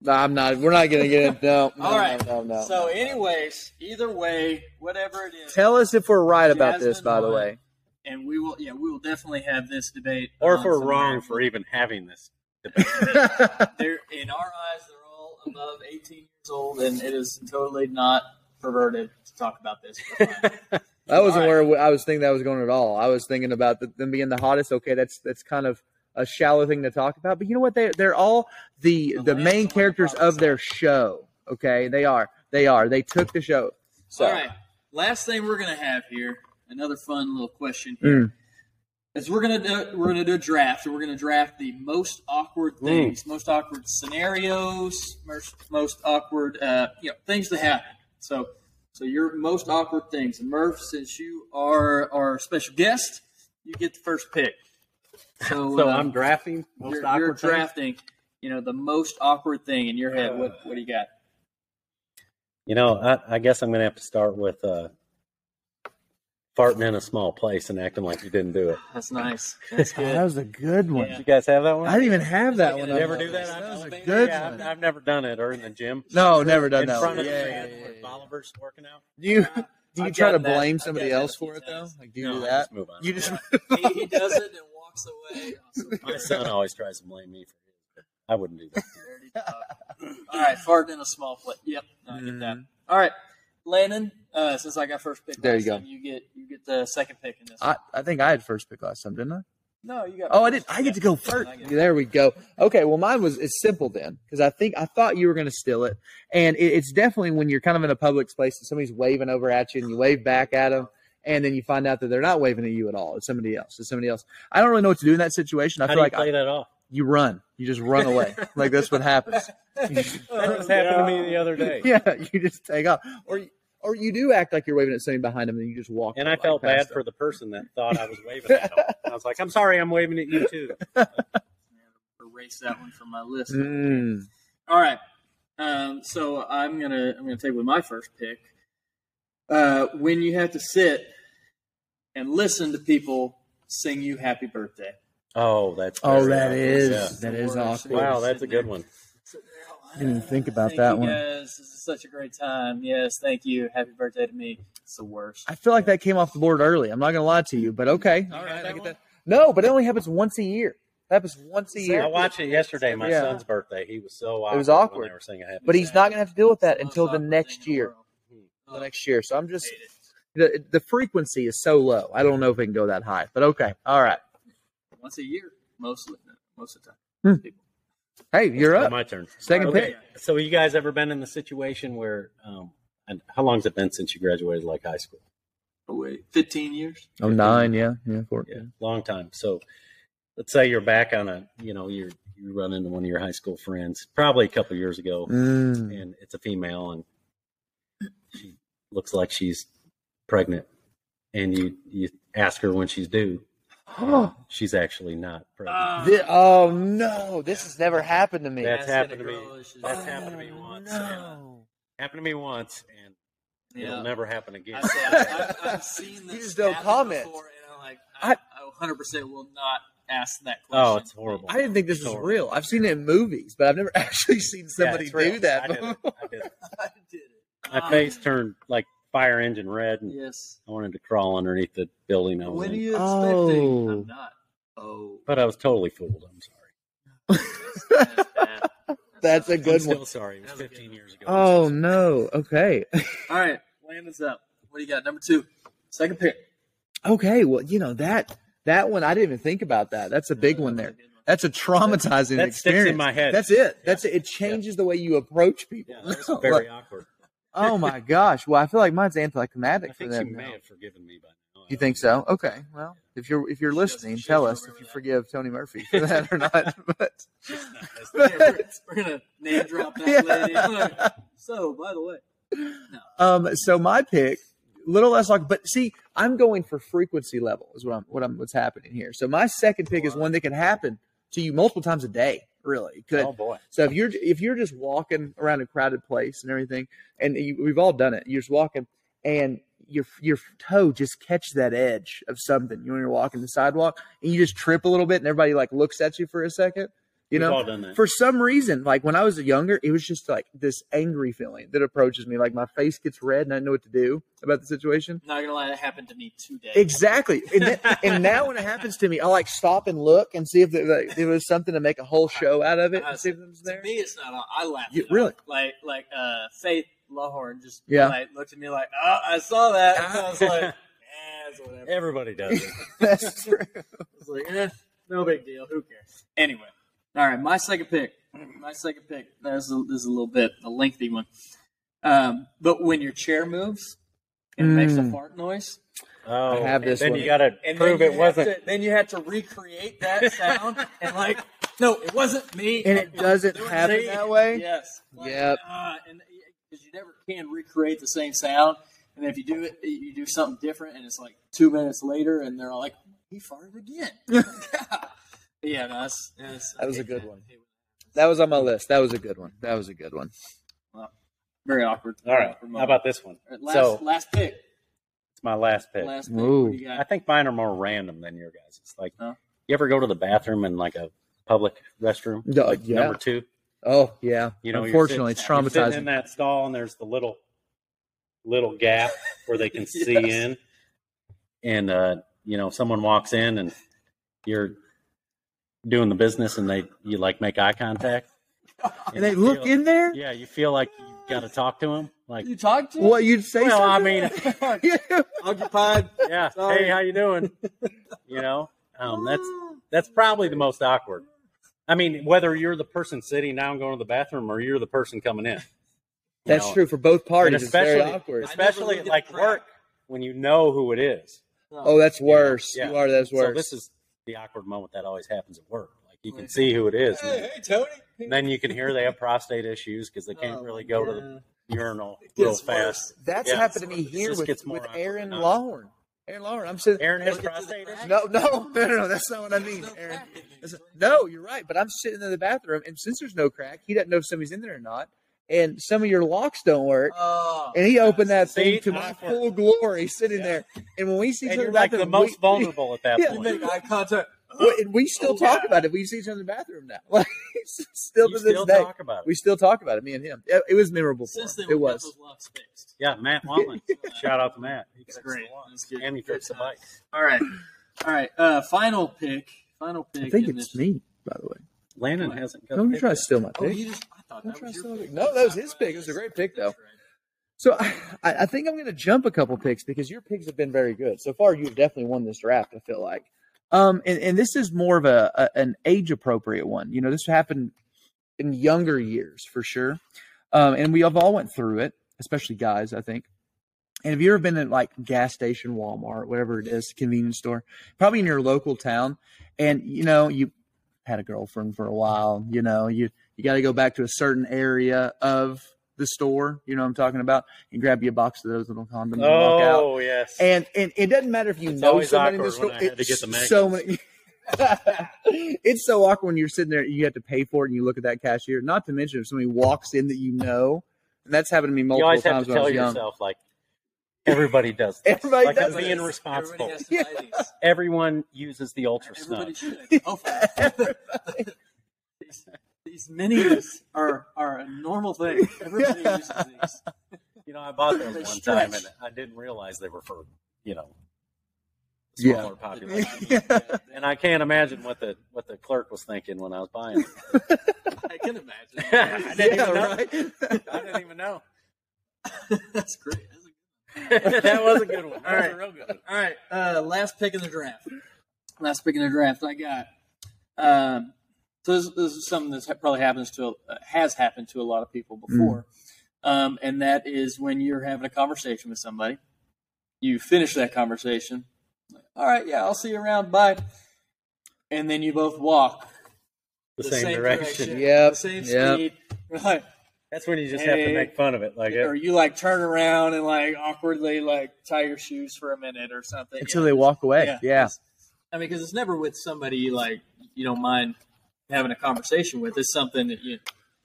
[SPEAKER 4] No, I'm not. We're not gonna get it. No. no
[SPEAKER 1] All right.
[SPEAKER 4] No. No. no.
[SPEAKER 1] so, anyways, either way, whatever it is,
[SPEAKER 4] Tell us if we're right about this.
[SPEAKER 1] Jasmine
[SPEAKER 4] By the
[SPEAKER 1] won.
[SPEAKER 4] way,
[SPEAKER 1] and we will. Yeah, we will definitely have this debate.
[SPEAKER 3] Or if
[SPEAKER 1] amongst
[SPEAKER 3] we're wrong
[SPEAKER 1] America.
[SPEAKER 3] for even having this.
[SPEAKER 1] they're in our eyes they're all above 18 years old and it is totally not perverted to talk about this
[SPEAKER 4] that wasn't
[SPEAKER 1] All right.
[SPEAKER 4] where I was thinking that was going at all. I was thinking about the, them being the hottest. Okay, that's that's kind of a shallow thing to talk about. But you know what? They they're all the the
[SPEAKER 1] Lance
[SPEAKER 4] main
[SPEAKER 1] won the
[SPEAKER 4] characters of
[SPEAKER 1] province.
[SPEAKER 4] their show. Okay, they are. They are. They took the show. So
[SPEAKER 1] all right last thing we're gonna have here another fun little question here
[SPEAKER 4] mm,
[SPEAKER 1] is we're gonna do we're gonna do a draft and we're gonna draft the most awkward things most awkward scenarios most, most awkward uh, you know things that happen so so your most awkward things and Murph since you are our special guest you get the first pick so,
[SPEAKER 3] So
[SPEAKER 1] uh,
[SPEAKER 3] I'm drafting. Most
[SPEAKER 1] you're,
[SPEAKER 3] awkward
[SPEAKER 1] you're
[SPEAKER 3] thing.
[SPEAKER 1] drafting, you know, the most awkward thing in your head. what what do you got?
[SPEAKER 3] You know, I, I guess I'm going to have to start with uh, farting in a small place and acting like you didn't do it.
[SPEAKER 1] That's nice. That's
[SPEAKER 4] that
[SPEAKER 1] good.
[SPEAKER 4] was a good one.
[SPEAKER 1] Yeah.
[SPEAKER 3] Did you guys have that one?
[SPEAKER 4] I didn't even have that
[SPEAKER 1] like
[SPEAKER 4] one.
[SPEAKER 1] an
[SPEAKER 4] on
[SPEAKER 3] you ever
[SPEAKER 4] my
[SPEAKER 3] do that?
[SPEAKER 4] list.
[SPEAKER 3] on
[SPEAKER 4] That was a
[SPEAKER 3] elevator?
[SPEAKER 4] good
[SPEAKER 3] Yeah,
[SPEAKER 4] one.
[SPEAKER 3] I've, I've never done it or in the gym.
[SPEAKER 4] No, never done
[SPEAKER 3] in
[SPEAKER 4] that.
[SPEAKER 3] front
[SPEAKER 4] one.
[SPEAKER 3] of the
[SPEAKER 4] Yeah,
[SPEAKER 3] band
[SPEAKER 4] yeah, yeah,
[SPEAKER 3] with
[SPEAKER 4] yeah.
[SPEAKER 3] Oliver's working out.
[SPEAKER 4] Do you do you
[SPEAKER 1] I've
[SPEAKER 4] try to
[SPEAKER 1] done that.
[SPEAKER 4] blame
[SPEAKER 1] I've
[SPEAKER 4] somebody
[SPEAKER 1] done that
[SPEAKER 4] else
[SPEAKER 1] a few
[SPEAKER 4] for it though?
[SPEAKER 1] times.
[SPEAKER 4] Like, do you
[SPEAKER 3] No,
[SPEAKER 4] do
[SPEAKER 3] I
[SPEAKER 4] that?
[SPEAKER 3] just move on.
[SPEAKER 4] You just
[SPEAKER 1] he, he does it and walks away.
[SPEAKER 3] My son always tries to blame me for it. but I wouldn't do that.
[SPEAKER 1] Dirty dog. All right, farting in a small place. Yep, no, I get that. All right, Landon. Uh, since I got first pick,
[SPEAKER 4] There
[SPEAKER 1] last
[SPEAKER 4] you go.
[SPEAKER 1] time, You get you get the second pick in this.
[SPEAKER 4] I, I think I had first pick last time, didn't I?
[SPEAKER 1] no, you got.
[SPEAKER 4] Oh, I did. I get to go first.
[SPEAKER 1] I get it.
[SPEAKER 4] There we go. Okay. Well, mine was it's simple then because I think I thought you were going to steal it, and it, it's definitely when you're kind of in a public space and somebody's waving over at you and you wave back at them. And then you find out that they're not waving at you at all. It's somebody else. It's somebody else. I don't really know what to do in that situation. I
[SPEAKER 3] How
[SPEAKER 4] feel
[SPEAKER 3] do you
[SPEAKER 4] like I-
[SPEAKER 3] play that off?
[SPEAKER 4] you run. You just run away. like that's what happens.
[SPEAKER 3] That just happened to me the other day.
[SPEAKER 4] yeah, you just take off, or or you do act like you're waving at somebody behind them, and you just walk.
[SPEAKER 3] And I
[SPEAKER 4] right
[SPEAKER 3] felt bad
[SPEAKER 4] past
[SPEAKER 3] for the person that thought I was waving at them. I was like, I'm sorry, I'm waving at you too.
[SPEAKER 1] Erase that one from my list.
[SPEAKER 4] them. Mm.
[SPEAKER 1] All right. Um, so I'm gonna I'm gonna take with my first pick. Uh, when you have to sit and listen to people sing you happy birthday.
[SPEAKER 3] Oh, that's
[SPEAKER 4] Oh,
[SPEAKER 3] very
[SPEAKER 4] that
[SPEAKER 3] awkward.
[SPEAKER 4] is
[SPEAKER 3] Yeah.
[SPEAKER 4] that is
[SPEAKER 1] Worst.
[SPEAKER 4] awkward.
[SPEAKER 3] Wow, that's a good one.
[SPEAKER 4] Didn't even think about
[SPEAKER 1] Thank
[SPEAKER 4] that
[SPEAKER 1] you
[SPEAKER 4] one.
[SPEAKER 1] Guys. This is such a great time. Yes, thank you. Happy birthday to me. It's the worst.
[SPEAKER 4] I feel like that came off the board early. I'm not gonna lie to you, but okay.
[SPEAKER 1] All right, I get that.
[SPEAKER 4] No, but it only happens once a year. It happens once a
[SPEAKER 3] I
[SPEAKER 4] year.
[SPEAKER 3] watched it yesterday. My
[SPEAKER 4] Yeah.
[SPEAKER 3] son's birthday. He was so awkward.
[SPEAKER 4] It was
[SPEAKER 3] When
[SPEAKER 4] awkward.
[SPEAKER 3] they were singing happy
[SPEAKER 4] But he's not gonna have to deal with that
[SPEAKER 1] Most
[SPEAKER 4] until the
[SPEAKER 1] awkward
[SPEAKER 4] next
[SPEAKER 1] thing in the
[SPEAKER 4] year.
[SPEAKER 1] world. Hmm.
[SPEAKER 4] The next year. So I'm just
[SPEAKER 1] Hate it.
[SPEAKER 4] the the frequency is so low. I don't know if it can go that high. But okay. All right.
[SPEAKER 1] once a year, mostly most of the time.
[SPEAKER 4] Hey, you're
[SPEAKER 3] birthday.
[SPEAKER 4] up.
[SPEAKER 3] My turn.
[SPEAKER 4] Second
[SPEAKER 3] Okay.
[SPEAKER 4] pick.
[SPEAKER 3] So, you guys ever been in the situation where? Um, and how long's it been since you graduated, like high school?
[SPEAKER 1] Oh, wait, fifteen years.
[SPEAKER 4] Oh nine, yeah. Yeah,
[SPEAKER 3] Yeah,
[SPEAKER 4] fourteen.
[SPEAKER 3] long time. So, let's say you're back on a, you know, you're you run into one of your high school friends, probably a couple years ago,
[SPEAKER 4] Mm.
[SPEAKER 3] and it's a female, and she looks like she's pregnant, and you you ask her when she's due. and
[SPEAKER 1] Ah,
[SPEAKER 3] she's actually not pregnant.
[SPEAKER 4] Thi- oh no, this has never happened to me. Oh,
[SPEAKER 3] That's happened to me.
[SPEAKER 1] That's
[SPEAKER 3] That's happened to me once.
[SPEAKER 4] No.
[SPEAKER 3] Happened to me once, and
[SPEAKER 1] yeah.
[SPEAKER 3] it'll never happen again.
[SPEAKER 1] I said, I've, I've seen this.
[SPEAKER 4] You just don't
[SPEAKER 1] happen
[SPEAKER 4] comment.
[SPEAKER 1] Before, and I'm like, I, I 100% will not ask that question.
[SPEAKER 3] Oh, it's horrible.
[SPEAKER 4] I didn't think this was
[SPEAKER 3] Sure.
[SPEAKER 4] real. I've seen it in movies, but I've never actually seen
[SPEAKER 3] Yeah,
[SPEAKER 4] somebody
[SPEAKER 3] it's real.
[SPEAKER 4] do that.
[SPEAKER 3] I did it. I did it.
[SPEAKER 1] I did it.
[SPEAKER 3] My
[SPEAKER 1] Um,
[SPEAKER 3] face turned like fire engine red, and
[SPEAKER 1] Yes.
[SPEAKER 3] I wanted to crawl underneath the building I was
[SPEAKER 1] When are
[SPEAKER 3] in.
[SPEAKER 1] you
[SPEAKER 4] Oh.
[SPEAKER 1] expecting? I'm not. Oh,
[SPEAKER 3] but I was totally fooled. I'm sorry.
[SPEAKER 1] that's bad.
[SPEAKER 4] That's a
[SPEAKER 3] I'm
[SPEAKER 4] good
[SPEAKER 3] still
[SPEAKER 4] one.
[SPEAKER 3] sorry. It was
[SPEAKER 1] That was a
[SPEAKER 3] 15 years ago.
[SPEAKER 4] Oh no. Okay.
[SPEAKER 1] All right, Landon's up. What do you got? Number two, second pick.
[SPEAKER 4] Okay. Well, you know that that one I didn't even think about that. That's a big one there. That's a traumatizing
[SPEAKER 3] That sticks in
[SPEAKER 4] experience.
[SPEAKER 3] my head.
[SPEAKER 4] That's it. That's it. It changes the way you approach people.
[SPEAKER 3] Yeah, that was
[SPEAKER 4] Like,
[SPEAKER 3] very awkward.
[SPEAKER 4] oh my gosh. Well, I feel like mine's
[SPEAKER 3] I
[SPEAKER 4] anticlimactic for
[SPEAKER 3] think she
[SPEAKER 4] them. now.
[SPEAKER 3] may have forgiven me by now. I
[SPEAKER 4] You
[SPEAKER 3] don't
[SPEAKER 4] think
[SPEAKER 3] know.
[SPEAKER 4] so? Okay. Well, if you're if you're
[SPEAKER 1] She doesn't-
[SPEAKER 4] listening,
[SPEAKER 1] she
[SPEAKER 4] tell
[SPEAKER 1] doesn't
[SPEAKER 4] us if
[SPEAKER 1] remember
[SPEAKER 4] you
[SPEAKER 1] that.
[SPEAKER 4] forgive Tony Murphy for that or not. But
[SPEAKER 3] That's the-
[SPEAKER 1] Yeah, we're, we're gonna name drop that
[SPEAKER 4] Yeah.
[SPEAKER 1] lady. So, by the way,
[SPEAKER 4] Um, so my pick, little less like, but see, I'm going for frequency level is what I'm what I'm what's happening here. So my second pick is one that can happen to you multiple times a day, really. It Could
[SPEAKER 3] Oh boy.
[SPEAKER 4] so if you're if you're just walking around a crowded place and everything, and you, we've all done it. You're just walking, and your your toe just catches that edge of something. You know, when you're walking the sidewalk, and you just trip a little bit, and everybody like looks at you for a second. You
[SPEAKER 3] We've
[SPEAKER 4] know,
[SPEAKER 3] all done that.
[SPEAKER 4] for some reason, like when I was younger, it was just like this angry feeling that approaches me. Like my face gets red and I don't know what to do about the situation.
[SPEAKER 1] not gonna lie, that happened to me today.
[SPEAKER 4] Exactly. And, then, and now when it happens to me, I like stop and look and see if there, like, there was something to make a whole show out of it and see if it was
[SPEAKER 1] To
[SPEAKER 4] there.
[SPEAKER 1] me, it's not. I laughed.
[SPEAKER 4] You-
[SPEAKER 1] it off.
[SPEAKER 4] really?
[SPEAKER 1] Like, like uh, Faith Lahorn just
[SPEAKER 4] Yeah.
[SPEAKER 1] like looked at me like, oh, I saw that. And I was like, eh, it's whatever. I
[SPEAKER 3] Everybody does it.
[SPEAKER 4] That's true.
[SPEAKER 1] was like, eh, no big deal. Who cares? Anyway, all right. My second pick. My second pick. That's a, this is a little bit a lengthy one. Um, but when your chair moves and it makes a
[SPEAKER 4] Mm.
[SPEAKER 1] fart noise,
[SPEAKER 3] Oh,
[SPEAKER 4] I have this
[SPEAKER 3] then
[SPEAKER 4] one.
[SPEAKER 3] you got to
[SPEAKER 1] and
[SPEAKER 3] prove
[SPEAKER 1] then you
[SPEAKER 3] it
[SPEAKER 1] have
[SPEAKER 3] wasn't.
[SPEAKER 1] To, then you had to recreate that sound and like, no, it wasn't me.
[SPEAKER 4] And it doesn't
[SPEAKER 1] doing
[SPEAKER 4] happen
[SPEAKER 1] it.
[SPEAKER 4] that way?
[SPEAKER 1] Yes.
[SPEAKER 4] Yep.
[SPEAKER 1] ah, and because you never can recreate the same sound, and if you do it, you do something different, and it's like two minutes later, and they're all like, "He farted again." yeah, no, that's, that's-
[SPEAKER 4] That was a good one. That was on my list. That was a good one. That was a good one.
[SPEAKER 1] Very awkward.
[SPEAKER 3] All right.
[SPEAKER 1] Awkward
[SPEAKER 3] How
[SPEAKER 1] moment.
[SPEAKER 3] about this one?
[SPEAKER 1] All right, last,
[SPEAKER 3] so
[SPEAKER 1] last pick.
[SPEAKER 3] it's my last pick.
[SPEAKER 1] Last pick.
[SPEAKER 4] Ooh.
[SPEAKER 1] What do you
[SPEAKER 3] I
[SPEAKER 1] got?
[SPEAKER 3] think mine are more random than your guys. It's like
[SPEAKER 1] Huh?
[SPEAKER 3] you ever go to the bathroom in like a public restroom?
[SPEAKER 4] Yeah,
[SPEAKER 3] Like
[SPEAKER 4] yeah.
[SPEAKER 3] Number two.
[SPEAKER 4] Oh, yeah.
[SPEAKER 3] You know, you're
[SPEAKER 4] Unfortunately, it's
[SPEAKER 1] sitting-
[SPEAKER 3] You're sitting in
[SPEAKER 4] traumatizing.
[SPEAKER 3] that stall and there's the little little gap where they can see
[SPEAKER 1] Yes.
[SPEAKER 3] in and uh you know someone walks in and you're doing the business and they you like make eye contact
[SPEAKER 4] And they
[SPEAKER 3] you
[SPEAKER 4] look
[SPEAKER 3] feel-
[SPEAKER 4] in there?
[SPEAKER 3] yeah you feel like you got to talk to them like
[SPEAKER 1] You talked to?
[SPEAKER 4] What, you'd say
[SPEAKER 3] well i
[SPEAKER 4] something?
[SPEAKER 3] mean
[SPEAKER 1] Occupied.
[SPEAKER 3] yeah
[SPEAKER 1] Sorry.
[SPEAKER 3] hey how you doing you know um that's
[SPEAKER 1] Oh.
[SPEAKER 3] that's probably the most awkward i mean whether you're the person sitting down going to the bathroom or you're the person coming in You
[SPEAKER 4] That's
[SPEAKER 3] know,
[SPEAKER 4] true for both
[SPEAKER 3] And
[SPEAKER 4] parties. It's
[SPEAKER 3] especially,
[SPEAKER 4] very awkward.
[SPEAKER 1] really
[SPEAKER 3] especially
[SPEAKER 1] get
[SPEAKER 3] at, like
[SPEAKER 1] the crowd.
[SPEAKER 3] work when you know who it is.
[SPEAKER 4] Oh, that's worse.
[SPEAKER 3] yeah.
[SPEAKER 4] You are. That's worse.
[SPEAKER 3] So this is the awkward moment that always happens at work. Like you can see who it is, and then-
[SPEAKER 1] Hey, hey, Tony.
[SPEAKER 3] and then you can hear they have prostate issues because they can't
[SPEAKER 1] Oh,
[SPEAKER 3] really go to
[SPEAKER 1] yeah.
[SPEAKER 3] the urinal
[SPEAKER 1] gets
[SPEAKER 3] real
[SPEAKER 1] worse.
[SPEAKER 3] fast.
[SPEAKER 4] That's
[SPEAKER 3] Yeah.
[SPEAKER 4] happened to me here
[SPEAKER 3] just
[SPEAKER 4] with,
[SPEAKER 3] gets more
[SPEAKER 4] with
[SPEAKER 3] awkward
[SPEAKER 4] Aaron
[SPEAKER 3] now.
[SPEAKER 4] Lawren. Aaron Lawren, I'm sitting.
[SPEAKER 3] Aaron has
[SPEAKER 4] Look at-
[SPEAKER 3] prostate issues.
[SPEAKER 4] No, no, no, no, no. That's not what I mean, Aaron. That's- No, you're right. But I'm sitting in the bathroom, and since there's no crack, he doesn't know if somebody's in there or not. and some of your locks don't work.
[SPEAKER 1] Oh,
[SPEAKER 4] And he opened that
[SPEAKER 3] See,
[SPEAKER 4] thing to
[SPEAKER 3] I-
[SPEAKER 4] my full glory sitting there. And when we see each
[SPEAKER 3] And
[SPEAKER 4] other
[SPEAKER 3] you're
[SPEAKER 4] in
[SPEAKER 3] like the
[SPEAKER 4] bathroom,
[SPEAKER 3] most
[SPEAKER 4] we-
[SPEAKER 3] vulnerable at that
[SPEAKER 4] Yeah.
[SPEAKER 1] you
[SPEAKER 3] point.
[SPEAKER 1] make eye contact.
[SPEAKER 4] we- and we still
[SPEAKER 1] Oh,
[SPEAKER 4] talk
[SPEAKER 1] yeah.
[SPEAKER 4] about it. We see each other in the bathroom now. Like still
[SPEAKER 3] You
[SPEAKER 4] to this
[SPEAKER 3] still
[SPEAKER 4] day,
[SPEAKER 3] talk about it.
[SPEAKER 4] we still talk about it. Me and him. It, it was memorable. For
[SPEAKER 1] Since
[SPEAKER 4] him.
[SPEAKER 1] then,
[SPEAKER 4] It
[SPEAKER 1] we've got
[SPEAKER 4] was.
[SPEAKER 1] those locks fixed.
[SPEAKER 3] yeah, Matt Watman. Shout out to Matt. He
[SPEAKER 1] It's
[SPEAKER 3] fixed
[SPEAKER 1] great.
[SPEAKER 3] the lawn.
[SPEAKER 1] It's good.
[SPEAKER 3] And he fixed the bike.
[SPEAKER 1] All right, all right. Uh, final pick. Final pick.
[SPEAKER 4] I think
[SPEAKER 1] in
[SPEAKER 4] it's
[SPEAKER 1] this-
[SPEAKER 4] me, by the way.
[SPEAKER 3] Landon hasn't got
[SPEAKER 4] Don't
[SPEAKER 3] the
[SPEAKER 4] you try to
[SPEAKER 3] picture.
[SPEAKER 4] steal my
[SPEAKER 1] Oh,
[SPEAKER 4] pick.
[SPEAKER 1] you just. I thought
[SPEAKER 4] Don't
[SPEAKER 1] that
[SPEAKER 4] try
[SPEAKER 1] was
[SPEAKER 4] to
[SPEAKER 1] your
[SPEAKER 4] steal
[SPEAKER 1] pick.
[SPEAKER 4] it. No, that was his pick. It was a great pick, though. So I, I think I'm going to jump a couple picks because your picks have been very good so far. You've definitely won this draft. I feel like, um, and, and this is more of a, a an age appropriate one. You know, this happened in younger years for sure, um, and we have all went through it, especially guys. I think. And have you ever been at like gas station, Walmart, whatever it is, convenience store, probably in your local town, and you know you had a girlfriend for a while. You know you you got to go back to a certain area of the store. You know what I'm talking about and grab you a box of those little condoms and walk out.
[SPEAKER 3] Oh, yes.
[SPEAKER 4] And and it doesn't matter if you
[SPEAKER 3] It's
[SPEAKER 4] know
[SPEAKER 3] always
[SPEAKER 4] somebody in the
[SPEAKER 3] awkward
[SPEAKER 4] store.
[SPEAKER 3] when I had to
[SPEAKER 4] It's
[SPEAKER 3] get the
[SPEAKER 4] so many. it's so awkward when you're sitting there. You have to pay for it, and you look at that cashier. Not to mention if somebody walks in that you know, and that's happened to me
[SPEAKER 3] you
[SPEAKER 4] multiple
[SPEAKER 3] always have
[SPEAKER 4] times
[SPEAKER 3] to
[SPEAKER 4] when I
[SPEAKER 3] tell
[SPEAKER 4] was young.
[SPEAKER 3] yourself, like, everybody does this.
[SPEAKER 4] Everybody
[SPEAKER 3] like,
[SPEAKER 4] does
[SPEAKER 3] I'm being
[SPEAKER 4] this.
[SPEAKER 3] responsible.
[SPEAKER 1] Everybody has to buy these.
[SPEAKER 3] Everyone uses the Ultra Snug.
[SPEAKER 1] Everybody should. Oh, Hopefully. these, these minis are are a normal thing. Everybody uses these.
[SPEAKER 3] You know, I bought those
[SPEAKER 1] They
[SPEAKER 3] one
[SPEAKER 1] stretch.
[SPEAKER 3] time and I didn't realize they were for, you know,
[SPEAKER 4] Yeah.
[SPEAKER 3] smaller population. And I can't imagine what the what the clerk was thinking when I was buying them.
[SPEAKER 1] I can imagine.
[SPEAKER 3] I didn't
[SPEAKER 4] Yeah,
[SPEAKER 3] even know.
[SPEAKER 4] right?
[SPEAKER 3] I didn't even know.
[SPEAKER 1] That's great. That's a-
[SPEAKER 3] that was a good one. That
[SPEAKER 1] All
[SPEAKER 3] was a
[SPEAKER 1] right.
[SPEAKER 3] real good one.
[SPEAKER 1] All right, uh, last pick in the draft. Last pick in the draft. I got. Um, so this, this is something that probably happens to uh, has happened to a lot of people
[SPEAKER 3] Mm.
[SPEAKER 1] before, um, and that is when you're having a conversation with somebody, you finish that conversation. All right, yeah, I'll see you around. Bye. And then you both walk
[SPEAKER 3] The, same, direction.
[SPEAKER 4] Yep,
[SPEAKER 1] the same
[SPEAKER 4] yep.
[SPEAKER 1] speed. You're like,
[SPEAKER 3] That's when you just have
[SPEAKER 1] Hey.
[SPEAKER 3] to make fun of it. Like,
[SPEAKER 1] or you like turn around and like awkwardly like tie your shoes for a minute or something
[SPEAKER 4] Until they walk away. Yeah.
[SPEAKER 1] I mean, because it's never with somebody you like you don't mind having a conversation with. It's something that you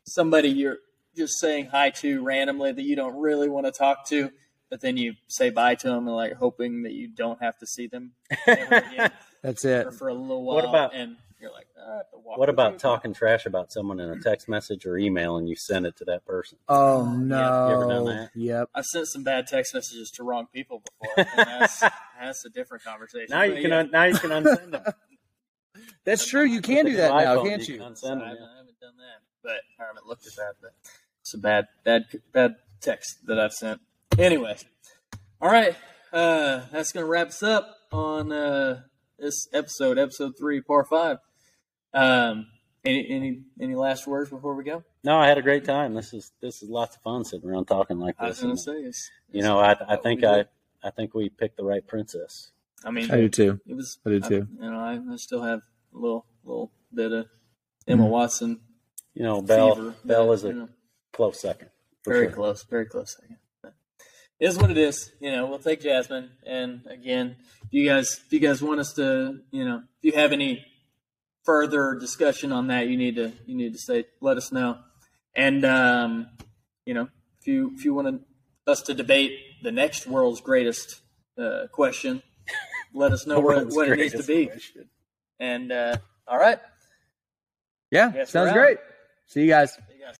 [SPEAKER 1] somebody you're just saying hi to randomly that you don't really want to talk to, but then you say bye to them and like hoping that you don't have to see them ever again
[SPEAKER 4] That's it.
[SPEAKER 1] or for a little while.
[SPEAKER 3] What about-
[SPEAKER 1] and you're like, "Ah, I have to walk with
[SPEAKER 3] what about
[SPEAKER 1] you."
[SPEAKER 3] talking trash about someone in a text message or email and you send it to that person?
[SPEAKER 4] Oh
[SPEAKER 1] Yeah,
[SPEAKER 3] you ever done
[SPEAKER 4] no.
[SPEAKER 3] that?
[SPEAKER 4] Yep.
[SPEAKER 1] I've sent some bad text messages to wrong people before, and that's, that's a different conversation.
[SPEAKER 3] Now you
[SPEAKER 1] But
[SPEAKER 3] can
[SPEAKER 1] yeah.
[SPEAKER 3] un- now you can unsend them.
[SPEAKER 4] That's true. You can do
[SPEAKER 3] With
[SPEAKER 4] that
[SPEAKER 3] an
[SPEAKER 4] now,
[SPEAKER 3] iPhone,
[SPEAKER 4] can't
[SPEAKER 3] you
[SPEAKER 4] you?
[SPEAKER 3] can
[SPEAKER 1] So I,
[SPEAKER 3] unsend them,
[SPEAKER 1] haven't,
[SPEAKER 3] yeah.
[SPEAKER 1] I haven't done that, but I haven't looked at that. But it's a bad, bad, bad text that I've sent. Anyway, all right, uh, that's gonna wrap us up on uh, this episode, episode three, par five. Um, any any any last words before we go?
[SPEAKER 3] No, I had a great time. This is this is lots of fun sitting around talking like
[SPEAKER 1] I was
[SPEAKER 3] this.
[SPEAKER 1] gonna
[SPEAKER 3] And,
[SPEAKER 1] say, it's,
[SPEAKER 3] Mm-hmm. you know, I I
[SPEAKER 1] what we
[SPEAKER 3] think
[SPEAKER 1] do.
[SPEAKER 3] I I think we picked the right princess.
[SPEAKER 1] I mean,
[SPEAKER 4] I do too.
[SPEAKER 1] it was.
[SPEAKER 4] I do too.
[SPEAKER 1] you know, I, I still have a little little bit of Emma Watson
[SPEAKER 3] You know, Belle
[SPEAKER 1] fever.
[SPEAKER 3] Belle is
[SPEAKER 1] you
[SPEAKER 3] a
[SPEAKER 1] know.
[SPEAKER 3] close second. for
[SPEAKER 1] Very
[SPEAKER 3] sure.
[SPEAKER 1] close, very close second. But It is what it is. You know, we'll take Jasmine. And again, if you guys, if you guys want us to, you know, if you have any further discussion on that, you need to, you need to say, let us know. And um, you know, if you if you want us to debate the next world's greatest uh, question, let us know
[SPEAKER 3] The
[SPEAKER 1] what,
[SPEAKER 3] world's
[SPEAKER 1] what it needs to
[SPEAKER 3] greatest
[SPEAKER 1] be.
[SPEAKER 3] question.
[SPEAKER 1] And uh, all right,
[SPEAKER 4] Yeah.
[SPEAKER 1] Yes, we're
[SPEAKER 4] Sounds
[SPEAKER 1] out.
[SPEAKER 4] great. See you guys.
[SPEAKER 1] you guys.